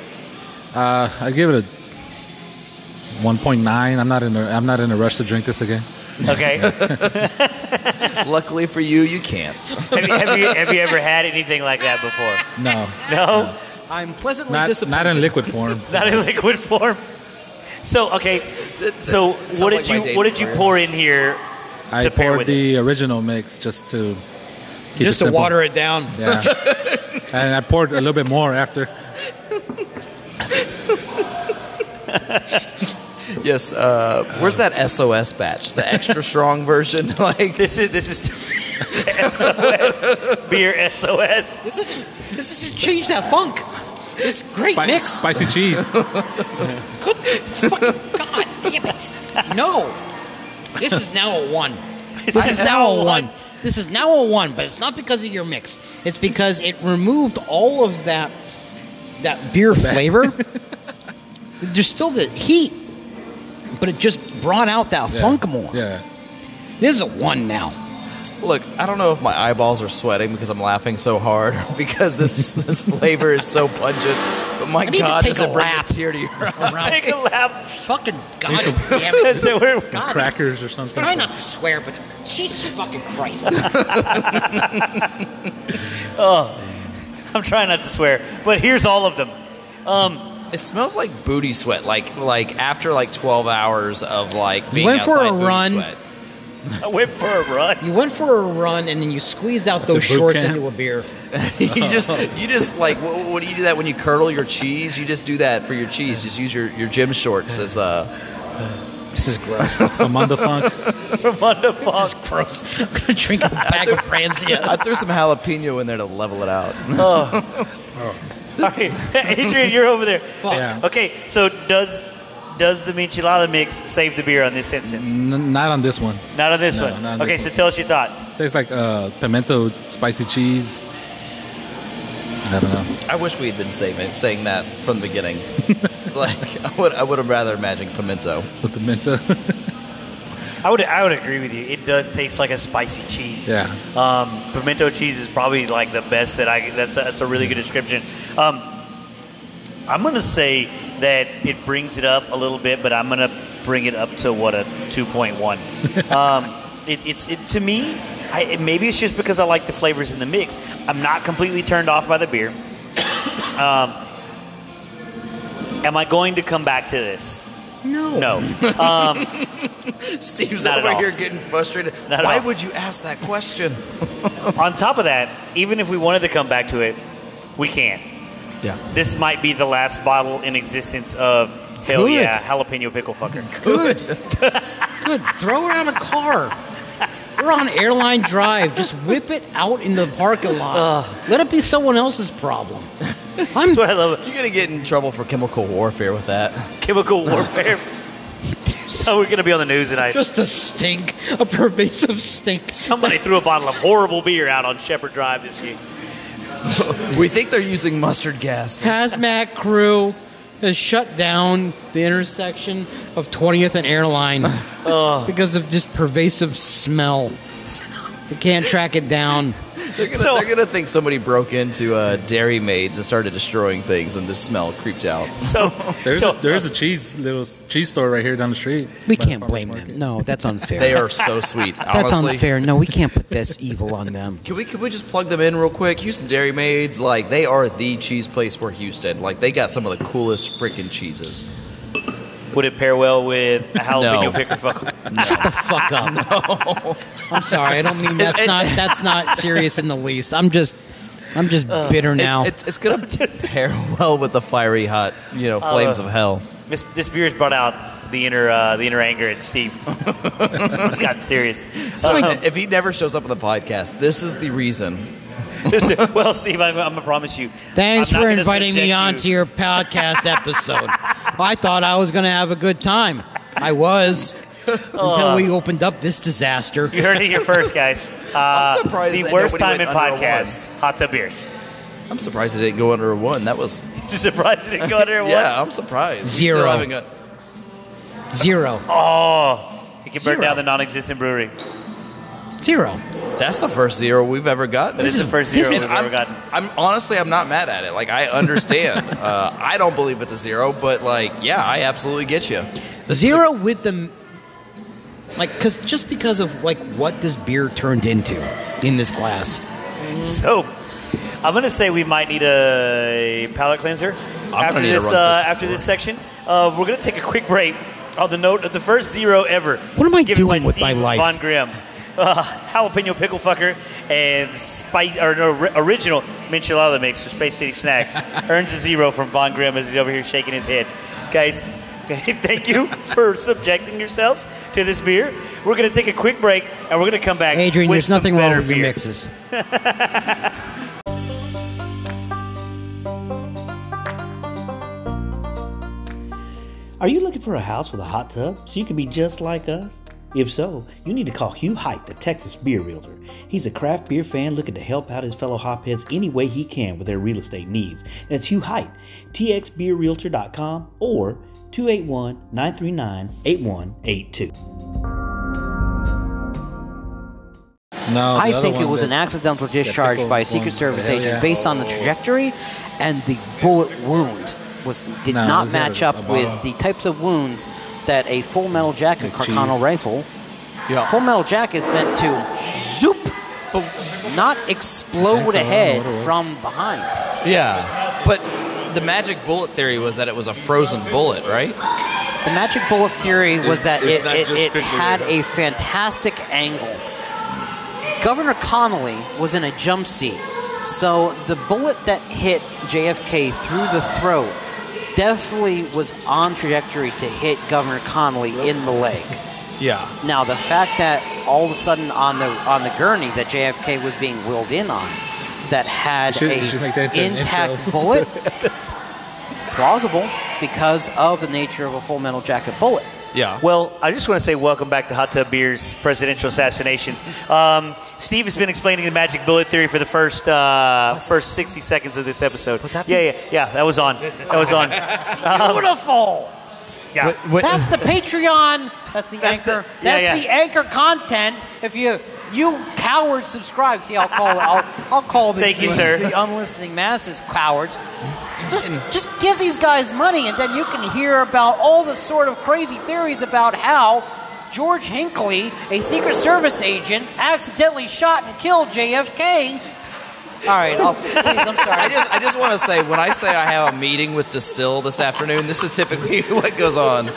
[SPEAKER 5] Uh, I give it a 1.9. I'm not in a, I'm not in a rush to drink this again.
[SPEAKER 3] okay, have,
[SPEAKER 4] Luckily for you, you can't.
[SPEAKER 3] you, have, you, have you ever had anything like that before?
[SPEAKER 5] No,
[SPEAKER 3] No,
[SPEAKER 6] I'm pleasantly
[SPEAKER 5] not
[SPEAKER 6] disappointed.
[SPEAKER 5] not in liquid form.
[SPEAKER 3] not in liquid form. So, okay, so
[SPEAKER 4] sounds
[SPEAKER 3] what
[SPEAKER 4] like my
[SPEAKER 3] did you
[SPEAKER 4] dating
[SPEAKER 3] what did you
[SPEAKER 4] career.
[SPEAKER 3] pour in here?
[SPEAKER 5] I
[SPEAKER 3] To pair
[SPEAKER 5] poured
[SPEAKER 3] with
[SPEAKER 5] the original mix just to keep
[SPEAKER 6] Just
[SPEAKER 5] it
[SPEAKER 6] to
[SPEAKER 5] simple.
[SPEAKER 6] water it down.
[SPEAKER 5] Yeah, and I poured a little bit more after.
[SPEAKER 4] Yes. Uh, where's that SOS batch? The extra strong version? like,
[SPEAKER 3] This is this is SOS beer SOS.
[SPEAKER 6] This is this is change that funk. It's great
[SPEAKER 5] Spi-
[SPEAKER 6] mix.
[SPEAKER 5] Spicy cheese.
[SPEAKER 6] Good fucking god damn it! No, this is now a one. This is now a one. This is now a one, but it's not because of your mix. It's because it removed all of that that beer flavor. There's still the heat, but it just brought out that
[SPEAKER 5] Yeah.
[SPEAKER 6] funk more.
[SPEAKER 5] Yeah.
[SPEAKER 6] This is a one now.
[SPEAKER 4] look, I don't know if my eyeballs are sweating because I'm laughing so hard because this this flavor is so pungent. But my
[SPEAKER 6] need to
[SPEAKER 4] God,
[SPEAKER 6] take
[SPEAKER 4] does
[SPEAKER 6] a
[SPEAKER 4] it bring a
[SPEAKER 6] lap.
[SPEAKER 4] tear to your eye?
[SPEAKER 6] Around.
[SPEAKER 3] Take a lap.
[SPEAKER 6] Fucking god damn it!
[SPEAKER 3] So we're-
[SPEAKER 6] God,
[SPEAKER 5] Crackers or something.
[SPEAKER 6] try not to swear, but Jesus fucking Christ!
[SPEAKER 3] oh, I'm trying not to swear, but here's all of them. Um,
[SPEAKER 4] It smells like booty sweat. Like like after like 12 hours of like being
[SPEAKER 6] went for
[SPEAKER 4] outside
[SPEAKER 6] a
[SPEAKER 4] booty
[SPEAKER 6] run.
[SPEAKER 4] sweat.
[SPEAKER 3] I went for a run.
[SPEAKER 6] You went for a run and then you squeezed out those
[SPEAKER 5] boot
[SPEAKER 6] shorts
[SPEAKER 5] camp.
[SPEAKER 6] into a beer.
[SPEAKER 4] you just you just like what, what do you do that when you curdle your cheese? You just do that for your cheese. Just use your, your gym shorts as uh
[SPEAKER 6] This is gross.
[SPEAKER 5] Among the funk.
[SPEAKER 3] Ramonda Fox.
[SPEAKER 6] gross. I'm gonna drink a bag of Franzia.
[SPEAKER 4] I threw some jalapeno in there to level it out.
[SPEAKER 6] Oh.
[SPEAKER 3] Sorry. Adrian, you're over there.
[SPEAKER 5] Yeah.
[SPEAKER 3] Okay, so does does the michelada mix save the beer on this instance?
[SPEAKER 5] N- not on this one.
[SPEAKER 3] Not on this
[SPEAKER 5] Mm. No,
[SPEAKER 3] one.
[SPEAKER 5] not on
[SPEAKER 3] okay,
[SPEAKER 5] this
[SPEAKER 3] so tell us your thoughts.
[SPEAKER 5] Tastes like uh, pimento spicy cheese. I don't know.
[SPEAKER 4] I wish we had been saving, saying that from the beginning. like I would I would have rather imagined pimento.
[SPEAKER 5] It's a pimento.
[SPEAKER 3] I would I would agree with you. It does taste like a spicy cheese.
[SPEAKER 5] Yeah.
[SPEAKER 3] Um, pimento cheese is probably like the best that I. That's a, that's a really good description. Um, I'm gonna say that it brings it up a little bit, but I'm gonna bring it up to what a 2.1. um, it, it's it, to me. I, it- maybe it's just because I like the flavors in the mix. I'm not completely turned off by the beer. um, am I going to come back to this?
[SPEAKER 6] No. Um,
[SPEAKER 3] No.
[SPEAKER 4] Steve's
[SPEAKER 3] Not at
[SPEAKER 4] over
[SPEAKER 3] all.
[SPEAKER 4] here getting frustrated.
[SPEAKER 3] Not at
[SPEAKER 4] Why
[SPEAKER 3] all.
[SPEAKER 4] would you ask that question?
[SPEAKER 3] On top of that, even if we wanted to come back to it, we can't.
[SPEAKER 4] Yeah.
[SPEAKER 3] This might be the last bottle in existence of hell
[SPEAKER 6] Good.
[SPEAKER 3] yeah jalapeno pickle fucker.
[SPEAKER 6] Good. Good. Throw it on a car. We're on airline drive. Just whip it out in the parking lot. Let it be someone else's problem. I'm
[SPEAKER 3] That's what I love.
[SPEAKER 4] You're gonna get in trouble for chemical warfare with that.
[SPEAKER 3] Chemical warfare. so we're gonna be on the news tonight.
[SPEAKER 6] just a stink, a pervasive stink.
[SPEAKER 3] Somebody threw a bottle of horrible beer out on Shepherd Drive this year.
[SPEAKER 4] We think they're using mustard gas.
[SPEAKER 6] Hazmat crew has shut down the intersection of 20th and Airline because of just pervasive smell.
[SPEAKER 8] You can't track it down.
[SPEAKER 4] They're gonna,
[SPEAKER 3] So-
[SPEAKER 4] they're gonna think somebody broke into uh, Dairy Maids and started destroying things, and the smell creeped out.
[SPEAKER 3] So,
[SPEAKER 5] There's
[SPEAKER 3] so uh,
[SPEAKER 5] a, there's a cheese little s- cheese store right here down the street.
[SPEAKER 8] We
[SPEAKER 5] by the
[SPEAKER 8] can't
[SPEAKER 5] farmer's
[SPEAKER 8] blame
[SPEAKER 5] market.
[SPEAKER 8] them. No, that's unfair.
[SPEAKER 4] They are so sweet.
[SPEAKER 8] that's
[SPEAKER 4] honestly.
[SPEAKER 8] unfair. No, we can't put this evil on them.
[SPEAKER 4] Can we can we just plug them in real quick? Houston Dairy Maids, like they are the cheese place for Houston. Like they got some of the coolest freaking cheeses.
[SPEAKER 3] would it pair well with a
[SPEAKER 4] No.
[SPEAKER 3] jalapeno picker fuck?
[SPEAKER 8] Shut the fuck up. I'm sorry. I don't mean that's not that's not serious in the least. I'm just I'm just bitter now.
[SPEAKER 4] It's, it's, it's gonna pair well with the fiery hot, you know,
[SPEAKER 3] Uh,
[SPEAKER 4] flames of hell.
[SPEAKER 3] This, this beer's brought out the inner uh, the inner anger in Steve. it's gotten serious. Uh,
[SPEAKER 4] if he never shows up on the podcast, this is the reason.
[SPEAKER 3] this- well, Steve, I'm, I'm gonna promise you.
[SPEAKER 8] Thanks
[SPEAKER 3] I'm not
[SPEAKER 8] for
[SPEAKER 3] gonna
[SPEAKER 8] inviting me
[SPEAKER 3] subject
[SPEAKER 8] on
[SPEAKER 3] you-
[SPEAKER 8] to your podcast episode. I thought I was going to have a good time. I was until we opened up this disaster.
[SPEAKER 3] You heard it here first, guys. Uh, I'm
[SPEAKER 4] surprised
[SPEAKER 3] The
[SPEAKER 4] that
[SPEAKER 3] worst
[SPEAKER 4] nobody
[SPEAKER 3] time in
[SPEAKER 4] went under a
[SPEAKER 3] podcasts, hot tub beers.
[SPEAKER 4] I'm surprised it didn't go under a one. That was
[SPEAKER 3] Surprised it didn't go under one.
[SPEAKER 4] yeah. I'm surprised. We're
[SPEAKER 8] Zero.
[SPEAKER 4] Still having a,
[SPEAKER 8] Zero.
[SPEAKER 3] Oh, you can burn
[SPEAKER 8] Zero.
[SPEAKER 3] down the non-existent brewery.
[SPEAKER 8] Zero.
[SPEAKER 4] that's the first zero we've ever gotten.
[SPEAKER 3] This, is the first
[SPEAKER 8] this
[SPEAKER 3] zero
[SPEAKER 8] is-
[SPEAKER 3] we've ever
[SPEAKER 4] I'm,
[SPEAKER 3] gotten.
[SPEAKER 4] I'm honestly, I'm not mad at it. Like I understand. uh, I don't believe it's a zero, but like, yeah, I absolutely get you. This is a-
[SPEAKER 8] Zero with the like cuz just because of like what this beer turned into in this glass.
[SPEAKER 3] So, I'm going to say we might need a palate cleanser
[SPEAKER 4] gonna
[SPEAKER 3] after
[SPEAKER 4] need to
[SPEAKER 3] this,
[SPEAKER 4] run
[SPEAKER 3] uh,
[SPEAKER 4] this
[SPEAKER 3] after this section. Uh, we're going to take a quick break on the note of the first zero ever.
[SPEAKER 8] What am I
[SPEAKER 3] given by
[SPEAKER 8] doing with my
[SPEAKER 3] Steve
[SPEAKER 8] life?
[SPEAKER 3] Von Grimm, uh, jalapeno pickle fucker, and spice or no, ri- original michelada mix for Space City Snacks earns a zero from Von Grimm as he's over here shaking his head, guys. Okay, thank you for subjecting yourselves to this beer. We're going to take a quick break, and we're going to come back.
[SPEAKER 8] Adrian,
[SPEAKER 3] with
[SPEAKER 8] there's
[SPEAKER 3] some
[SPEAKER 8] nothing wrong
[SPEAKER 3] better
[SPEAKER 8] with your
[SPEAKER 3] beer.
[SPEAKER 8] mixes.
[SPEAKER 1] Are you looking for a house with a hot tub so you can be just like us? If so, you need to call Hugh Height, the Texas beer realtor. He's a craft beer fan looking to help out his fellow hopheads any way he can with their real estate needs. That's Hugh Height, txbeerrealtor.com or 281 939 8182.
[SPEAKER 5] No, Oh, the
[SPEAKER 6] I
[SPEAKER 5] other
[SPEAKER 6] think it
[SPEAKER 5] one
[SPEAKER 6] was
[SPEAKER 5] that-
[SPEAKER 6] an accidental discharge
[SPEAKER 5] people
[SPEAKER 6] by a
[SPEAKER 5] going
[SPEAKER 6] Secret
[SPEAKER 5] to
[SPEAKER 6] Service
[SPEAKER 5] hell,
[SPEAKER 6] agent
[SPEAKER 5] yeah.
[SPEAKER 6] based on the trajectory and the bullet wound was did
[SPEAKER 5] No,
[SPEAKER 6] not
[SPEAKER 5] it was the
[SPEAKER 6] match
[SPEAKER 5] other-
[SPEAKER 6] up
[SPEAKER 5] a
[SPEAKER 6] with
[SPEAKER 5] bottle.
[SPEAKER 6] the types of wounds that a full metal jacket Carcano
[SPEAKER 5] cheese.
[SPEAKER 6] rifle. Full metal jacket is meant to zoop, but not explode
[SPEAKER 5] Thanks, I
[SPEAKER 6] ahead
[SPEAKER 5] don't know what it was.
[SPEAKER 6] from behind.
[SPEAKER 4] Yeah, but the magic bullet theory was that it was a frozen bullet, right?
[SPEAKER 6] The magic bullet theory was that
[SPEAKER 9] it's
[SPEAKER 6] it,
[SPEAKER 9] not
[SPEAKER 6] it,
[SPEAKER 9] just
[SPEAKER 6] it
[SPEAKER 9] picture
[SPEAKER 6] had
[SPEAKER 9] there.
[SPEAKER 6] a fantastic angle. Governor Connolly was in a jump seat, so the bullet that hit JFK through the throat definitely was on trajectory to hit Governor Connolly in the leg.
[SPEAKER 4] Yeah.
[SPEAKER 6] Now the fact that all of a sudden on the on the gurney that JFK was being wheeled in on, that had
[SPEAKER 5] You should-
[SPEAKER 6] a
[SPEAKER 5] you should make that into an
[SPEAKER 6] intact
[SPEAKER 5] intro.
[SPEAKER 6] bullet, it's plausible because of the nature of a full metal jacket bullet.
[SPEAKER 4] Yeah.
[SPEAKER 3] Well, I just want to say welcome back to Hot Tub Beer's presidential assassinations. Um, Steve has been explaining the magic bullet theory for the first uh, first 60 seconds of this episode.
[SPEAKER 6] Was that
[SPEAKER 3] yeah,
[SPEAKER 6] the-
[SPEAKER 3] yeah, yeah. That was on. That was on.
[SPEAKER 6] Beautiful.
[SPEAKER 3] Yeah.
[SPEAKER 6] That's the Patreon. That's the
[SPEAKER 3] That's the-
[SPEAKER 6] anchor.
[SPEAKER 3] yeah,
[SPEAKER 6] that's
[SPEAKER 3] yeah.
[SPEAKER 6] the anchor content. If you you cowards subscribe, see, I'll call I'll, I'll call the,
[SPEAKER 3] Thank you,
[SPEAKER 6] the,
[SPEAKER 3] sir.
[SPEAKER 6] the unlistening masses cowards. Just just give these guys money, and then you can hear about all the sort of crazy theories about how. George Hinckley, a Secret Service agent, accidentally shot and killed JFK. All right, I'll, please, I'm sorry.
[SPEAKER 4] I just, I just want to say, when I say I have a meeting with Distill this afternoon, this is typically what goes on.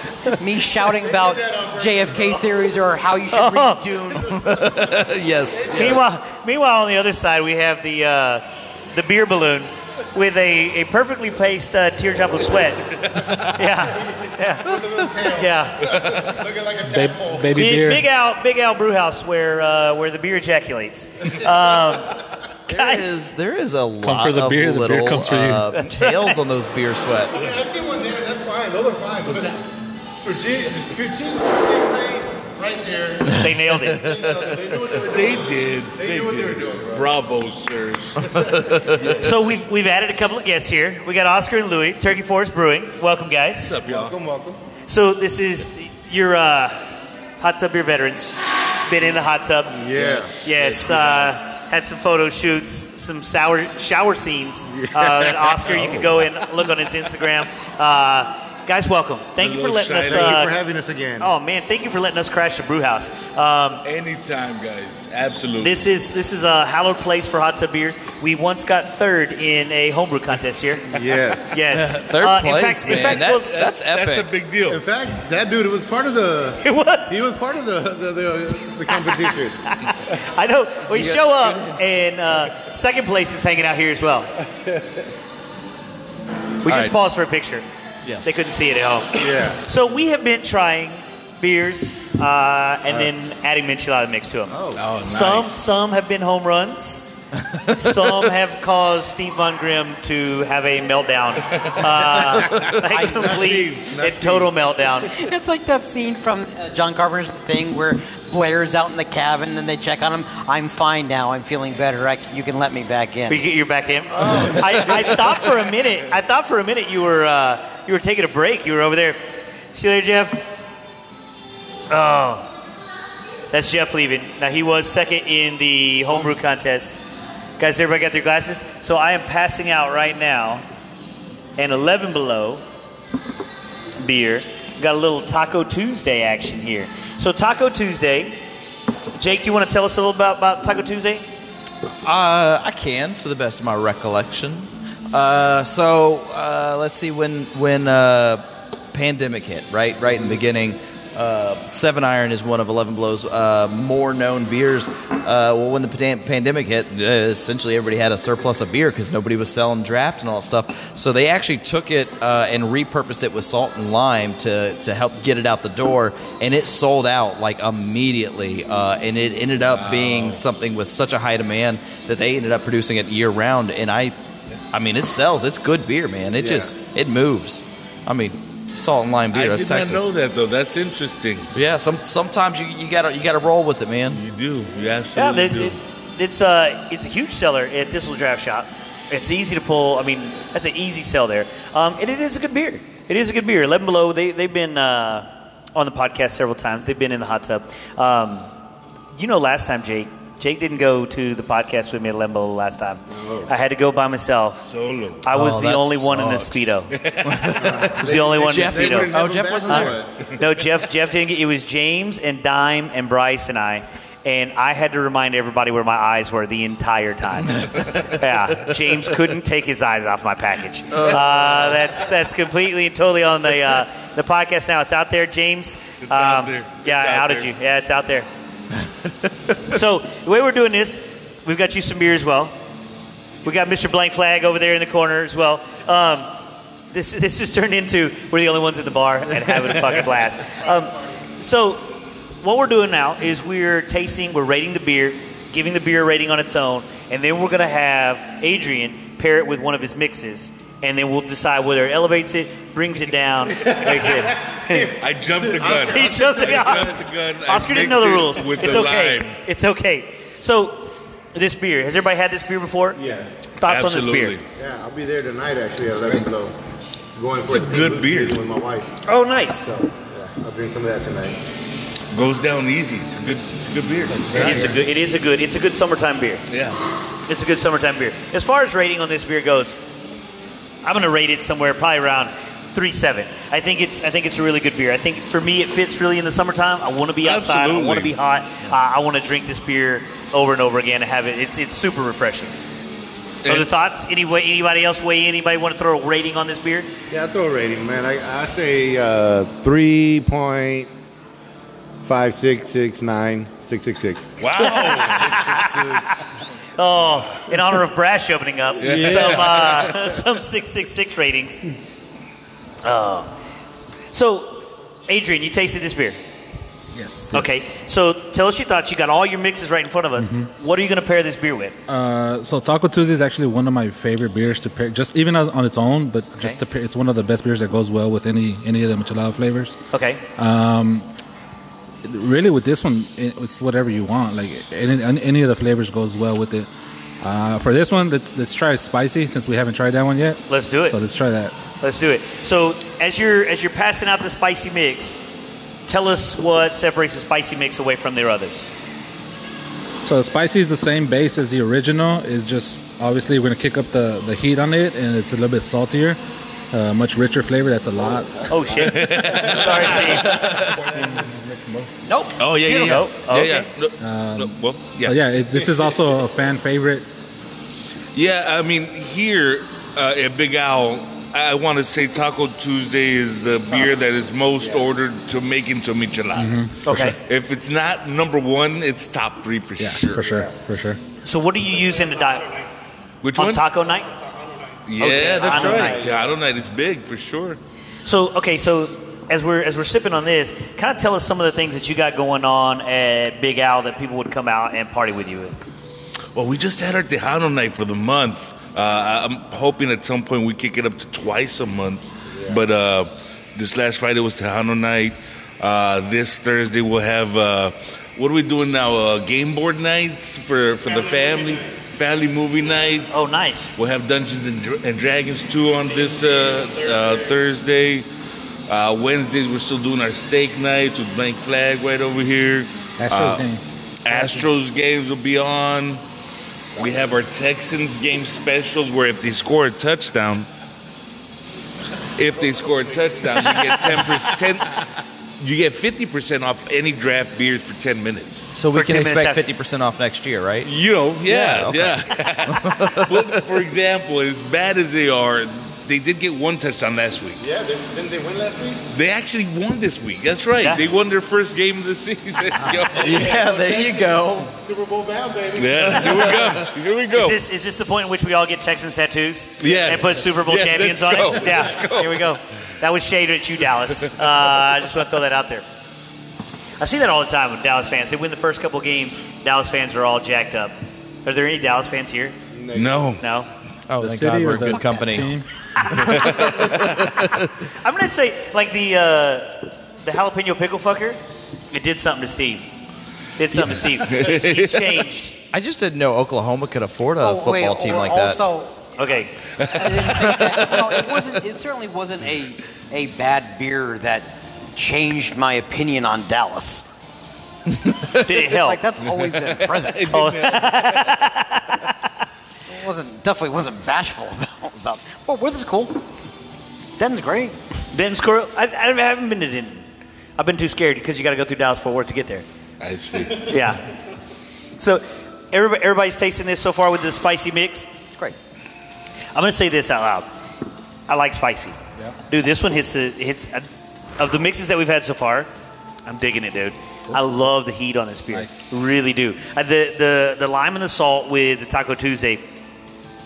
[SPEAKER 6] me shouting about JFK theories or how you should read Dune.
[SPEAKER 4] yes. yes.
[SPEAKER 3] Meanwhile, meanwhile, on the other side, we have the uh, the beer balloon with a, a perfectly placed uh, teardrop of sweat. yeah, yeah, yeah.
[SPEAKER 9] Looking like a
[SPEAKER 5] Ba-
[SPEAKER 9] tadpole.
[SPEAKER 5] baby
[SPEAKER 3] Big,
[SPEAKER 5] beer.
[SPEAKER 3] big Al, Big Al Brewhouse, where uh, where the beer ejaculates. Um,
[SPEAKER 4] There
[SPEAKER 3] guys.
[SPEAKER 4] is, there is a
[SPEAKER 5] Come
[SPEAKER 4] lot
[SPEAKER 5] for the
[SPEAKER 4] of
[SPEAKER 5] beer, the beer
[SPEAKER 4] little
[SPEAKER 5] comes for you.
[SPEAKER 4] uh, tails on those beer sweats.
[SPEAKER 9] I see one there. That's fine. Those are fine. But strategic, strategic plays right there.
[SPEAKER 3] They nailed it.
[SPEAKER 9] They knew what they were doing.
[SPEAKER 10] They did.
[SPEAKER 9] They knew what they were doing. bro.
[SPEAKER 10] Bravo, sirs.
[SPEAKER 3] So we've, we've added a couple of guests here. We got Oscar and Louie, Turkey Forest Brewing. Welcome, guys.
[SPEAKER 10] What's up, y'all?
[SPEAKER 9] Welcome, welcome.
[SPEAKER 3] So this is your uh, hot tub beer veterans. Been in the hot tub.
[SPEAKER 9] Yes.
[SPEAKER 3] Yes. Uh, had some photo shoots, some shower shower scenes. Uh, that Oscar, you can go and look on his Instagram. Uh, guys, welcome. Thank you for letting us.
[SPEAKER 9] Thank you for
[SPEAKER 3] Uh,
[SPEAKER 9] having us again.
[SPEAKER 3] oh man, thank you for letting us crash the brew house. Um,
[SPEAKER 10] Anytime, guys. Absolutely.
[SPEAKER 3] This is this is a hallowed place for hot tub beers. We once got third in a homebrew contest here.
[SPEAKER 9] Yes.
[SPEAKER 3] Yes,
[SPEAKER 4] Third
[SPEAKER 3] Uh,
[SPEAKER 4] place,
[SPEAKER 3] in fact,
[SPEAKER 4] man.
[SPEAKER 3] In fact,
[SPEAKER 4] that's,
[SPEAKER 3] we'll-
[SPEAKER 4] that's epic.
[SPEAKER 10] That's a big deal.
[SPEAKER 9] In fact, that dude was part of the.
[SPEAKER 3] it was.
[SPEAKER 9] He was part of the the, the, the competition.
[SPEAKER 3] I know. We show up, and uh, second place is hanging out here as well. We just
[SPEAKER 10] right.
[SPEAKER 3] paused for a picture.
[SPEAKER 4] Yes.
[SPEAKER 3] They couldn't see it at home.
[SPEAKER 9] yeah.
[SPEAKER 3] So we have been trying beers uh, and then adding Michelada mix to them.
[SPEAKER 10] Oh, nice.
[SPEAKER 3] Some some have been home runs. some have caused Steve Von Grimm to have a meltdown, uh, a complete
[SPEAKER 9] Steve, not
[SPEAKER 3] and total meltdown.
[SPEAKER 7] It's like that scene from uh, John Carpenter's thing where Blair's out in the cabin and then they check on him. I'm fine now. I'm feeling better. I c you can let me back in.
[SPEAKER 3] We get you back in. I, I thought for a minute. I thought for a minute you were uh, you were taking a break. You were over there. See you there, Jeff. Oh, that's Jeff leaving. Now he was second in the homebrew contest. Guys, everybody got their glasses. So I am passing out right now an 11 below beer. Got a little Taco Tuesday action here. So Taco Tuesday. Jake, you want to tell us a little about, about Taco Tuesday?
[SPEAKER 4] Uh, I can, to the best of my recollection. Uh, so uh, let's see when when uh, pandemic hit, right, right in the beginning. Uh, Seven Iron is one of Eleven Blow's uh, more known beers. Uh, well, when the pandem- pandemic hit, uh, essentially everybody had a surplus of beer because nobody was selling draft and all that stuff. So they actually took it uh, and repurposed it with salt and lime to to help get it out the door, and it sold out like immediately. Uh, and it ended up being
[SPEAKER 10] Oh.
[SPEAKER 4] something with such a high demand that they ended up producing it year round. And I I mean, it sells. It's good beer, man. It
[SPEAKER 9] Yeah.
[SPEAKER 4] just it moves. I mean, salt and lime beer.
[SPEAKER 10] I
[SPEAKER 4] that's
[SPEAKER 10] did not
[SPEAKER 4] Texas.
[SPEAKER 10] know that though. That's interesting.
[SPEAKER 4] Yeah, some sometimes you, you gotta you gotta roll with it, man.
[SPEAKER 10] You do. You
[SPEAKER 3] Yeah,
[SPEAKER 10] absolutely
[SPEAKER 3] they,
[SPEAKER 10] do.
[SPEAKER 3] it, it's a it's a huge seller at Thistle Draft Shop. It's easy to pull. I mean, that's an easy sell there, um, and it is a good beer. It is a good beer. Eleven Below. They they've been uh, on the podcast several times. They've been in the hot tub. Um, you know, last time Jake Jake didn't go to the podcast with me at Eleven Below last time. I had to go by myself.
[SPEAKER 10] Oh. Solo.
[SPEAKER 3] I was
[SPEAKER 4] Oh,
[SPEAKER 3] the
[SPEAKER 4] that
[SPEAKER 3] only one in the
[SPEAKER 4] sucks.
[SPEAKER 3] speedo. I was the only one in the
[SPEAKER 4] Jeff, they
[SPEAKER 3] speedo.
[SPEAKER 4] wouldn't Oh, Jeff wasn't there?
[SPEAKER 3] No, Jeff. Jeff didn't. Get, it was James and Dime and Bryce and I, and I had to remind everybody where my eyes were the entire time. yeah, James couldn't take his eyes off my package. Uh, that's that's completely and totally on the uh, the podcast now. It's out there, James. Um,
[SPEAKER 10] It's out there. It's
[SPEAKER 3] yeah, I
[SPEAKER 10] out
[SPEAKER 3] outed
[SPEAKER 10] there.
[SPEAKER 3] you. Yeah, it's out there. so the way we're doing this, we've got you some beer as well. We got Mr. Blank Flag over there in the corner as well. Um, this this has turned into we're the only ones at the bar and having a fucking blast. Um, so what we're doing now is we're tasting, we're rating the beer, giving the beer a rating on its own, and then we're gonna have Adrian pair it with one of his mixes, and then we'll decide whether it elevates it, brings it down, makes it.
[SPEAKER 10] I jumped the gun.
[SPEAKER 3] He jumped the
[SPEAKER 10] I
[SPEAKER 3] gun.
[SPEAKER 10] jumped the gun. I
[SPEAKER 3] Oscar didn't know the
[SPEAKER 10] mixed it
[SPEAKER 3] rules.
[SPEAKER 10] With
[SPEAKER 3] it's
[SPEAKER 10] the
[SPEAKER 3] okay.
[SPEAKER 10] lime.
[SPEAKER 3] It's okay. So this beer has everybody had this beer before?
[SPEAKER 9] Yes.
[SPEAKER 3] Thoughts on this
[SPEAKER 10] Absolutely.
[SPEAKER 3] beer?
[SPEAKER 9] Yeah, I'll be there tonight actually at 11 below. Going for
[SPEAKER 10] It's a good beer.
[SPEAKER 9] with my wife.
[SPEAKER 3] Oh, nice.
[SPEAKER 9] So yeah, I'll drink some of that tonight.
[SPEAKER 10] Goes down easy. It's a good. It's a good beer.
[SPEAKER 3] It is a good. It is a good. It's a good summertime beer.
[SPEAKER 10] Yeah.
[SPEAKER 3] It's a good summertime beer. As far as rating on this beer goes, I'm going to rate it somewhere probably around three seven. I think it's I think it's a really good beer. I think for me it fits really in the summertime. I want to be outside. I want to
[SPEAKER 10] Absolutely.
[SPEAKER 3] be hot. Uh, I want to drink this beer over and over again and have it. It's it's super refreshing. Other
[SPEAKER 10] And-
[SPEAKER 3] thoughts? Anyway, anybody else weigh in? Anybody want to throw a rating on this beer?
[SPEAKER 9] Yeah, I throw a rating, man. I, I say uh, three point five six six nine six six six.
[SPEAKER 10] Wow.
[SPEAKER 3] Oh, in honor of Brash opening up some uh, some six six six ratings. Oh, so Adrian, you tasted this beer.
[SPEAKER 5] Yes. Mm-hmm.
[SPEAKER 3] Okay, so tell us your thoughts. You got all your mixes right in front of us. What are you going to pair this beer with?
[SPEAKER 5] Uh, so Taco Tuesday is actually one of my favorite beers to pair, just even on, on its own, but just to pair, it's one of the best beers that goes well with any any of the michelada flavors. Um,
[SPEAKER 3] Okay,
[SPEAKER 5] Really, with this one, it, it's whatever you want. Like any, any any of the flavors goes well with it. Uh, for this one, let's let's try spicy since we haven't tried that one yet.
[SPEAKER 3] let's do
[SPEAKER 5] So
[SPEAKER 3] it.
[SPEAKER 5] let's try that.
[SPEAKER 3] Let's do it. So as you're as you're passing out the spicy mix, tell us what separates the spicy mix away from their others.
[SPEAKER 5] So spicy is the same base as the original. It's just obviously we're gonna kick up the, the heat on it, and it's a little bit saltier, uh, much richer flavor. That's a lot.
[SPEAKER 3] Oh shit! Sorry, Steve.
[SPEAKER 10] Nope. Oh yeah, yeah, yeah,
[SPEAKER 3] Beautiful. Oh,
[SPEAKER 10] yeah, yeah. No, no,
[SPEAKER 4] Um,
[SPEAKER 10] well, yeah,
[SPEAKER 5] So yeah, it, this is also a fan favorite.
[SPEAKER 10] Yeah, I mean here uh, at Big Owl, I want to say Taco Tuesday is the beer that is most ordered to make into michelada.
[SPEAKER 3] Mm-hmm. Okay.
[SPEAKER 10] If it's not number one, it's top three for
[SPEAKER 5] Yeah,
[SPEAKER 10] sure.
[SPEAKER 5] for sure, for sure.
[SPEAKER 3] So what do you use in the diet
[SPEAKER 10] Which
[SPEAKER 3] on
[SPEAKER 10] one?
[SPEAKER 3] taco night?
[SPEAKER 10] yeah,
[SPEAKER 3] Okay,
[SPEAKER 10] that's
[SPEAKER 3] Idle
[SPEAKER 10] right.
[SPEAKER 3] Night.
[SPEAKER 10] Idle Night, it's big for sure.
[SPEAKER 3] So okay, so as we're as we're sipping on this, kind of tell us some of the things that you got going on at Big Al that people would come out and party with you with.
[SPEAKER 10] Well, we just had our Tejano night for the month. Uh, I- I'm hoping at some point we kick it up to twice a month. But uh, this last Friday was Tejano night. Uh, this Thursday we'll have uh, what are we doing now? Uh, game board nights for, for the family, family movie nights.
[SPEAKER 3] Oh, nice.
[SPEAKER 10] We'll have Dungeons and, Dra- and Dragons 2 on this uh, uh, Thursday. Uh, Wednesdays, we're still doing our steak nights with Blank Flag right over here.
[SPEAKER 5] That's
[SPEAKER 10] Uh,
[SPEAKER 5] those names.
[SPEAKER 10] Astros games will be on. We have our Texans game specials where if they score a touchdown, if they score a touchdown, you get 10%, 10 you get 50% off any draft beer for 10 minutes.
[SPEAKER 4] So we
[SPEAKER 3] For
[SPEAKER 4] can
[SPEAKER 3] 10 minutes
[SPEAKER 4] expect
[SPEAKER 3] after-
[SPEAKER 4] fifty percent off next year, right?
[SPEAKER 10] You know,
[SPEAKER 4] Yeah,
[SPEAKER 10] yeah,
[SPEAKER 4] okay.
[SPEAKER 10] yeah. Well, for example, as bad as they are, they did get one touchdown last week.
[SPEAKER 9] Yeah, they, didn't they win last week?
[SPEAKER 10] They actually won this week. That's right.
[SPEAKER 3] Yeah.
[SPEAKER 10] They won their first game of the season. yeah,
[SPEAKER 4] Yeah, there you go.
[SPEAKER 9] Super Bowl bound, baby.
[SPEAKER 10] yes, here we go. Here we go.
[SPEAKER 3] Is this, is this the point in which we all get Texans tattoos?
[SPEAKER 10] Yes.
[SPEAKER 3] And put Super Bowl
[SPEAKER 10] Yeah,
[SPEAKER 3] champions
[SPEAKER 10] let's
[SPEAKER 3] on
[SPEAKER 10] go.
[SPEAKER 3] it? Yeah.
[SPEAKER 10] Let's go.
[SPEAKER 3] Here we go. That was shaded at you, Dallas. Uh, I just want to throw that out there. I see that all the time with Dallas fans. They win the first couple games, Dallas fans are all jacked up. Are there any Dallas fans here?
[SPEAKER 10] no.
[SPEAKER 3] No?
[SPEAKER 4] Oh,
[SPEAKER 5] The
[SPEAKER 4] thank
[SPEAKER 5] city
[SPEAKER 4] God we're
[SPEAKER 5] or
[SPEAKER 4] a
[SPEAKER 5] the
[SPEAKER 4] good company.
[SPEAKER 5] team?
[SPEAKER 3] I'm going to say, like, the uh, the jalapeno pickle fucker, it did something to Steve. Did something to Steve. He's, he's changed.
[SPEAKER 4] I just didn't know Oklahoma could afford a
[SPEAKER 7] oh,
[SPEAKER 4] football
[SPEAKER 7] wait,
[SPEAKER 4] team
[SPEAKER 7] or
[SPEAKER 4] like that.
[SPEAKER 7] also,
[SPEAKER 3] Okay.
[SPEAKER 7] I didn't think that. No, it wasn't. It certainly wasn't a a bad beer that changed my opinion on Dallas.
[SPEAKER 3] Did it help?
[SPEAKER 7] Like that's always been present. it
[SPEAKER 3] Oh.
[SPEAKER 7] wasn't definitely wasn't bashful about. about well, weather's cool. Denton's great.
[SPEAKER 3] Denton Squirrel? I, I haven't been to Denton. I've been too scared because you got to go through Dallas Fort Worth to get there.
[SPEAKER 10] I see.
[SPEAKER 3] Yeah. So everybody, everybody's tasting this so far with the spicy mix.
[SPEAKER 7] It's great.
[SPEAKER 3] I'm gonna say this out loud. I like spicy. Dude, this one hits a, hits a, of the mixes that we've had so far. I'm digging it, dude. I love the heat on this beer.
[SPEAKER 5] Nice.
[SPEAKER 3] Really do. Uh, the the the lime and the salt with the Taco Tuesday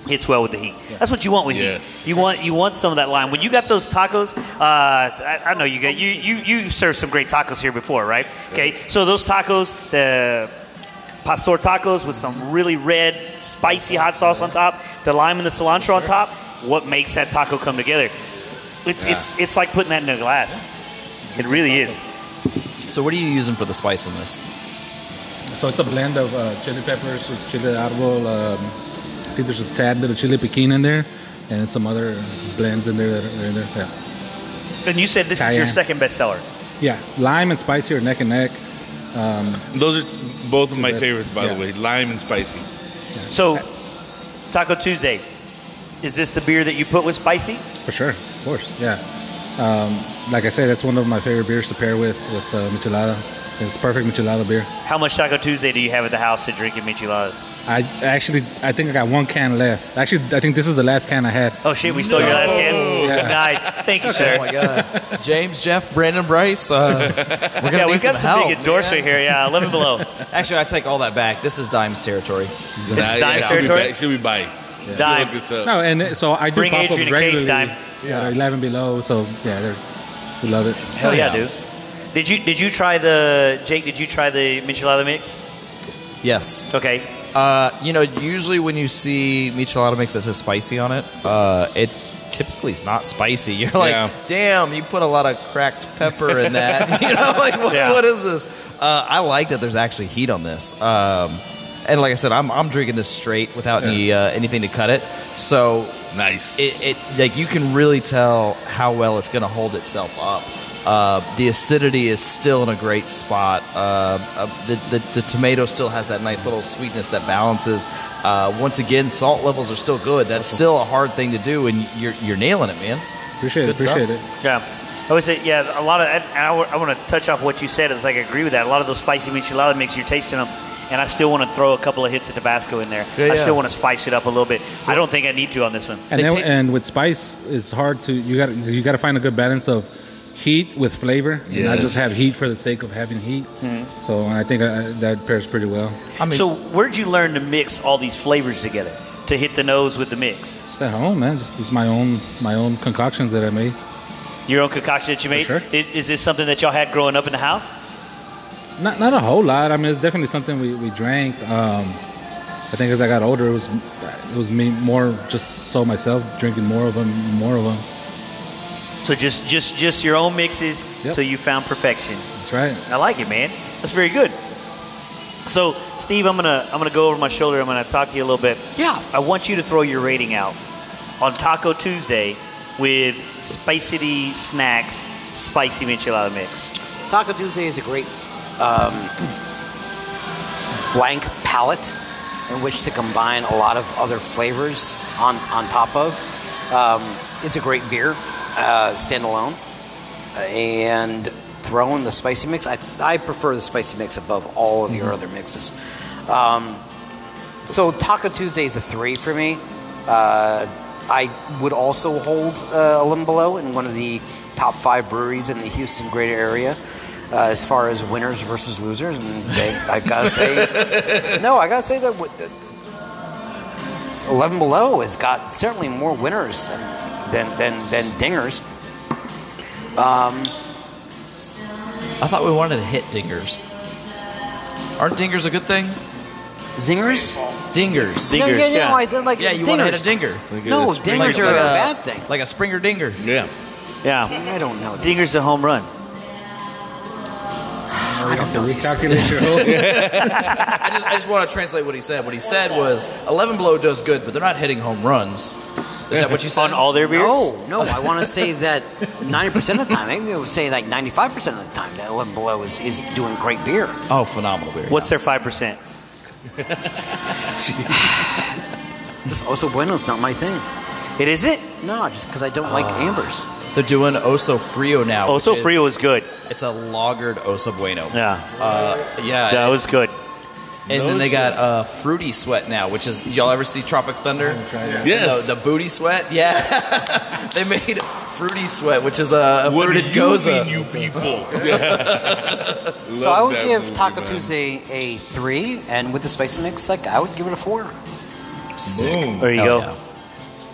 [SPEAKER 3] hits well with the heat. That's what you want with
[SPEAKER 10] Yes.
[SPEAKER 3] heat. You want you want some of that lime. When you got those tacos, uh, I, I know you got you you you served some great tacos here before, right? Okay, so those tacos, the pastor tacos with some really red, spicy hot sauce on top, the lime and the cilantro on top. What makes that taco come together? It's it's it's like putting that in a glass. It really is.
[SPEAKER 4] So what are you using for the spice in this?
[SPEAKER 5] So it's a blend of uh, chili peppers with chili arbol. Um, I think there's a tad bit of chili pekin in there, and some other blends in there that are in there. Yeah.
[SPEAKER 3] And you said this is your
[SPEAKER 5] Cayenne.
[SPEAKER 3] second bestseller.
[SPEAKER 5] Yeah, lime and spicy are neck and neck. Um,
[SPEAKER 10] Those are both of my
[SPEAKER 5] best.
[SPEAKER 10] favorites, by
[SPEAKER 5] Yeah.
[SPEAKER 10] the way. Lime and spicy.
[SPEAKER 3] So, Taco Tuesday, is this the beer that you put with spicy?
[SPEAKER 5] For sure, of course, yeah. Um, like I said, that's one of my favorite beers to pair with with uh, michelada. It's perfect michelada beer.
[SPEAKER 3] How much Taco Tuesday do you have at the house to drink in micheladas?
[SPEAKER 5] I actually, I think I got one can left. Actually, I think this is the last can I had.
[SPEAKER 3] Oh shit, we stole your last can.
[SPEAKER 5] Yeah.
[SPEAKER 3] Nice, thank you,
[SPEAKER 4] Oh
[SPEAKER 3] sir.
[SPEAKER 4] my God, James, Jeff, Brandon, Bryce. Uh, we're gonna
[SPEAKER 3] yeah,
[SPEAKER 4] need
[SPEAKER 3] we've got some,
[SPEAKER 4] help.
[SPEAKER 3] big endorsement here. Yeah, eleven below.
[SPEAKER 4] man. Actually, I take all that back. This is Dimes territory.
[SPEAKER 3] This is dime
[SPEAKER 10] Nah, yeah, should be
[SPEAKER 3] territory.
[SPEAKER 10] back- Should be by.
[SPEAKER 3] Dime.
[SPEAKER 10] Look us up.
[SPEAKER 5] No, and so I do
[SPEAKER 3] Bring
[SPEAKER 5] pop
[SPEAKER 3] Adrian
[SPEAKER 5] ups
[SPEAKER 3] a case
[SPEAKER 5] regularly.
[SPEAKER 3] dime.
[SPEAKER 5] Yeah, eleven below. So yeah, they're, we love it.
[SPEAKER 3] Hell Oh, yeah,
[SPEAKER 4] Oh, yeah.
[SPEAKER 3] dude. Did you did you try the Jake? Did you try the michelada mix?
[SPEAKER 4] Yes.
[SPEAKER 3] Okay,
[SPEAKER 4] Uh, you know, usually when you see michelada mix that says spicy on it, uh, it typically is not spicy. You're like,
[SPEAKER 10] Yeah.
[SPEAKER 4] damn, you put a lot of cracked pepper in that. you know, like what,
[SPEAKER 3] Yeah.
[SPEAKER 4] what is this? Uh, I like that there's actually heat on this. Um, and like I said, I'm, I'm drinking this straight without any uh, anything to cut it. So
[SPEAKER 10] Nice.
[SPEAKER 4] it, it like you can really tell how well it's going to hold itself up. Uh, the acidity is still in a great spot. Uh, uh, the, the, the tomato still has that nice little sweetness that balances. Uh, once again, salt levels are still good. That's still a hard thing to do, and you're, you're nailing it, man.
[SPEAKER 5] Appreciate it.
[SPEAKER 4] Good stuff.
[SPEAKER 5] Appreciate it.
[SPEAKER 3] Yeah. I would say, yeah, a lot of, and I, want to touch off what you said. It's like, I agree with that. A lot of those spicy michelada mix, you're tasting them, and I still want to throw a couple of hits of Tabasco in there.
[SPEAKER 4] Yeah,
[SPEAKER 3] I still
[SPEAKER 4] yeah.
[SPEAKER 3] want to spice it up a little bit. I don't think I need to on this one.
[SPEAKER 5] And
[SPEAKER 4] They
[SPEAKER 5] then,
[SPEAKER 4] take-
[SPEAKER 5] and with spice, it's hard to you got you got to find a good balance of heat with flavor, and not just
[SPEAKER 10] Yes.
[SPEAKER 5] have heat for the sake of having heat. So I think uh that pairs pretty well.
[SPEAKER 4] I mean,
[SPEAKER 3] Mm-hmm. so, where'd you learn to mix all these flavors together to hit the nose with the mix?
[SPEAKER 5] Just at home, man. Just, just my own my own concoctions that I made.
[SPEAKER 3] Your own concoction that you made?
[SPEAKER 5] sure.
[SPEAKER 3] I- Is this something that y'all had growing up in the house?
[SPEAKER 5] Not not a whole lot. I mean, it's definitely something we we drank. Um, I think as I got older, it was it was me more just so myself drinking more of them, more of them.
[SPEAKER 3] So just just just your own mixes
[SPEAKER 5] Yep.
[SPEAKER 3] till you found perfection.
[SPEAKER 5] That's right.
[SPEAKER 3] I like it, man. That's very good. So, Steve, I'm gonna I'm gonna go over my shoulder. I'm gonna talk to you a little bit.
[SPEAKER 6] Yeah.
[SPEAKER 3] I want you to throw your rating out on Taco Tuesday with Spicity Snacks Spicy Michelada Mix.
[SPEAKER 6] Taco Tuesday is a great um, blank palette in which to combine a lot of other flavors on, on top of. Um, it's a great beer, uh, standalone. And throw in the spicy mix. I, I prefer the spicy mix above all of your other mixes. Um, so Taco Tuesday is a three for me. Uh, I would also hold uh, Limbolo in one of the top five breweries in the Houston greater area. Uh, as far as winners versus losers, and they, I gotta say, no, I gotta say that w- that Eleven Below has got certainly more winners than than than dingers. Um,
[SPEAKER 4] I thought we wanted to hit dingers. Aren't dingers a good thing?
[SPEAKER 6] Zingers?
[SPEAKER 4] Dingers.
[SPEAKER 6] no, yeah,
[SPEAKER 3] Dingers,
[SPEAKER 6] yeah,
[SPEAKER 3] yeah.
[SPEAKER 6] no, I said like
[SPEAKER 4] Yeah, you
[SPEAKER 6] dingers.
[SPEAKER 4] want to hit a dinger.
[SPEAKER 6] No, dingers are a bad thing.
[SPEAKER 4] Like a Springer dinger.
[SPEAKER 10] Yeah.
[SPEAKER 3] Yeah.
[SPEAKER 6] I don't know. This.
[SPEAKER 3] Dinger's the home run.
[SPEAKER 6] I don't know. these
[SPEAKER 5] Calculate your whole.
[SPEAKER 4] I just, I just want to translate what he said. What he said was 11 Below does good, but they're not hitting home runs. Is that what you said?
[SPEAKER 3] On all their beers?
[SPEAKER 6] No, no. I want to say that 90% of the time, eh? maybe I would say like 95% of the time, that 11 Below is, is doing great beer.
[SPEAKER 4] Oh, phenomenal beer.
[SPEAKER 3] What's their 5%?
[SPEAKER 6] This Oso Bueno's not my thing.
[SPEAKER 3] It is it?
[SPEAKER 6] No, just because I don't like
[SPEAKER 4] Uh,
[SPEAKER 6] ambers.
[SPEAKER 4] They're doing Oso Frio now.
[SPEAKER 3] Oh,
[SPEAKER 4] which
[SPEAKER 3] so
[SPEAKER 4] is-
[SPEAKER 3] Frio was good.
[SPEAKER 4] It's a lagered Oso Bueno.
[SPEAKER 3] Yeah.
[SPEAKER 4] Uh, yeah.
[SPEAKER 3] That was good.
[SPEAKER 4] and then they got uh, Fruity Sweat now, which is, y'all ever see Tropic Thunder?
[SPEAKER 10] Yes.
[SPEAKER 4] The, the booty sweat? Yeah. they made Fruity Sweat, which is a, a
[SPEAKER 10] what did
[SPEAKER 4] fruited goza.
[SPEAKER 10] you people?
[SPEAKER 6] So I would give Taco Tuesday a three, and with the spicy mix, like I would give it a four.
[SPEAKER 3] There you
[SPEAKER 4] Hell
[SPEAKER 3] go.
[SPEAKER 4] yeah.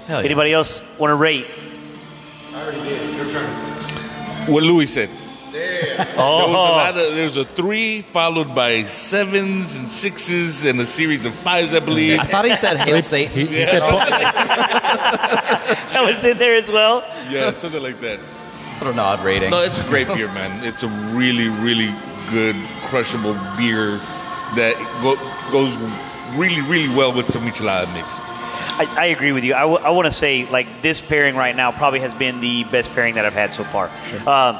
[SPEAKER 4] Hell yeah.
[SPEAKER 3] Anybody else want to rate?
[SPEAKER 10] What Louis said. There was a
[SPEAKER 3] Oh,
[SPEAKER 10] lot of, there was a three followed by sevens and sixes and a series of fives, I believe.
[SPEAKER 4] I thought he said Hail Satan.
[SPEAKER 5] He said, po-
[SPEAKER 3] that was in there as well.
[SPEAKER 10] yeah, something like that.
[SPEAKER 4] What an odd rating.
[SPEAKER 10] No, it's a great beer, man. It's a really, really good, crushable beer that go, goes really, really well with some michelada mix.
[SPEAKER 3] I, I agree with you. I, want to say like this pairing right now probably has been the best pairing that I've had so far. Um,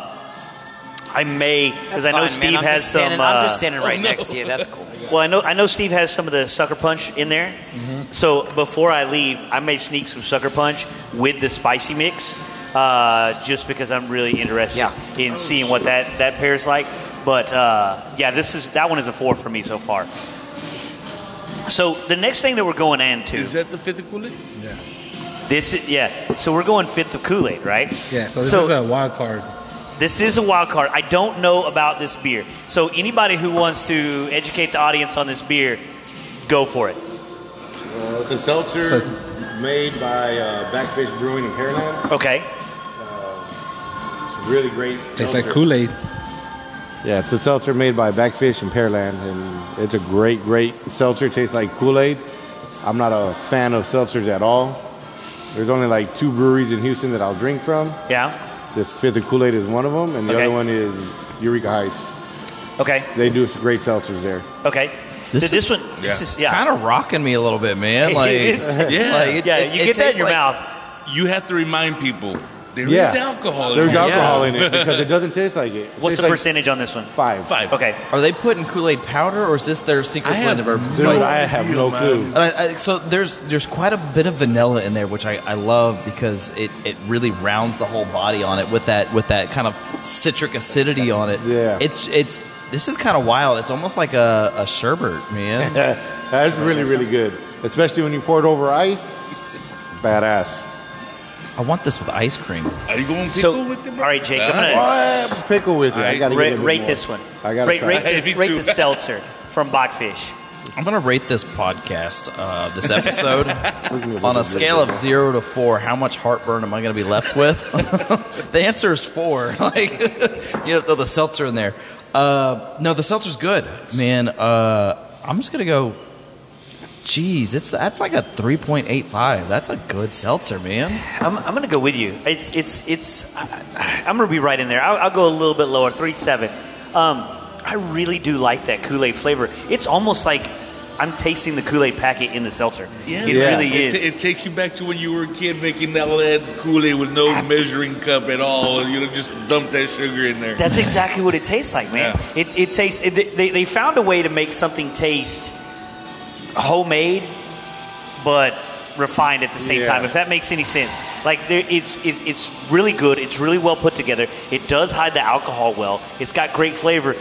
[SPEAKER 3] I may because
[SPEAKER 6] That's
[SPEAKER 3] I know
[SPEAKER 6] fine, man.
[SPEAKER 3] Steve
[SPEAKER 6] I'm
[SPEAKER 3] has
[SPEAKER 6] just
[SPEAKER 3] some.
[SPEAKER 6] Standing, I'm just
[SPEAKER 3] uh,
[SPEAKER 6] standing right next to you. That's cool.
[SPEAKER 3] well, I know I know Steve has some of the sucker punch in there.
[SPEAKER 10] Mm-hmm.
[SPEAKER 3] So before I leave, I may sneak some sucker punch with the spicy mix, uh, just because I'm really interested
[SPEAKER 6] Yeah.
[SPEAKER 10] Oh,
[SPEAKER 3] in seeing what that that pairs like. But uh, yeah, this is that one is a four for me so far. So the next thing that we're going into
[SPEAKER 10] Is that the fifth equivalent?
[SPEAKER 3] This is, yeah. So we're going fifth of Kool Aid, right?
[SPEAKER 5] yeah. So this is a wild card.
[SPEAKER 3] this is a wild card. I don't know about this beer. So anybody who wants to educate the audience on this beer, go for it.
[SPEAKER 9] Uh, it's a seltzer
[SPEAKER 5] So it's-
[SPEAKER 9] made by uh, Backfish Brewing in Caroline.
[SPEAKER 3] Okay.
[SPEAKER 9] It's really great.
[SPEAKER 5] Tastes like Kool Aid.
[SPEAKER 9] Yeah, it's a seltzer made by Backfish in Pearland, and it's a great, great seltzer. Tastes like Kool Aid. I'm not a fan of seltzers at all. There's only like two breweries in Houston that I'll drink from.
[SPEAKER 3] Yeah.
[SPEAKER 9] This fifth of Kool Aid is one of them, and the
[SPEAKER 3] Okay.
[SPEAKER 9] other one is Eureka Heights.
[SPEAKER 3] Okay.
[SPEAKER 9] They do great seltzers there.
[SPEAKER 3] Okay.
[SPEAKER 4] This
[SPEAKER 3] Th- this
[SPEAKER 4] is-
[SPEAKER 3] one. This
[SPEAKER 10] Yeah.
[SPEAKER 3] is yeah.
[SPEAKER 4] Kind of rocking me a little bit, man.
[SPEAKER 3] It
[SPEAKER 4] Like,
[SPEAKER 3] is.
[SPEAKER 10] Yeah.
[SPEAKER 4] like, it-
[SPEAKER 3] yeah.
[SPEAKER 4] it-
[SPEAKER 3] You
[SPEAKER 4] it
[SPEAKER 3] get that
[SPEAKER 4] tastes
[SPEAKER 3] in your
[SPEAKER 4] like-
[SPEAKER 3] mouth.
[SPEAKER 10] You have to remind people There is
[SPEAKER 9] Yeah.
[SPEAKER 10] alcohol. in
[SPEAKER 9] There's
[SPEAKER 10] here.
[SPEAKER 9] alcohol in it because it doesn't taste like it. It
[SPEAKER 3] What's
[SPEAKER 9] tastes
[SPEAKER 3] the
[SPEAKER 9] like
[SPEAKER 3] percentage on this one?
[SPEAKER 9] Five.
[SPEAKER 10] Five.
[SPEAKER 3] Okay.
[SPEAKER 4] Are they putting Kool Aid powder, or is this their secret
[SPEAKER 10] I
[SPEAKER 4] blend
[SPEAKER 10] have
[SPEAKER 4] of herbs? and
[SPEAKER 9] Dude,
[SPEAKER 4] spices?
[SPEAKER 9] I have no
[SPEAKER 10] man.
[SPEAKER 9] clue.
[SPEAKER 4] And I, I, so there's there's quite a bit of vanilla in there, which I, I love because it, it really rounds the whole body on it with that with that kind of citric acidity on it.
[SPEAKER 9] Yeah.
[SPEAKER 4] it's it's this is kind of wild. It's almost like a, a sherbet, man.
[SPEAKER 9] Yeah, That's really, really good. Especially when you pour it over ice. Badass.
[SPEAKER 4] I want this with ice cream.
[SPEAKER 10] Are you going pickle
[SPEAKER 3] So, all
[SPEAKER 10] with it, bro?
[SPEAKER 3] right, Jake, I'm
[SPEAKER 10] Ah,
[SPEAKER 3] gonna-
[SPEAKER 9] Oh, pickle with it. I
[SPEAKER 10] Alright,
[SPEAKER 9] gotta
[SPEAKER 3] Ra-
[SPEAKER 9] get a
[SPEAKER 3] rate
[SPEAKER 9] bit
[SPEAKER 3] this
[SPEAKER 9] more.
[SPEAKER 3] one.
[SPEAKER 9] I gotta
[SPEAKER 3] rate
[SPEAKER 9] try.
[SPEAKER 3] rate
[SPEAKER 10] Me
[SPEAKER 3] this
[SPEAKER 10] too.
[SPEAKER 3] rate the seltzer from Blackfish.
[SPEAKER 4] I'm gonna rate this podcast, uh, this episode,
[SPEAKER 9] We can get
[SPEAKER 4] on a
[SPEAKER 9] this
[SPEAKER 4] scale
[SPEAKER 9] bit.
[SPEAKER 4] of zero to four. How much heartburn am I gonna be left with? the answer is four. Like you know, throw the seltzer in there. Uh, no, the seltzer's good, man. Uh, I'm just gonna go. Jeez, it's that's like a 3.85. That's a good seltzer, man.
[SPEAKER 3] I'm, I'm gonna go with you. It's it's it's. I, I- I'm gonna be right in there. I'll, I'll go a little bit lower, three seven. Um, I really do like that Kool Aid flavor. It's almost like I'm tasting the Kool Aid packet in the seltzer. It
[SPEAKER 9] Yeah.
[SPEAKER 3] really
[SPEAKER 10] It,
[SPEAKER 3] is.
[SPEAKER 10] ta- it takes you back to when you were a kid making that lead Kool Aid with
[SPEAKER 3] Ah.
[SPEAKER 10] no measuring cup at all. You know, just dump that sugar in there.
[SPEAKER 3] That's exactly what it tastes like, man. It, it tastes. It, they, they found a way to make something taste homemade, but refined at the same
[SPEAKER 9] Yeah.
[SPEAKER 3] time. If that makes any sense, like there, it's it, it's really good. It's really well put together. It does hide the alcohol well. It's got great flavor,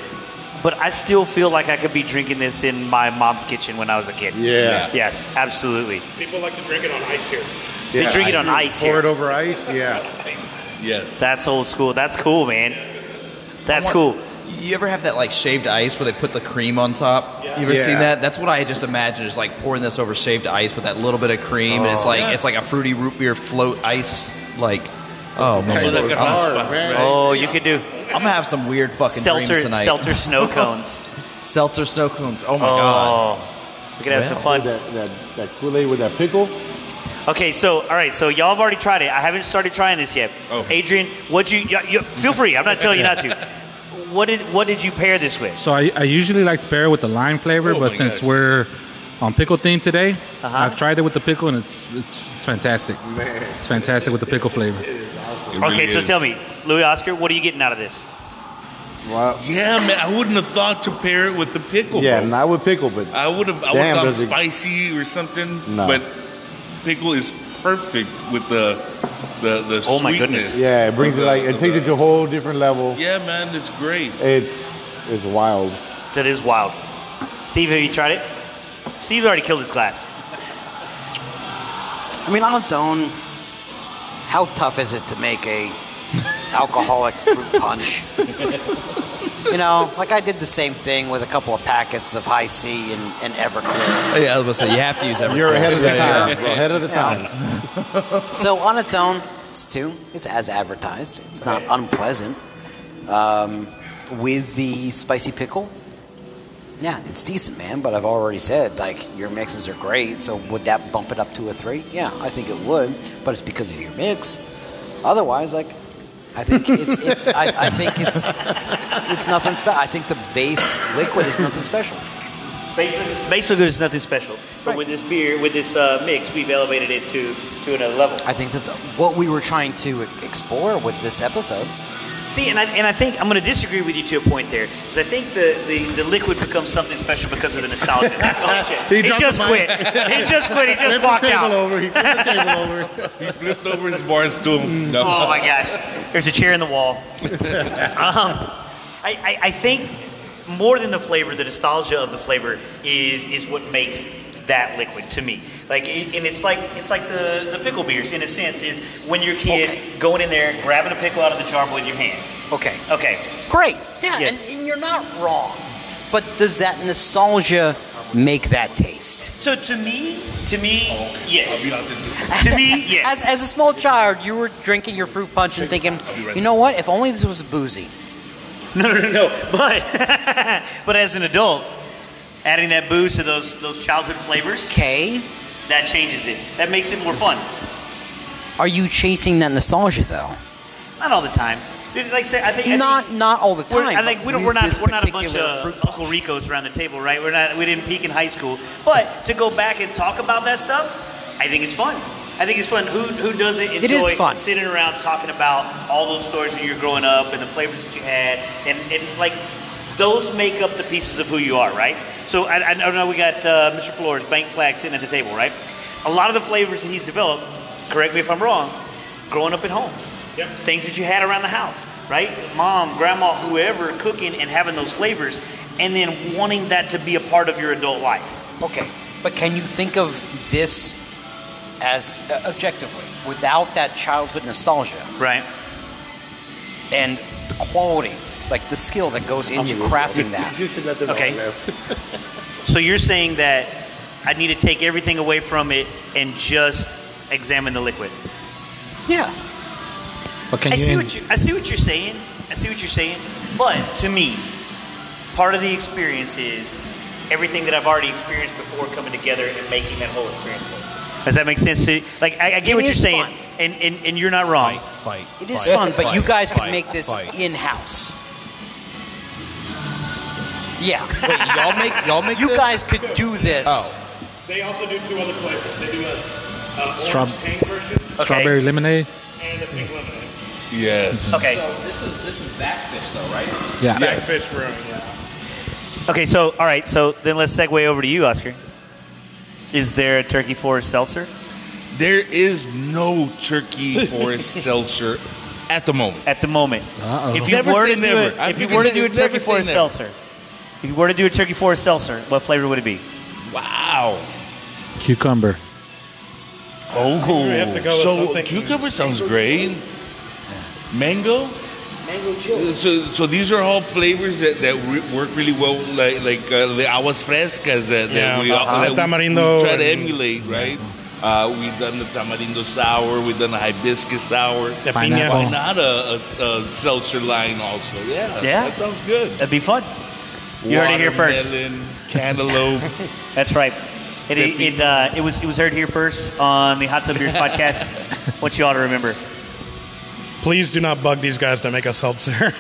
[SPEAKER 3] but I still feel like I could be drinking this in my mom's kitchen when I was a kid.
[SPEAKER 9] Yeah.
[SPEAKER 3] Yes, absolutely.
[SPEAKER 11] People like to drink it on ice here.
[SPEAKER 3] They
[SPEAKER 9] Yeah,
[SPEAKER 3] drink it on ice
[SPEAKER 9] Pour
[SPEAKER 3] here.
[SPEAKER 9] it over ice. Yeah.
[SPEAKER 10] yes.
[SPEAKER 3] That's old school. That's cool, man. That's
[SPEAKER 4] I
[SPEAKER 3] cool.
[SPEAKER 4] want- You ever have that like shaved ice where they put the cream on top? You ever
[SPEAKER 9] Yeah.
[SPEAKER 4] seen that? That's what I just imagine is like pouring this over shaved ice with that little bit of cream, and it's like
[SPEAKER 9] Oh.
[SPEAKER 4] it's like a fruity root beer float ice. Like, oh man,
[SPEAKER 10] Well, like a hot spot, right?
[SPEAKER 3] Oh, you could do
[SPEAKER 4] I'm gonna have some weird fucking dreams
[SPEAKER 3] seltzer
[SPEAKER 4] tonight.
[SPEAKER 3] seltzer snow cones.
[SPEAKER 4] Seltzer snow cones. Oh my god.
[SPEAKER 3] Oh, we're gonna have some fun.
[SPEAKER 9] That, that, that Kool Aid with that pickle.
[SPEAKER 3] Okay, so all right, so y'all have already tried it. I haven't started trying this yet.
[SPEAKER 10] Oh.
[SPEAKER 3] Adrian, what you, you, you feel free. I'm not telling you not to. What did what did you pair this with?
[SPEAKER 5] So I, I usually like to pair it with the lime flavor,
[SPEAKER 10] Oh
[SPEAKER 5] but
[SPEAKER 10] my Uh-huh.
[SPEAKER 5] since
[SPEAKER 10] God.
[SPEAKER 5] we're on pickle theme today, I've tried it with the pickle and it's it's, it's fantastic. It's fantastic with the pickle flavor.
[SPEAKER 10] It really
[SPEAKER 3] Okay, so
[SPEAKER 10] is.
[SPEAKER 3] tell me, Louis Oscar, what are you getting out of this?
[SPEAKER 9] Wow.
[SPEAKER 10] Yeah, man, I wouldn't have thought to pair it with the pickle.
[SPEAKER 9] Yeah,
[SPEAKER 10] bro.
[SPEAKER 9] not with pickle, but
[SPEAKER 10] I would have. I would
[SPEAKER 9] Damn,
[SPEAKER 10] have thought
[SPEAKER 9] does it-
[SPEAKER 10] spicy or something.
[SPEAKER 9] No.
[SPEAKER 10] But pickle is perfect with the the the
[SPEAKER 3] Oh my
[SPEAKER 10] sweetness.
[SPEAKER 3] goodness.
[SPEAKER 9] yeah, it brings it like it takes it to a whole different level.
[SPEAKER 10] Yeah, man, it's great.
[SPEAKER 9] It's it's wild.
[SPEAKER 3] That is wild. Steve, have you tried it? Steve already killed his glass.
[SPEAKER 6] I mean, on its own, how tough is it to make a alcoholic fruit punch? you know, like I did the same thing with a couple of packets of High C and, and Everclear.
[SPEAKER 4] Yeah, I was gonna say you have to use everything.
[SPEAKER 9] You're ahead of the
[SPEAKER 4] Yeah,
[SPEAKER 9] time. Ahead of the
[SPEAKER 6] Yeah.
[SPEAKER 9] times.
[SPEAKER 6] So on its own, it's two. It's as advertised. It's not unpleasant. Um, with the spicy pickle, yeah, it's decent, man. But I've already said like your mixes are great. So would that bump it up to a three? Yeah, I think it would. But it's because of your mix. Otherwise, like. I think it's, it's I, I think it's it's nothing special. I think the base liquid is nothing special.
[SPEAKER 3] Basically, basically good is nothing special. But
[SPEAKER 6] Right.
[SPEAKER 3] with this beer, with this uh, mix, we've elevated it to to another level.
[SPEAKER 6] I think that's what we were trying to explore with this episode.
[SPEAKER 3] See, and I, and I think I'm going to disagree with you to a point there, because I think the, the, the liquid becomes something special because of the nostalgia. Oh, shit.
[SPEAKER 9] He
[SPEAKER 3] He,
[SPEAKER 9] dropped
[SPEAKER 3] just
[SPEAKER 9] the
[SPEAKER 3] quit.
[SPEAKER 9] mic.
[SPEAKER 3] He just quit. He just
[SPEAKER 9] Flip the
[SPEAKER 3] walked out.
[SPEAKER 9] table over. He flipped the table over.
[SPEAKER 10] He flipped over his bar stool. No.
[SPEAKER 3] Oh my gosh! There's a chair in the wall. um, I, I, I think more than the flavor, the nostalgia of the flavor is is what makes that liquid to me. Like, it, and it's like it's like the, the pickle beers in a sense is when you're a kid
[SPEAKER 6] Okay.
[SPEAKER 3] going in there grabbing a pickle out of the jar with your hand.
[SPEAKER 6] Okay,
[SPEAKER 3] Okay,
[SPEAKER 6] Great. Yeah,
[SPEAKER 3] Yes.
[SPEAKER 6] and, and you're not wrong. But does that nostalgia make that taste?
[SPEAKER 3] so to me, to me,
[SPEAKER 10] Oh, I'll
[SPEAKER 3] yes.
[SPEAKER 10] be out there.
[SPEAKER 3] to me, yes.
[SPEAKER 6] As, as a small child, you were drinking your fruit punch and thinking,
[SPEAKER 10] right
[SPEAKER 6] you know what? If only this was boozy.
[SPEAKER 3] No, no, no, no. But but as an adult, adding that booze to those those childhood flavors
[SPEAKER 6] Okay.
[SPEAKER 3] that changes it. That makes it more fun.
[SPEAKER 6] Are you chasing that nostalgia though?
[SPEAKER 3] Not all the time. Dude, Like I said, I think I think
[SPEAKER 6] Not not all the time.
[SPEAKER 3] we're, I think
[SPEAKER 6] but
[SPEAKER 3] we don't,
[SPEAKER 6] with
[SPEAKER 3] we're not
[SPEAKER 6] this
[SPEAKER 3] we're not a bunch
[SPEAKER 6] particular
[SPEAKER 3] of
[SPEAKER 6] fruit
[SPEAKER 3] Uncle Ricos around the table, right? We're not we didn't peak in high school. But to go back and talk about that stuff, I think it's fun. I think it's fun. Who, who doesn't enjoy
[SPEAKER 6] It is fun.
[SPEAKER 3] sitting around talking about all those stories when you were growing up and the flavors that you had and, and like those make up the pieces of who you are, right? So I, I know we got uh, Mr. Flores, Bank Flag sitting at the table, right? A lot of the flavors that he's developed, correct me if I'm wrong, growing up at home. Things that you had around the house, right? Mom, grandma, whoever cooking and having those flavors and then wanting that to be a part of your adult life.
[SPEAKER 7] Okay, but can you think of this as uh, objectively without that childhood nostalgia
[SPEAKER 3] Right.
[SPEAKER 7] and the quality, like the skill that goes into crafting that?
[SPEAKER 3] Okay. So you're saying that I need to take everything away from it and just examine the liquid.
[SPEAKER 7] Yeah.
[SPEAKER 5] But can
[SPEAKER 3] I
[SPEAKER 5] you,
[SPEAKER 3] see
[SPEAKER 5] en-
[SPEAKER 3] what you I see what you're saying. I see what you're saying. But to me, part of the experience is everything that I've already experienced before coming together and making that whole experience. work. Does that make sense to you? Like I, I get
[SPEAKER 7] It
[SPEAKER 3] what you're
[SPEAKER 7] is
[SPEAKER 3] saying,
[SPEAKER 7] fun.
[SPEAKER 3] and, and and you're not wrong.
[SPEAKER 12] Fight.
[SPEAKER 7] It is
[SPEAKER 12] fight,
[SPEAKER 7] fun, but you
[SPEAKER 12] fight,
[SPEAKER 7] guys can
[SPEAKER 12] fight,
[SPEAKER 7] make this
[SPEAKER 12] fight.
[SPEAKER 7] in house. Yeah.
[SPEAKER 4] Wait, y'all make y'all make
[SPEAKER 7] You
[SPEAKER 4] this?
[SPEAKER 7] guys could do this.
[SPEAKER 4] Oh,
[SPEAKER 13] They also do two other flavors. They do a, a orange
[SPEAKER 5] Straw-
[SPEAKER 13] tank version
[SPEAKER 5] strawberry lemonade?
[SPEAKER 13] and a pink lemonade.
[SPEAKER 10] Yes.
[SPEAKER 3] Okay.
[SPEAKER 4] this is this is backfish though, right?
[SPEAKER 5] Yeah.
[SPEAKER 13] That fish room. Yeah.
[SPEAKER 3] Okay, so all right, so then let's segue over to you, Oscar. Is there a turkey for seltzer?
[SPEAKER 10] There is no turkey forest seltzer at the moment.
[SPEAKER 3] at the moment. If you
[SPEAKER 10] Never
[SPEAKER 3] were
[SPEAKER 10] say
[SPEAKER 3] to
[SPEAKER 10] never.
[SPEAKER 3] do a,
[SPEAKER 10] I
[SPEAKER 3] if you
[SPEAKER 10] figured
[SPEAKER 3] were to
[SPEAKER 10] you
[SPEAKER 3] do a
[SPEAKER 10] would never
[SPEAKER 3] turkey for a
[SPEAKER 10] say never.
[SPEAKER 3] seltzer, if you were to do a turkey for a seltzer, what flavor would it be?
[SPEAKER 10] Wow.
[SPEAKER 5] Cucumber.
[SPEAKER 10] Oh,
[SPEAKER 13] We have to go with
[SPEAKER 10] so
[SPEAKER 13] something-
[SPEAKER 10] cucumber sounds great. Mango. So, so these are all flavors that, that re- work really well, like like uh, the aguas frescas that, that
[SPEAKER 13] Yeah,
[SPEAKER 10] we,
[SPEAKER 13] uh-huh.
[SPEAKER 10] that
[SPEAKER 13] The
[SPEAKER 10] we-
[SPEAKER 13] tamarindo
[SPEAKER 10] we try to
[SPEAKER 13] and-
[SPEAKER 10] emulate, right? Uh, we've done the tamarindo sour, we've done the hibiscus sour.
[SPEAKER 13] The
[SPEAKER 5] Pineapple.
[SPEAKER 10] Why
[SPEAKER 13] piña.
[SPEAKER 10] not a, a, a seltzer line also? Yeah,
[SPEAKER 3] Yeah.
[SPEAKER 10] that sounds good.
[SPEAKER 3] That'd be fun. You heard it here first.
[SPEAKER 10] Watermelon, Cantaloupe.
[SPEAKER 3] That's right. It, it, it, uh, it was it was heard here first on the Hot Tub Beers podcast. What you ought to remember.
[SPEAKER 13] Please do not bug these guys to make a seltzer. Please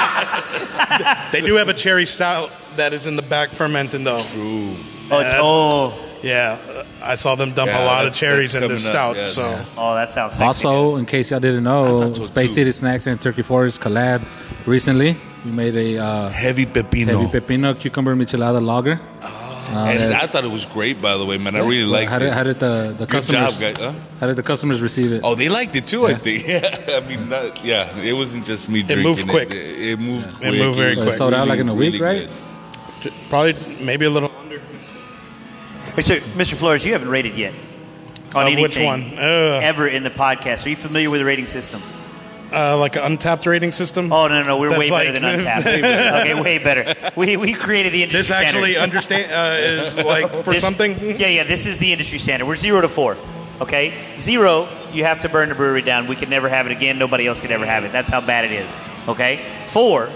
[SPEAKER 13] don't. they do have a cherry stout that is in the back fermenting though.
[SPEAKER 3] Oh,
[SPEAKER 13] that's-
[SPEAKER 3] oh,
[SPEAKER 13] Yeah, I saw them dump
[SPEAKER 10] Yeah,
[SPEAKER 13] a lot of
[SPEAKER 10] that's-
[SPEAKER 13] cherries
[SPEAKER 10] that's
[SPEAKER 13] in this
[SPEAKER 10] coming
[SPEAKER 13] stout.
[SPEAKER 10] up, yes.
[SPEAKER 13] so
[SPEAKER 3] oh, that sounds sexy.
[SPEAKER 5] Also, in case y'all didn't know,
[SPEAKER 10] so,
[SPEAKER 5] Space
[SPEAKER 10] too.
[SPEAKER 5] City Snacks and Turkey Forest collab recently. We made a uh, heavy
[SPEAKER 10] Heavy pepino. Oh,
[SPEAKER 5] pepino cucumber michelada lager. Uh,
[SPEAKER 10] and I
[SPEAKER 5] that's-
[SPEAKER 10] thought it was great, by the way, man. I really
[SPEAKER 5] Well,
[SPEAKER 10] liked
[SPEAKER 5] how did,
[SPEAKER 10] it.
[SPEAKER 5] how did the, the
[SPEAKER 10] Good job,
[SPEAKER 5] customers
[SPEAKER 10] guys. Huh?
[SPEAKER 5] how did the customers receive it?
[SPEAKER 10] Oh, they liked it too. I think. Yeah, I mean, not, yeah. It wasn't just me. drinking
[SPEAKER 13] moved quick.
[SPEAKER 10] It, it moved.
[SPEAKER 13] It
[SPEAKER 10] Quick.
[SPEAKER 13] moved very
[SPEAKER 10] was
[SPEAKER 13] quick. It
[SPEAKER 5] sold out, like, in a week, right?
[SPEAKER 10] good.
[SPEAKER 13] probably maybe a little under
[SPEAKER 3] Hey, so, Mr. Flores, you haven't rated yet on
[SPEAKER 13] of
[SPEAKER 3] anything
[SPEAKER 13] Uh, which one? Uh,
[SPEAKER 3] ever in the podcast. Are you familiar with the rating system?
[SPEAKER 13] uh, like an untapped rating system.
[SPEAKER 3] Oh no, no, no we're way
[SPEAKER 13] That's
[SPEAKER 3] better
[SPEAKER 13] like-
[SPEAKER 3] than Untapped. okay, way better. We, we created the industry
[SPEAKER 13] this
[SPEAKER 3] standard.
[SPEAKER 13] actually understand uh, is like for
[SPEAKER 3] This-
[SPEAKER 13] something.
[SPEAKER 3] Yeah, yeah. This is the industry standard. We're zero to four. Okay, zero. You have to burn the brewery down. We can never have it again. Nobody else could ever have it. That's how bad it is. Okay, four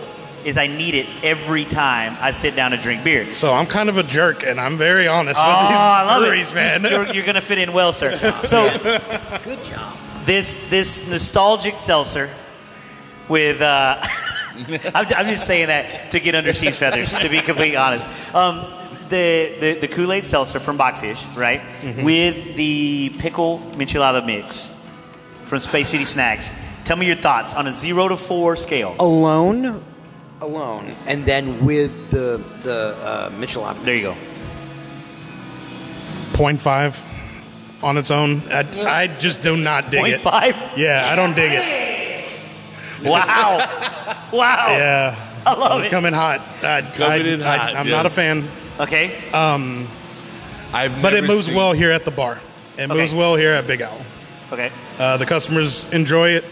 [SPEAKER 3] is I need it every time I sit down to drink beer.
[SPEAKER 13] So I'm kind of a jerk, and I'm very honest
[SPEAKER 3] Oh,
[SPEAKER 13] with these
[SPEAKER 3] I love
[SPEAKER 13] breweries,
[SPEAKER 3] it.
[SPEAKER 13] man.
[SPEAKER 3] You're, you're gonna fit in well, sir. So,
[SPEAKER 7] Good job.
[SPEAKER 3] this this nostalgic seltzer with uh, I'm, I'm just saying that to get under Steve's feathers to be completely honest um, the, the, the Kool-Aid seltzer from Bachfish right
[SPEAKER 13] Mm-hmm.
[SPEAKER 3] with the pickle michelada mix from Space City Snacks tell me your thoughts on a 0 to 4 scale
[SPEAKER 7] Alone, alone, and then with the the uh, Mitchell Optimus.
[SPEAKER 3] there you go
[SPEAKER 13] 0.5 on its own. I, I just do not dig it.
[SPEAKER 3] 0.5
[SPEAKER 13] Yeah, I don't dig it.
[SPEAKER 3] wow wow
[SPEAKER 13] Yeah,
[SPEAKER 3] I love
[SPEAKER 13] it's
[SPEAKER 3] it
[SPEAKER 13] coming hot. I, I,
[SPEAKER 10] Coming in
[SPEAKER 13] I,
[SPEAKER 10] hot,
[SPEAKER 13] I'm
[SPEAKER 10] yes.
[SPEAKER 13] not a fan,
[SPEAKER 3] okay
[SPEAKER 13] Um,
[SPEAKER 10] I've
[SPEAKER 13] but it
[SPEAKER 10] never
[SPEAKER 13] moves
[SPEAKER 10] seen-
[SPEAKER 13] well here at the bar. It moves
[SPEAKER 3] Okay.
[SPEAKER 13] well here at Big Owl.
[SPEAKER 3] okay
[SPEAKER 13] Uh, the customers enjoy it,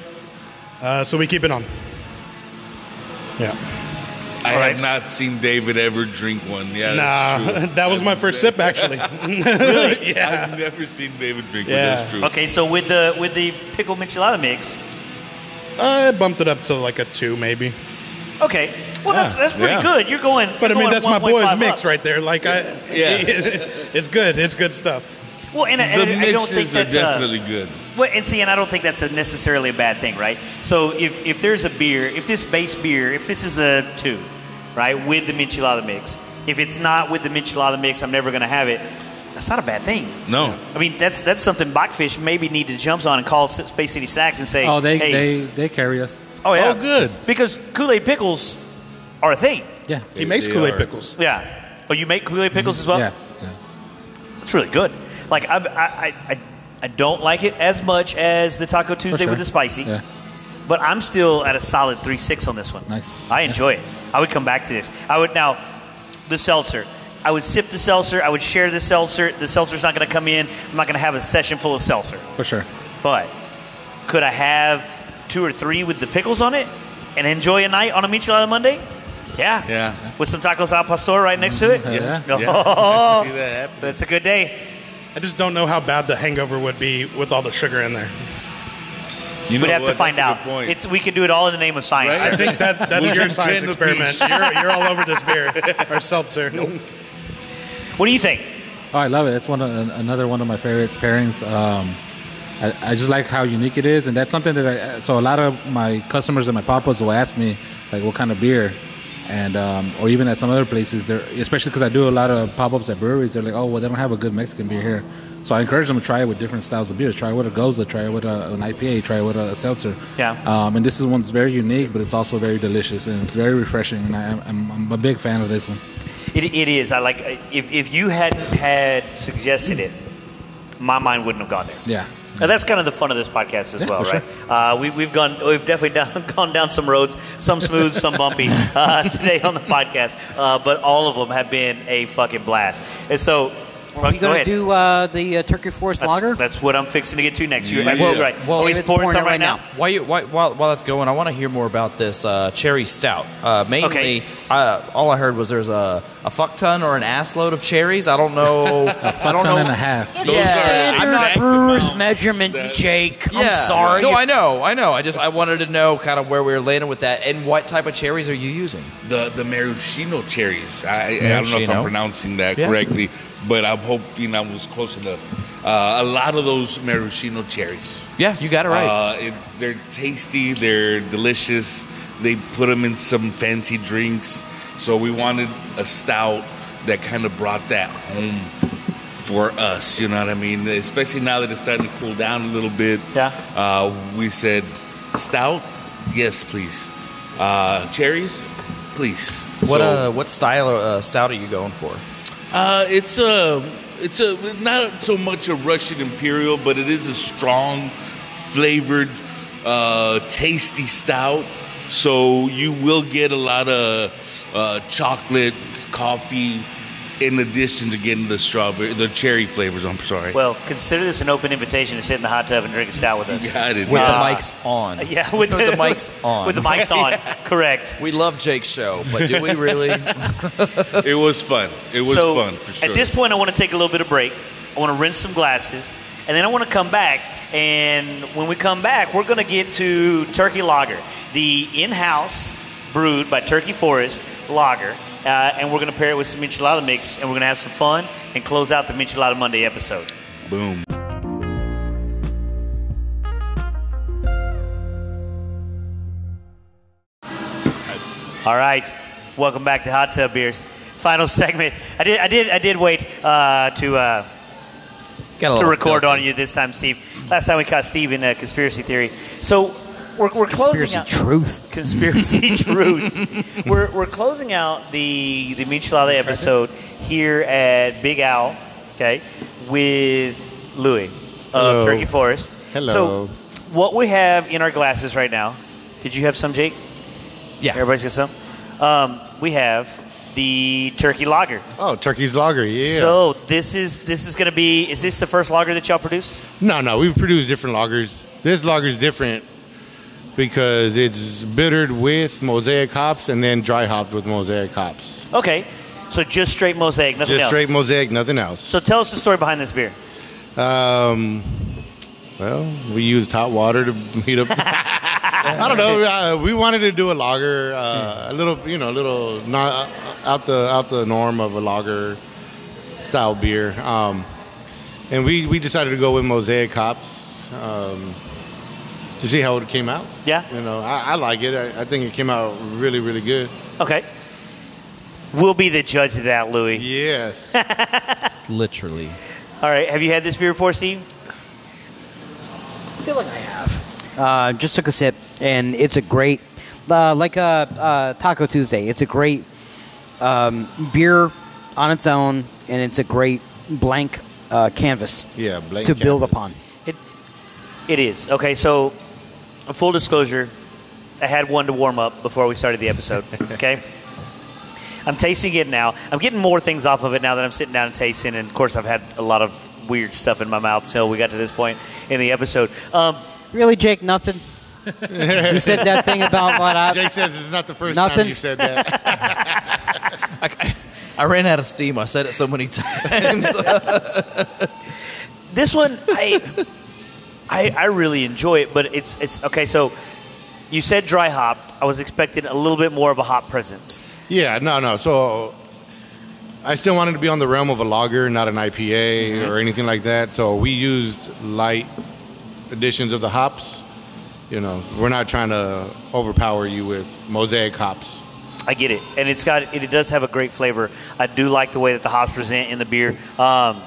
[SPEAKER 13] uh, so we keep it on. Yeah.
[SPEAKER 10] I
[SPEAKER 3] All
[SPEAKER 10] have not seen David ever drink one. Yeah, that's
[SPEAKER 13] Nah,
[SPEAKER 10] true.
[SPEAKER 13] that was my first sip, actually.
[SPEAKER 3] really
[SPEAKER 13] yeah.
[SPEAKER 10] I've never seen David drink
[SPEAKER 13] Yeah.
[SPEAKER 10] one. That's true.
[SPEAKER 3] okay so with the with the pickle michelada mix
[SPEAKER 13] I bumped it up to like a two, maybe.
[SPEAKER 3] Okay. Well, that's,
[SPEAKER 13] Yeah.
[SPEAKER 3] that's pretty
[SPEAKER 10] Yeah.
[SPEAKER 3] good. You're going.
[SPEAKER 13] But I
[SPEAKER 3] you're
[SPEAKER 13] mean,
[SPEAKER 3] going
[SPEAKER 13] that's my
[SPEAKER 3] 1.5
[SPEAKER 13] boy's mix
[SPEAKER 3] up.
[SPEAKER 13] right there. Like, I, it's good. It's good stuff.
[SPEAKER 3] Well, and,
[SPEAKER 10] The
[SPEAKER 3] and I don't think
[SPEAKER 10] mixes are
[SPEAKER 3] that's uh,
[SPEAKER 10] definitely good.
[SPEAKER 3] Well, and see, and I don't think that's a necessarily a bad thing, right? So if, if there's a beer, if this base beer, if this is a two, right, with the michelada mix, if it's not with the michelada mix, I'm never going to have it. that's not a bad thing.
[SPEAKER 10] No.
[SPEAKER 3] I mean, that's that's something Blackfish maybe need to jump on and call S- Space City Sacks and say,
[SPEAKER 5] Oh, they,
[SPEAKER 3] hey,
[SPEAKER 5] they they carry us.
[SPEAKER 3] oh yeah,
[SPEAKER 10] Oh, good.
[SPEAKER 3] because Kool Aid pickles are a thing.
[SPEAKER 5] Yeah.
[SPEAKER 13] He makes
[SPEAKER 10] they
[SPEAKER 13] Kool Aid
[SPEAKER 10] are.
[SPEAKER 13] pickles.
[SPEAKER 3] Yeah. Oh, you make Kool Aid pickles as well.
[SPEAKER 5] yeah. yeah.
[SPEAKER 3] It's really good. Like I, I, I, I don't like it as much as the Taco Tuesday
[SPEAKER 5] sure.
[SPEAKER 3] with the spicy,
[SPEAKER 5] Yeah.
[SPEAKER 3] but I'm still at a solid three six on this one.
[SPEAKER 5] Nice.
[SPEAKER 3] I enjoy it. I would come back to this. I would now the seltzer. I would sip the seltzer. I would share the seltzer. The seltzer's not going to come in. I'm not going to have a session full of seltzer.
[SPEAKER 5] For sure.
[SPEAKER 3] But could I have two or three with the pickles on it and enjoy a night on a michelada Monday? Yeah.
[SPEAKER 10] Yeah.
[SPEAKER 3] With some tacos al pastor right next to it.
[SPEAKER 13] Mm-hmm.
[SPEAKER 5] Yeah.
[SPEAKER 10] Yeah. I can see that happening.
[SPEAKER 3] that's a good day.
[SPEAKER 13] I just don't know how bad the hangover would be with all the sugar in there.
[SPEAKER 10] You
[SPEAKER 3] We'd
[SPEAKER 10] know
[SPEAKER 3] have to
[SPEAKER 10] what?
[SPEAKER 3] find
[SPEAKER 10] That's a
[SPEAKER 3] out.
[SPEAKER 10] good point.
[SPEAKER 3] It's we could do it all in the name of science.
[SPEAKER 10] Right?
[SPEAKER 13] I think that that's
[SPEAKER 10] We
[SPEAKER 13] your
[SPEAKER 10] can
[SPEAKER 13] science
[SPEAKER 10] tend to
[SPEAKER 13] experiment. You're, you're all over this beer or seltzer.
[SPEAKER 3] What do you think?
[SPEAKER 5] Oh, I love it. That's one of, an- another one of my favorite pairings. Um, I, I just like how unique it is, and that's something that I. So a lot of my customers and my papas will ask me like, what kind of beer, and um, or even at some other places. They're especially because I do a lot of pop ups at breweries. They're like, oh well, they don't have a good Mexican beer here, so I encourage them to try it with different styles of beers. Try it with a goza, try it with a, an IPA, try it with a seltzer.
[SPEAKER 3] Yeah.
[SPEAKER 5] Um, and this is one's very unique, but it's also very delicious and it's very refreshing. And I, I'm, I'm a big fan of this one.
[SPEAKER 3] It, it is. I like. If, if you hadn't had suggested it, my mind wouldn't have gone there.
[SPEAKER 5] Yeah.
[SPEAKER 3] Now, that's kind of the fun of this podcast as
[SPEAKER 5] Yeah,
[SPEAKER 3] well,
[SPEAKER 5] for
[SPEAKER 3] right? Uh, we, we've gone, we've definitely down, gone down some roads, some smooth, some bumpy uh, today on the podcast, uh, but all of them have been a fucking blast. And so,
[SPEAKER 7] Are you going
[SPEAKER 3] go
[SPEAKER 7] to
[SPEAKER 3] ahead.
[SPEAKER 7] do uh, the uh, Turkey Forest
[SPEAKER 3] that's,
[SPEAKER 7] Lager?
[SPEAKER 3] that's what I'm fixing to get to next. You're
[SPEAKER 10] Yeah.
[SPEAKER 3] absolutely
[SPEAKER 10] Well,
[SPEAKER 3] right.
[SPEAKER 4] well,
[SPEAKER 3] oh, he's
[SPEAKER 7] David's
[SPEAKER 3] pouring
[SPEAKER 7] pouring
[SPEAKER 3] some
[SPEAKER 7] it
[SPEAKER 3] right
[SPEAKER 7] right
[SPEAKER 3] now.
[SPEAKER 7] now.
[SPEAKER 4] While, you, while, while, while that's going, I want to hear more about this uh, cherry stout. Uh, mainly,
[SPEAKER 3] Okay.
[SPEAKER 4] uh, all I heard was there's a, a fuck ton or an ass load of cherries. I don't know. a fuck
[SPEAKER 5] Ton and a half.
[SPEAKER 10] Those are
[SPEAKER 7] Standard
[SPEAKER 10] exact
[SPEAKER 7] brewer's
[SPEAKER 10] amounts
[SPEAKER 7] measurement,
[SPEAKER 10] that-
[SPEAKER 7] Jake. I'm
[SPEAKER 4] Yeah.
[SPEAKER 7] sorry.
[SPEAKER 4] No, I know, I know. I just I wanted to know kind of where we were landing with that, and what type of cherries are you using?
[SPEAKER 10] the the maraschino cherries. I, I don't know if
[SPEAKER 4] Maraschino.
[SPEAKER 10] I'm pronouncing that
[SPEAKER 4] Yeah.
[SPEAKER 10] correctly, but I'm hoping I was close enough. Uh, a lot of those maraschino cherries.
[SPEAKER 4] Yeah, you got it right.
[SPEAKER 10] Uh, it, they're tasty. They're delicious. They put them in some fancy drinks. So we wanted a stout that kind of brought that home for us. You know what I mean? Especially now that it's starting to cool down a little bit.
[SPEAKER 3] Yeah.
[SPEAKER 10] Uh, we said stout, yes, please. Uh, cherries, please.
[SPEAKER 4] what
[SPEAKER 10] So-
[SPEAKER 4] uh, what style uh, stout are you going for?
[SPEAKER 10] uh, it's a it's a not so much a Russian imperial, but it is a strong, flavored, uh, tasty stout. So you will get a lot of uh, chocolate, coffee, in addition to getting the strawberry, the cherry flavors. I'm sorry.
[SPEAKER 3] Well, consider this an open invitation to sit in the hot tub and drink a stout with us. Uh,
[SPEAKER 10] Got it.
[SPEAKER 4] With
[SPEAKER 10] Yeah.
[SPEAKER 4] the mics on.
[SPEAKER 3] Yeah, with
[SPEAKER 4] the mics on.
[SPEAKER 3] With the mics on, correct.
[SPEAKER 4] We love Jake's show, but do we really?
[SPEAKER 10] it was fun. It was
[SPEAKER 3] so
[SPEAKER 10] fun for sure.
[SPEAKER 3] at this point, I want to take a little bit of break. I want to rinse some glasses, and then I want to come back. And when we come back, we're going to get to Turkey Lager, the in-house brewed by Turkey Forest Lager, uh, and we're going to pair it with some michelada mix, and we're going to have some fun and close out the michelada Monday episode.
[SPEAKER 10] boom.
[SPEAKER 3] All right, welcome back to Hot Tub Beers. Final segment. I did. I did. I did wait uh, to. Uh,
[SPEAKER 4] Got a
[SPEAKER 3] to
[SPEAKER 4] little
[SPEAKER 3] record
[SPEAKER 4] filthy.
[SPEAKER 3] on you this time, Steve. Last time we caught Steve in uh, conspiracy theory. So we're, we're closing
[SPEAKER 7] Conspiracy
[SPEAKER 3] out
[SPEAKER 7] truth.
[SPEAKER 3] conspiracy truth. We're, we're closing out the the Michelada episode here at Big Owl, okay, with Louis of
[SPEAKER 9] Hello.
[SPEAKER 3] Turkey Forest. So
[SPEAKER 9] Hello.
[SPEAKER 3] what we have in our glasses right now? Did you have some, Jake?
[SPEAKER 4] Yeah.
[SPEAKER 3] Everybody's got some. Um, we have the turkey lager.
[SPEAKER 9] Oh, Turkey's Lager, yeah.
[SPEAKER 3] So this is this is going to be. Is this the first lager that y'all produced?
[SPEAKER 9] No, no, we've produced different lagers. This lager's different because it's bittered with mosaic hops and then dry hopped with mosaic hops.
[SPEAKER 3] Okay. So just straight mosaic, nothing
[SPEAKER 9] Just
[SPEAKER 3] else.
[SPEAKER 9] straight mosaic, nothing else.
[SPEAKER 3] so tell us the story behind this beer.
[SPEAKER 9] Um, well, we used hot water to heat up. I don't know. Uh, we wanted to do a lager, uh, a little, you know, a little not uh, out the out the norm of a lager style beer. Um, and we we decided to go with mosaic hops um, to see how it came out.
[SPEAKER 3] Yeah.
[SPEAKER 9] You know, I, I like it. I, I think it came out really, really good.
[SPEAKER 3] Okay. We'll be the judge of that, Louis.
[SPEAKER 9] Yes.
[SPEAKER 14] Literally.
[SPEAKER 3] All right. Have you had this beer before, Steve?
[SPEAKER 6] feel like I have. Uh, just took a sip, and it's a great, uh, like a uh, Taco Tuesday. It's a great um, beer on its own, and it's a great blank uh, canvas.
[SPEAKER 9] Yeah, blank
[SPEAKER 6] to build
[SPEAKER 9] canvas.
[SPEAKER 6] upon.
[SPEAKER 3] It is. Okay, so full disclosure, I had one to warm up before we started the episode. Okay? I'm tasting it now. I'm getting more things off of it now that I'm sitting down and tasting. And of course, I've had a lot of weird stuff in my mouth till we got to this point in the episode. Um,
[SPEAKER 6] Really, Jake? Nothing. you said that thing about what I.
[SPEAKER 9] Jake says it's not the first
[SPEAKER 6] Nothing.
[SPEAKER 9] time you said that.
[SPEAKER 4] I ran out of steam. I said it so many times.
[SPEAKER 3] this one, I, I, I really enjoy it, but it's it's okay. So you said dry hop. I was expecting a little bit more of a hop presence.
[SPEAKER 9] yeah, no, no. So I still wanted to be on the realm of a lager, not an IPA
[SPEAKER 3] Mm-hmm.
[SPEAKER 9] or anything like that. So we used light additions of the hops. You know, we're not trying to overpower you with mosaic hops.
[SPEAKER 3] I get it, and it's got it, it does have a great flavor. I do like the way that the hops present in the beer. Um,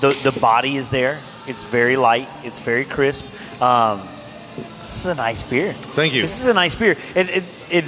[SPEAKER 3] the the body is there. It's very light. It's very crisp. Um, this is a nice beer.
[SPEAKER 9] Thank you.
[SPEAKER 3] This is a nice beer. It, it, it,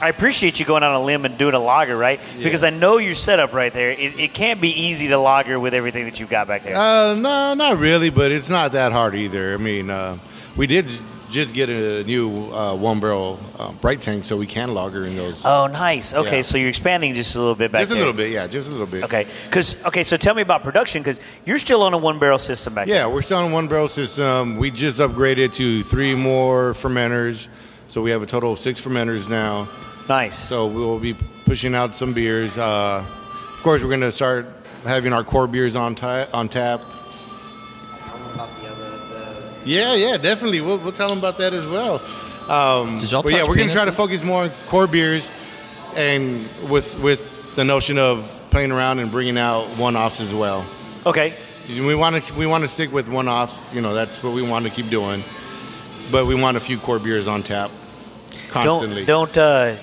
[SPEAKER 3] I appreciate you going out on a limb and doing a lager, right? Because I know your setup right there. It, it can't be easy to lager with everything that you've got back there.
[SPEAKER 9] Uh, no, not really, but it's not that hard either. I mean, uh, we did j- just get a new uh, one barrel uh, bright tank, so we can lager in those.
[SPEAKER 3] oh, nice. Okay,
[SPEAKER 9] yeah.
[SPEAKER 3] so you're expanding just a little bit back
[SPEAKER 9] just a
[SPEAKER 3] there.
[SPEAKER 9] little bit, yeah, just a little bit.
[SPEAKER 3] Okay, because okay, so tell me about production because you're still on a one barrel system back there.
[SPEAKER 9] Yeah, we're selling one barrel system. Um, We just upgraded to three more fermenters, so we have a total of six fermenters now.
[SPEAKER 3] Nice.
[SPEAKER 9] So we'll be pushing out some beers. Uh, of course, we're going to start having our core beers on ti- on tap. Yeah, yeah, definitely. We'll, we'll tell them about that as well. Um,
[SPEAKER 4] Did y'all
[SPEAKER 9] but yeah,
[SPEAKER 4] touch
[SPEAKER 9] we're going to try to
[SPEAKER 4] penises?
[SPEAKER 9] focus more on core beers and with with the notion of playing around and bringing out one offs as well.
[SPEAKER 3] Okay.
[SPEAKER 9] We want to we want to stick with one offs. You know, that's what we want to keep doing. But we want a few core beers on tap constantly.
[SPEAKER 3] Don't don't uh,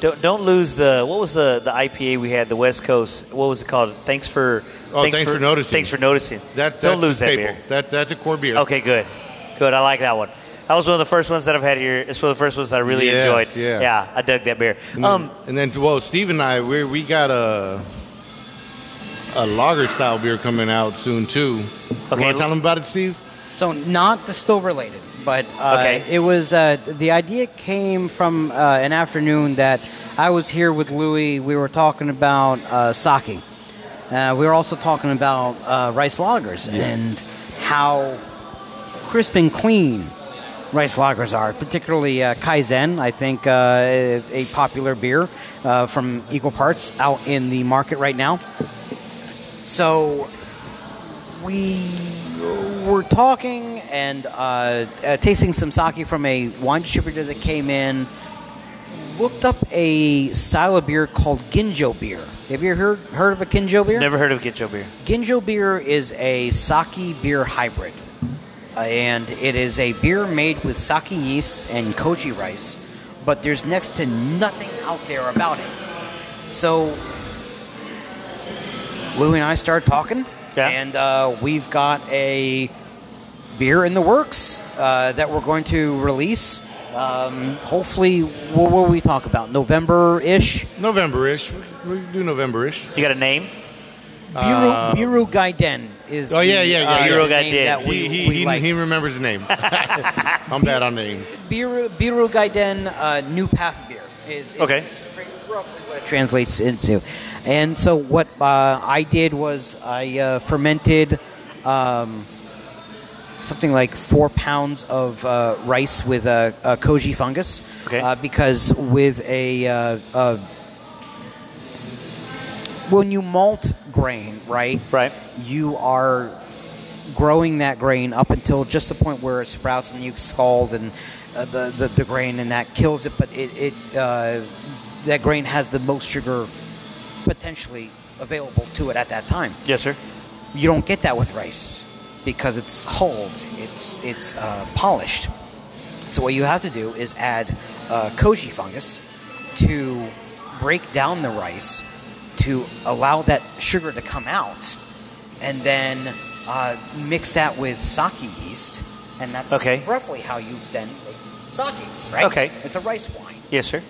[SPEAKER 3] don't don't lose the what was the the IPA we had the West Coast what was it called? Thanks for
[SPEAKER 9] Oh, thanks for noticing.
[SPEAKER 3] Thanks for noticing.
[SPEAKER 9] That, that's
[SPEAKER 3] don't
[SPEAKER 9] a
[SPEAKER 3] lose that
[SPEAKER 9] staple.
[SPEAKER 3] beer.
[SPEAKER 9] That, that's a core beer.
[SPEAKER 3] Okay, good, good. I like that one. That was one of the first ones that I've had here. It's one of the first ones I uh, really
[SPEAKER 9] Yes,
[SPEAKER 3] enjoyed.
[SPEAKER 9] yeah.
[SPEAKER 3] yeah, I dug that beer. Um,
[SPEAKER 9] and then, well, Steve and I, we we got a a lager style beer coming out soon too.
[SPEAKER 3] Okay.
[SPEAKER 9] You want to tell them about it, Steve?
[SPEAKER 6] So not distill related, but uh,
[SPEAKER 3] Okay.
[SPEAKER 6] it was uh, the idea came from uh, an afternoon that I was here with Louis. We were talking about uh, sake. Uh, we were also talking about uh, rice lagers and how crisp and clean rice lagers are, particularly uh, Kaizen, I think uh, a popular beer uh, from Equal Parts out in the market right now. So we were talking and uh, uh, tasting some sake from a wine distributor that came in. Looked up a style of beer called Ginjo beer. Have you heard heard of a Ginjo beer?
[SPEAKER 3] never heard of Gitcho beer.
[SPEAKER 6] Ginjo beer is a sake beer hybrid, Uh, and it is a beer made with sake yeast and koji rice, but there's next to nothing out there about it. So Lou and I start talking,
[SPEAKER 3] Yeah.
[SPEAKER 6] and uh, we've got a beer in the works uh, that we're going to release. Um, hopefully, what will we talk about? November ish.
[SPEAKER 9] November-ish. We we do November-ish. Uh,
[SPEAKER 3] You got a name?
[SPEAKER 6] Biru, Biru Gaiden is.
[SPEAKER 9] Oh, yeah,
[SPEAKER 6] the,
[SPEAKER 9] yeah, yeah,
[SPEAKER 6] uh,
[SPEAKER 9] yeah.
[SPEAKER 3] Biru
[SPEAKER 6] the name
[SPEAKER 3] Gaiden.
[SPEAKER 6] That we,
[SPEAKER 9] he, he,
[SPEAKER 6] we
[SPEAKER 9] he,
[SPEAKER 6] liked.
[SPEAKER 9] he remembers the name. I'm bad on names.
[SPEAKER 6] Biru, Biru Gaiden uh, New Path Beer is, is
[SPEAKER 3] Okay.
[SPEAKER 6] roughly what it translates into. And so what uh, I did was I uh, fermented um, something like four pounds of uh, rice with a, a koji fungus
[SPEAKER 3] Okay.
[SPEAKER 6] uh, because with a, uh, a when you malt grain, right?
[SPEAKER 3] Right.
[SPEAKER 6] You are growing that grain up until just the point where it sprouts and you scald and uh, the, the the grain and that kills it. But it, it uh, that grain has the most sugar potentially available to it at that time.
[SPEAKER 3] Yes, sir.
[SPEAKER 6] You don't get that with rice because it's hulled, it's it's uh, polished. So what you have to do is add uh, koji fungus to break down the rice to allow that sugar to come out, and then uh, mix that with sake yeast, and that's
[SPEAKER 3] Okay.
[SPEAKER 6] roughly how you then make sake, right?
[SPEAKER 3] Okay.
[SPEAKER 6] It's a rice wine.
[SPEAKER 3] Yes, sir.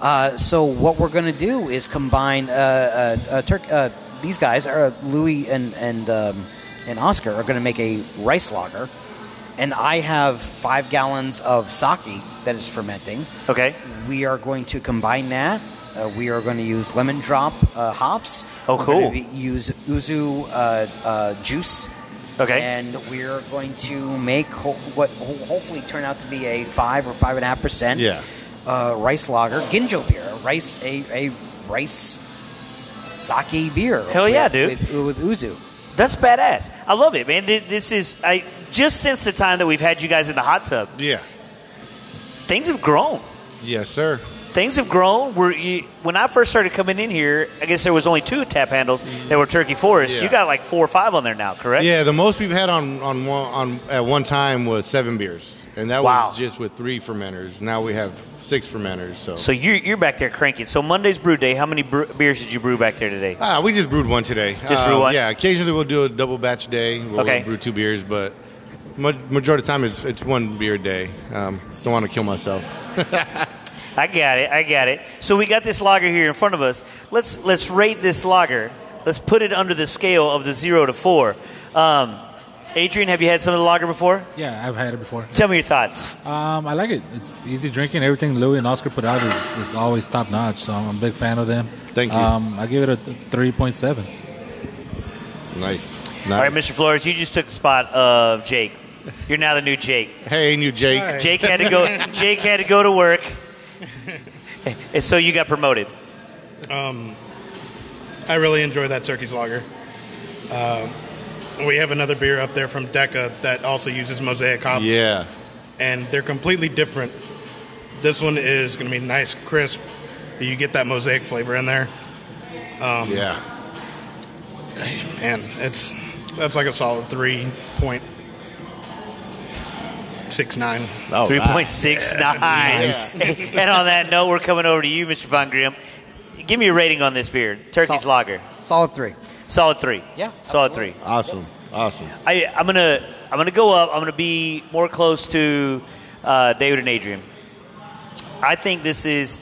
[SPEAKER 6] Uh, so what we're going to do is combine uh, uh, uh, Turk. Uh, these guys are Louis and and um, and Oscar are going to make a rice lager, and I have five gallons of sake that is fermenting.
[SPEAKER 3] Okay.
[SPEAKER 6] We are going to combine that. Uh, we are going to use lemon drop uh, hops.
[SPEAKER 3] Oh,
[SPEAKER 6] We're
[SPEAKER 3] cool.
[SPEAKER 6] gonna be- Use uzu uh, uh, juice.
[SPEAKER 3] Okay.
[SPEAKER 6] And we're going to make ho- what ho- hopefully turn out to be a five or five and a half percent
[SPEAKER 9] Yeah.
[SPEAKER 6] uh, rice lager, ginjo beer, rice a, a rice sake beer.
[SPEAKER 3] Hell yeah, dude.
[SPEAKER 6] With, with uzu.
[SPEAKER 3] That's badass. I love it, man. Th- This is I just since the time that we've had you guys in the hot tub,
[SPEAKER 9] Yeah.
[SPEAKER 3] things have grown.
[SPEAKER 9] Yes, sir.
[SPEAKER 3] Things have grown. Where you, when I first started coming in here, I guess there was only two tap handles that were Turkey Forest.
[SPEAKER 9] Mm. Yeah.
[SPEAKER 3] You got like four or five on there now, correct?
[SPEAKER 9] Yeah, the most we've had on on one on at one time was seven beers, and that
[SPEAKER 3] Wow.
[SPEAKER 9] was just with three fermenters. Now we have six fermenters. So,
[SPEAKER 3] So you're, you're back there cranking. So Monday's brew day. How many brew, beers did you brew back there today?
[SPEAKER 9] ah, we just brewed one today. Um,
[SPEAKER 3] Just brew one?
[SPEAKER 9] Yeah, occasionally we'll do a double batch day. We'll
[SPEAKER 3] Okay.
[SPEAKER 9] brew two beers, but ma- majority of the time it's it's one beer day. Um, don't want to kill myself.
[SPEAKER 3] I got it. I got it. So we got this lager here in front of us. Let's let's rate this lager. Let's put it under the scale of the zero to four. Um, Adrian, have you had some of the lager before?
[SPEAKER 5] Yeah, I've had it before.
[SPEAKER 3] Tell me your thoughts.
[SPEAKER 5] Um, I like it. It's easy drinking. Everything Louis and Oscar put out is, is always top notch. So I'm a big fan of them.
[SPEAKER 9] Thank you.
[SPEAKER 5] Um, I give it a th- 3.7.
[SPEAKER 9] Nice. nice.
[SPEAKER 3] All right, Mr. Flores, you just took the spot of Jake. You're now the new Jake.
[SPEAKER 9] Hey, new Jake.
[SPEAKER 3] Jake had to go. Jake had to go to work, and so you got promoted.
[SPEAKER 13] Um, I really enjoy that turkey's lager. Um, we have another beer up there from Decca that also uses mosaic hops.
[SPEAKER 9] Yeah.
[SPEAKER 13] and they're completely different. This one is going to be nice, crisp. You get that mosaic flavor in there. Um,
[SPEAKER 9] Yeah.
[SPEAKER 13] man, it's that's like a solid three point six nine.
[SPEAKER 9] Oh,
[SPEAKER 3] Three point
[SPEAKER 9] nice.
[SPEAKER 3] six nine. and on that note, we're coming over to you, Mr. Von Grimm. Give me a rating on this beer, Turkey's
[SPEAKER 6] Solid.
[SPEAKER 3] Lager.
[SPEAKER 6] Solid three.
[SPEAKER 3] Solid three.
[SPEAKER 6] Yeah,
[SPEAKER 3] Solid
[SPEAKER 6] absolutely.
[SPEAKER 3] three.
[SPEAKER 9] Awesome. Awesome.
[SPEAKER 3] I, I'm gonna I'm gonna go up. I'm gonna be more close to uh, David and Adrian. I think this is.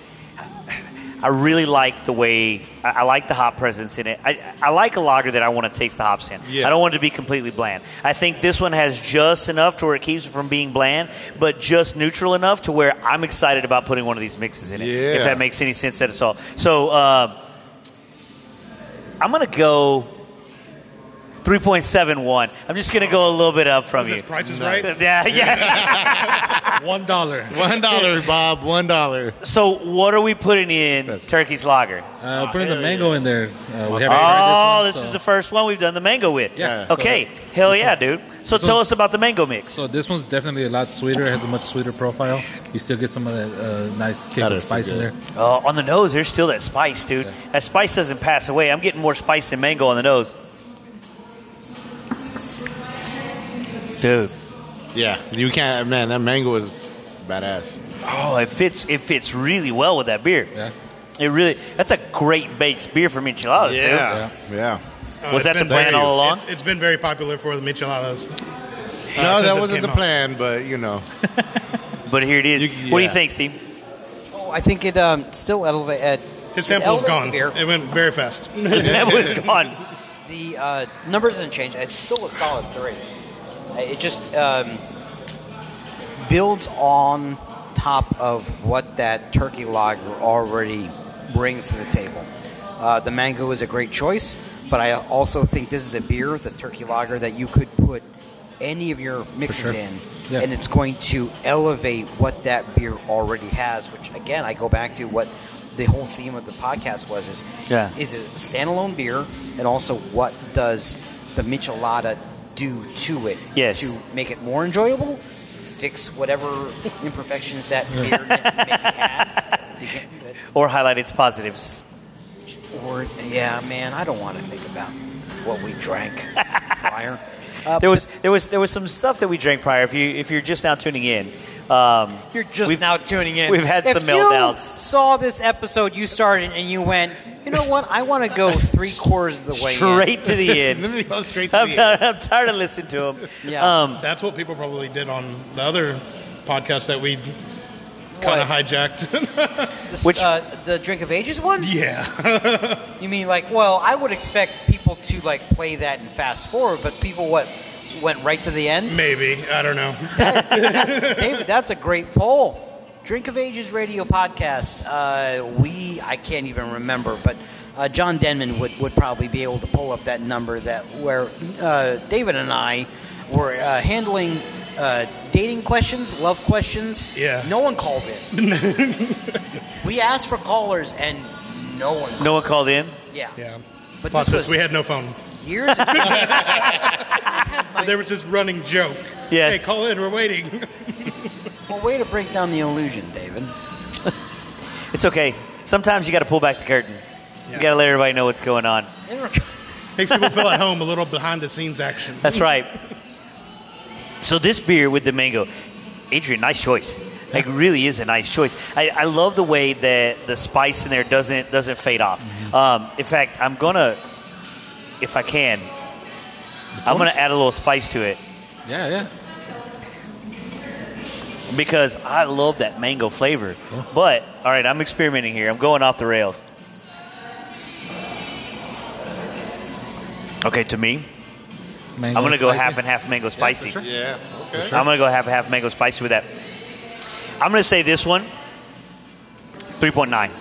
[SPEAKER 3] I really like the way I, I like the hop presence in it. I, I like a lager that I want to taste the hops in.
[SPEAKER 9] Yeah.
[SPEAKER 3] I don't want it to be completely bland. I think this one has just enough to where it keeps it from being bland, but just neutral enough to where I'm excited about putting one of these mixes in it. If
[SPEAKER 9] Yeah.
[SPEAKER 3] that makes any sense at all. So uh, I'm gonna go. 3.71. I'm just going to go a little bit up from
[SPEAKER 13] Is
[SPEAKER 3] you.
[SPEAKER 13] this Price is Right?
[SPEAKER 3] Yeah, yeah.
[SPEAKER 5] One dollar.
[SPEAKER 9] One dollar, Bob. One dollar.
[SPEAKER 3] So what are we putting in
[SPEAKER 9] That's- Ah,
[SPEAKER 3] Turkey's Lager?
[SPEAKER 5] Uh, putting the mango in there. Uh, we haven't
[SPEAKER 3] Oh,
[SPEAKER 5] tried this,
[SPEAKER 3] this
[SPEAKER 5] one, so-
[SPEAKER 3] is the first one we've done the mango with.
[SPEAKER 5] Yeah.
[SPEAKER 3] Okay. Hell yeah, dude. So
[SPEAKER 5] this
[SPEAKER 3] tell
[SPEAKER 5] one's-
[SPEAKER 3] us about the mango mix.
[SPEAKER 5] So this one's definitely a lot sweeter. Has a much sweeter profile. You still get some of that uh, nice kick
[SPEAKER 9] That
[SPEAKER 5] of
[SPEAKER 9] is so
[SPEAKER 5] spice in there.
[SPEAKER 9] good.
[SPEAKER 3] Oh, on the nose, there's still that spice, dude. That spice doesn't pass away. I'm getting more spice than mango on the nose. Dude,
[SPEAKER 9] Yeah. You can't. Man, that mango is badass.
[SPEAKER 3] oh, it fits. It fits really well with that beer.
[SPEAKER 5] Yeah.
[SPEAKER 3] It really. That's a great baked beer from enchiladas. dude.
[SPEAKER 9] Yeah. Oh,
[SPEAKER 13] Uh,
[SPEAKER 3] Was
[SPEAKER 13] it's
[SPEAKER 3] that the
[SPEAKER 13] been
[SPEAKER 3] plan
[SPEAKER 13] very-
[SPEAKER 3] all along?
[SPEAKER 13] It's, it's been very popular for the micheladas. uh,
[SPEAKER 9] No,
[SPEAKER 13] since
[SPEAKER 9] that
[SPEAKER 13] this
[SPEAKER 9] wasn't
[SPEAKER 13] came
[SPEAKER 9] the
[SPEAKER 13] out.
[SPEAKER 9] plan, but you know.
[SPEAKER 3] But here it is.
[SPEAKER 9] You-
[SPEAKER 3] What do you
[SPEAKER 9] yeah.
[SPEAKER 3] think, Steve?
[SPEAKER 6] Oh, I think it um, still elevate. Uh,
[SPEAKER 13] His sample
[SPEAKER 6] elevates
[SPEAKER 13] is gone.
[SPEAKER 6] the beer.
[SPEAKER 13] It went very fast.
[SPEAKER 3] The sample is gone.
[SPEAKER 6] The uh, number doesn't change. It's still a solid three. Uh, It just um, builds on top of what that turkey lager already brings to the table. Uh, the mango is a great choice, but I also think this is a beer, the turkey lager, that you could put any of your mixes
[SPEAKER 5] sure.
[SPEAKER 6] in,
[SPEAKER 5] Yeah.
[SPEAKER 6] and it's going to elevate what that beer already has. Which again, I go back to what the whole theme of the podcast was: is
[SPEAKER 3] Yeah.
[SPEAKER 6] is it a standalone beer, and also what does the michelada do to it
[SPEAKER 3] Yes.
[SPEAKER 6] to make it more enjoyable, fix whatever imperfections that beer may may have. You can-
[SPEAKER 3] Or highlight its positives.
[SPEAKER 6] Or yeah, man, I don't want to think about what we drank prior.
[SPEAKER 3] There was there was there was some stuff that we drank prior. If you if you're just now tuning in, Um,
[SPEAKER 7] You're just
[SPEAKER 3] We've-
[SPEAKER 7] now tuning in.
[SPEAKER 3] we've had
[SPEAKER 7] if
[SPEAKER 3] some
[SPEAKER 7] you
[SPEAKER 3] meltdowns.
[SPEAKER 7] Saw this episode, you started and you went. You know what? I want to go three quarters of the way. in."
[SPEAKER 3] straight to the end.
[SPEAKER 9] Let me go straight
[SPEAKER 3] I'm, tired, I'm tired of listening to him.
[SPEAKER 7] Yeah.
[SPEAKER 3] Um,
[SPEAKER 13] That's what people probably did on the other podcast that we
[SPEAKER 7] What?
[SPEAKER 13] kind of hijacked.
[SPEAKER 7] This,
[SPEAKER 3] Which-
[SPEAKER 7] uh, the drink of ages one?
[SPEAKER 13] yeah.
[SPEAKER 7] You mean like? Well, I would expect people to like play that and fast forward, but people what went right to the end.
[SPEAKER 13] Maybe. I don't know.
[SPEAKER 7] David, that's a great poll. Drink of Ages Radio podcast. Uh, we I can't even remember, but uh, John Denman would, would probably be able to pull up that number that where uh, David and I were uh, handling uh, dating questions, love questions.
[SPEAKER 13] Yeah.
[SPEAKER 7] No one called in. we asked for callers and no one. Called.
[SPEAKER 3] no one called in.
[SPEAKER 7] Yeah.
[SPEAKER 13] Yeah.
[SPEAKER 7] But
[SPEAKER 13] Plus,
[SPEAKER 7] this was
[SPEAKER 13] we had no phone.
[SPEAKER 7] years ago.
[SPEAKER 13] There was this running joke.
[SPEAKER 3] Yes.
[SPEAKER 13] Hey, call in. We're waiting.
[SPEAKER 7] well, way to break down the illusion, David.
[SPEAKER 3] It's okay. Sometimes you got to pull back the curtain. You
[SPEAKER 13] Yeah.
[SPEAKER 3] got to let everybody know what's going on.
[SPEAKER 13] Makes people feel at home. A little behind the scenes action.
[SPEAKER 3] That's right. So this beer with the mango, Adrian, nice choice. Like really is a nice choice. I, I love the way that the spice in there doesn't doesn't fade off.
[SPEAKER 5] Mm-hmm.
[SPEAKER 3] Um, in fact, I'm gonna, if I can, I'm gonna add a little spice to it
[SPEAKER 5] Yeah, yeah.
[SPEAKER 3] because I love that mango flavor. But all right, I'm experimenting here. I'm going off the rails. Okay, to me,
[SPEAKER 5] Mango
[SPEAKER 3] I'm gonna go
[SPEAKER 5] spicy.
[SPEAKER 3] half and half mango spicy.
[SPEAKER 5] sure.
[SPEAKER 9] Yeah. Okay.
[SPEAKER 3] I'm gonna go half half mango spicy with that. I'm gonna say this one, 3.9.
[SPEAKER 9] Nice.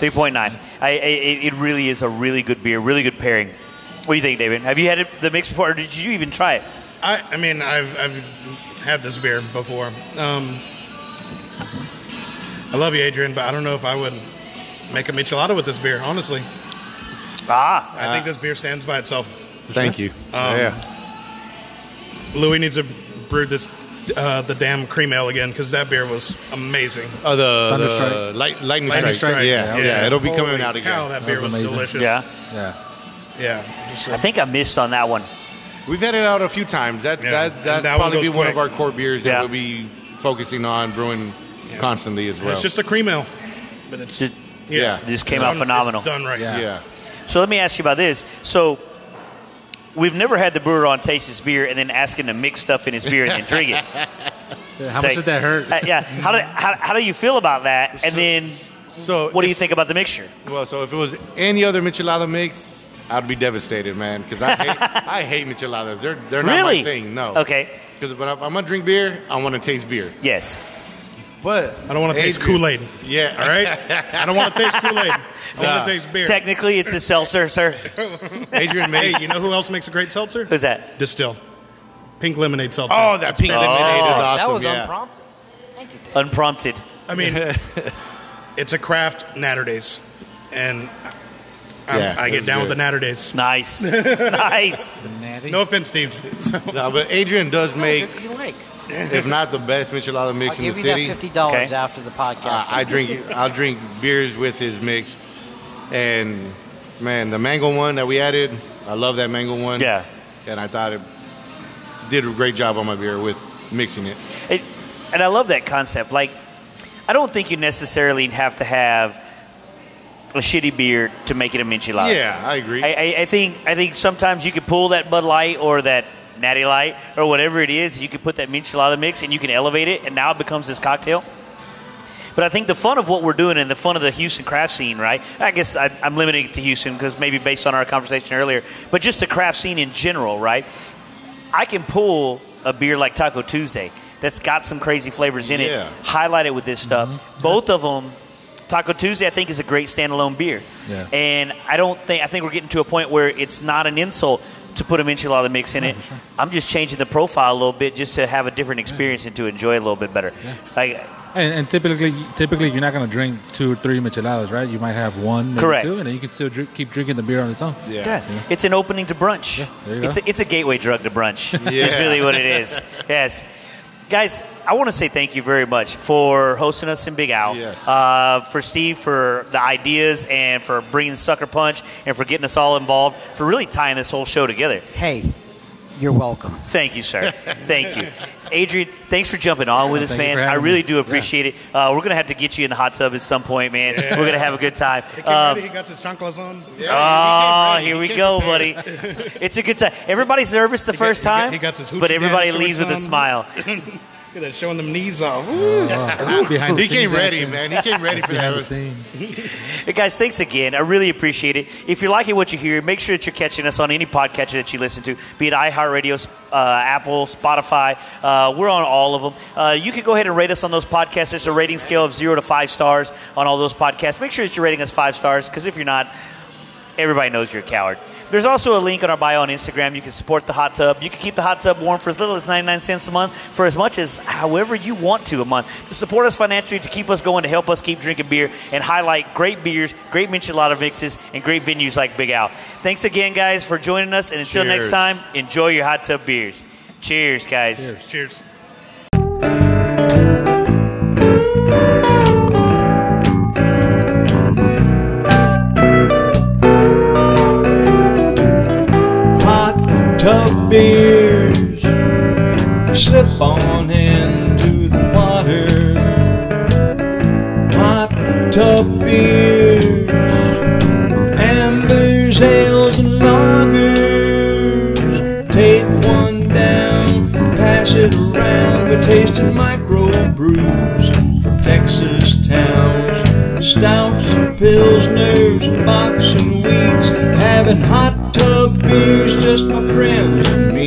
[SPEAKER 3] 3.9. I, I, it it really is a really good beer, really good pairing. What do you think, David? Have you had it, the mix before, or did you even try it?
[SPEAKER 13] I, I mean, I've, I've had this beer before. Um, I love you, Adrian, but I don't know if I would make a michelada with this beer, honestly.
[SPEAKER 3] Ah,
[SPEAKER 13] I think this beer stands by itself. Um,
[SPEAKER 9] Thank you. yeah.
[SPEAKER 13] Louis needs to brew this, uh, the damn cream ale again, because that beer was amazing.
[SPEAKER 9] Oh, the,
[SPEAKER 5] Thunderstrike.
[SPEAKER 9] light, lightning,
[SPEAKER 13] Lightning
[SPEAKER 9] strike.
[SPEAKER 13] Strikes,
[SPEAKER 9] Yeah, yeah, It'll be
[SPEAKER 13] Holy
[SPEAKER 9] coming out again.
[SPEAKER 13] Cow, that
[SPEAKER 5] That
[SPEAKER 13] beer
[SPEAKER 5] was
[SPEAKER 13] was,
[SPEAKER 5] amazing.
[SPEAKER 13] delicious.
[SPEAKER 3] yeah.
[SPEAKER 5] Yeah.
[SPEAKER 13] yeah. Just,
[SPEAKER 3] I think I missed on that one.
[SPEAKER 9] We've had it out a few times. That
[SPEAKER 13] Yeah.
[SPEAKER 9] that
[SPEAKER 13] And
[SPEAKER 9] that
[SPEAKER 13] that one
[SPEAKER 9] probably be
[SPEAKER 13] goes
[SPEAKER 9] one of our
[SPEAKER 13] quick.
[SPEAKER 9] core beers that
[SPEAKER 3] Yeah.
[SPEAKER 9] we'll be focusing on brewing constantly as well.
[SPEAKER 13] It's just a cream ale, but it's
[SPEAKER 3] Just-
[SPEAKER 9] yeah.
[SPEAKER 3] It just came
[SPEAKER 13] done-
[SPEAKER 3] out phenomenal.
[SPEAKER 13] It's done right.
[SPEAKER 5] Yeah.
[SPEAKER 9] yeah.
[SPEAKER 3] So let me ask you about this. So we've never had the brewer on taste his beer and then ask him to mix stuff in his beer and then drink it.
[SPEAKER 5] How
[SPEAKER 3] Say-
[SPEAKER 5] much did that hurt?
[SPEAKER 3] Uh, yeah. How do, how, how do you feel about that? And then
[SPEAKER 9] So
[SPEAKER 3] what do you
[SPEAKER 9] if-
[SPEAKER 3] think about the mixture?
[SPEAKER 9] Well, so if it was any other michelada mix, I'd be devastated, man. Because I hate I hate micheladas. They're they're not
[SPEAKER 3] really?
[SPEAKER 9] my thing. No.
[SPEAKER 3] Okay.
[SPEAKER 9] Because when I, I'm gonna drink beer, I want to taste beer.
[SPEAKER 3] Yes.
[SPEAKER 9] But
[SPEAKER 13] I don't want to taste Kool Aid.
[SPEAKER 9] Yeah.
[SPEAKER 13] All right, I don't want to taste Kool Aid. I
[SPEAKER 9] Nah.
[SPEAKER 13] want to taste beer.
[SPEAKER 3] Technically, it's a seltzer, sir.
[SPEAKER 9] Adrian made.
[SPEAKER 13] Hey, you know who else makes a great seltzer?
[SPEAKER 3] Who's that?
[SPEAKER 13] Distill. Pink lemonade seltzer.
[SPEAKER 9] Oh, that pink
[SPEAKER 3] Oh.
[SPEAKER 9] lemonade is awesome.
[SPEAKER 7] that was
[SPEAKER 9] yeah.
[SPEAKER 7] unprompted. Thank you, David.
[SPEAKER 3] Unprompted.
[SPEAKER 13] I mean, it's a craft Natterdays, and I,
[SPEAKER 9] Yeah,
[SPEAKER 13] I
[SPEAKER 9] it
[SPEAKER 13] get
[SPEAKER 9] was
[SPEAKER 13] down
[SPEAKER 9] good.
[SPEAKER 13] with the Natterdays.
[SPEAKER 3] Nice. nice.
[SPEAKER 13] No offense, Steve.
[SPEAKER 9] No, but Adrian does make,
[SPEAKER 7] you like.
[SPEAKER 9] if not the best michelada
[SPEAKER 7] I'll
[SPEAKER 9] mix in
[SPEAKER 7] give
[SPEAKER 9] the
[SPEAKER 7] you
[SPEAKER 9] city.
[SPEAKER 7] that fifty dollars
[SPEAKER 3] Okay.
[SPEAKER 7] after the
[SPEAKER 9] Uh,
[SPEAKER 7] podcast.
[SPEAKER 9] I drink I'll drink beers with his mix, and man, the mango one that we added, I love that mango one.
[SPEAKER 3] Yeah.
[SPEAKER 9] and I thought it did a great job on my beer with mixing it.
[SPEAKER 3] It, and I love that concept. Like, I don't think you necessarily have to have a shitty beer to make it a michelada.
[SPEAKER 9] Yeah, I agree.
[SPEAKER 3] I, I, I think I think sometimes you can pull that Bud Light or that Natty Light or whatever it is. You can put that michelada mix and you can elevate it, and now it becomes this cocktail. But I think the fun of what we're doing and the fun of the Houston craft scene, right? I guess I, I'm limiting it to Houston because maybe based on our conversation earlier, but just the craft scene in general, right? I can pull a beer like Taco Tuesday that's got some crazy flavors in
[SPEAKER 9] Yeah.
[SPEAKER 3] it, highlight it with this stuff. Both of them, Taco Tuesday, I think is a great standalone beer.
[SPEAKER 5] Yeah.
[SPEAKER 3] And I don't think I think we're getting to a point where it's not an insult to put a enchilada mix in it. I'm just changing the profile a little bit just to have a different experience and to enjoy it a little bit better. Like
[SPEAKER 5] And, and typically, typically you're not gonna drink two or three micheladas, right? You might have one, maybe
[SPEAKER 3] Correct.
[SPEAKER 5] two, and then you can still drink, keep drinking the beer on its own.
[SPEAKER 9] yeah.
[SPEAKER 3] Yeah. It's an opening to brunch.
[SPEAKER 5] there you
[SPEAKER 3] it's,
[SPEAKER 5] go.
[SPEAKER 3] a, it's a gateway drug to brunch.
[SPEAKER 9] Yeah.
[SPEAKER 3] It's really what it is. Yes. Guys, I want to say thank you very much for hosting us in Big Owl.
[SPEAKER 9] Yes.
[SPEAKER 3] Uh, for Steve, for the ideas and for bringing Sucker Punch and for getting us all involved, for really tying this whole show together.
[SPEAKER 7] hey, You're welcome.
[SPEAKER 3] Thank you, sir. Thank you. Adrian, thanks for jumping on with us,
[SPEAKER 5] Thank you
[SPEAKER 3] man.
[SPEAKER 5] for
[SPEAKER 3] I
[SPEAKER 5] having
[SPEAKER 3] really
[SPEAKER 5] me.
[SPEAKER 3] do appreciate it. Uh, we're going to have to get you in the hot tub at some point, man. We're going to have a good time. Um,
[SPEAKER 13] he got his chanclas on.
[SPEAKER 3] Oh, here we go, buddy. It's a good time. Everybody's nervous the first
[SPEAKER 13] he got-
[SPEAKER 3] time,
[SPEAKER 13] he got his hoochie
[SPEAKER 3] but everybody
[SPEAKER 13] daddy
[SPEAKER 3] leaves with
[SPEAKER 13] shorts
[SPEAKER 3] a
[SPEAKER 13] on.
[SPEAKER 3] smile.
[SPEAKER 13] Look at that, showing them knees off.
[SPEAKER 5] Oh, Behind the
[SPEAKER 12] He came
[SPEAKER 5] scenes
[SPEAKER 12] ready,
[SPEAKER 5] action.
[SPEAKER 12] man. He came ready for
[SPEAKER 5] Behind the
[SPEAKER 12] that.
[SPEAKER 5] scenes.
[SPEAKER 3] Hey, guys, thanks again. I really appreciate it. If you're liking what you hear, make sure that you're catching us on any podcatcher that you listen to, be it iHeartRadio, uh, Apple, Spotify. Uh, we're on all of them. Uh, you can go ahead and rate us on those podcasts. There's a rating scale of zero to five stars on all those podcasts. Make sure that you're rating us five stars, because if you're not, everybody knows you're a coward. There's also a link on our bio on Instagram. You can support the hot tub. You can keep the hot tub warm for as little as 99 cents a month, for as much as however you want to a month. To support us financially, to keep us going, to help us keep drinking beer, and highlight great beers, great michelada mixes, and great venues like Big Al. Thanks again, guys, for joining us. And until next
[SPEAKER 12] Cheers.
[SPEAKER 3] time, enjoy your hot tub beers. Cheers, guys.
[SPEAKER 13] Cheers.
[SPEAKER 2] hot tub beers. Slip on into the water. Hot tub beers, ambers, ales, and lagers. Take one down, pass it around. We're tasting microbrews from Texas towns, stouts, pilsners, and box and wheats. Having hot tub beers, just my friends and me.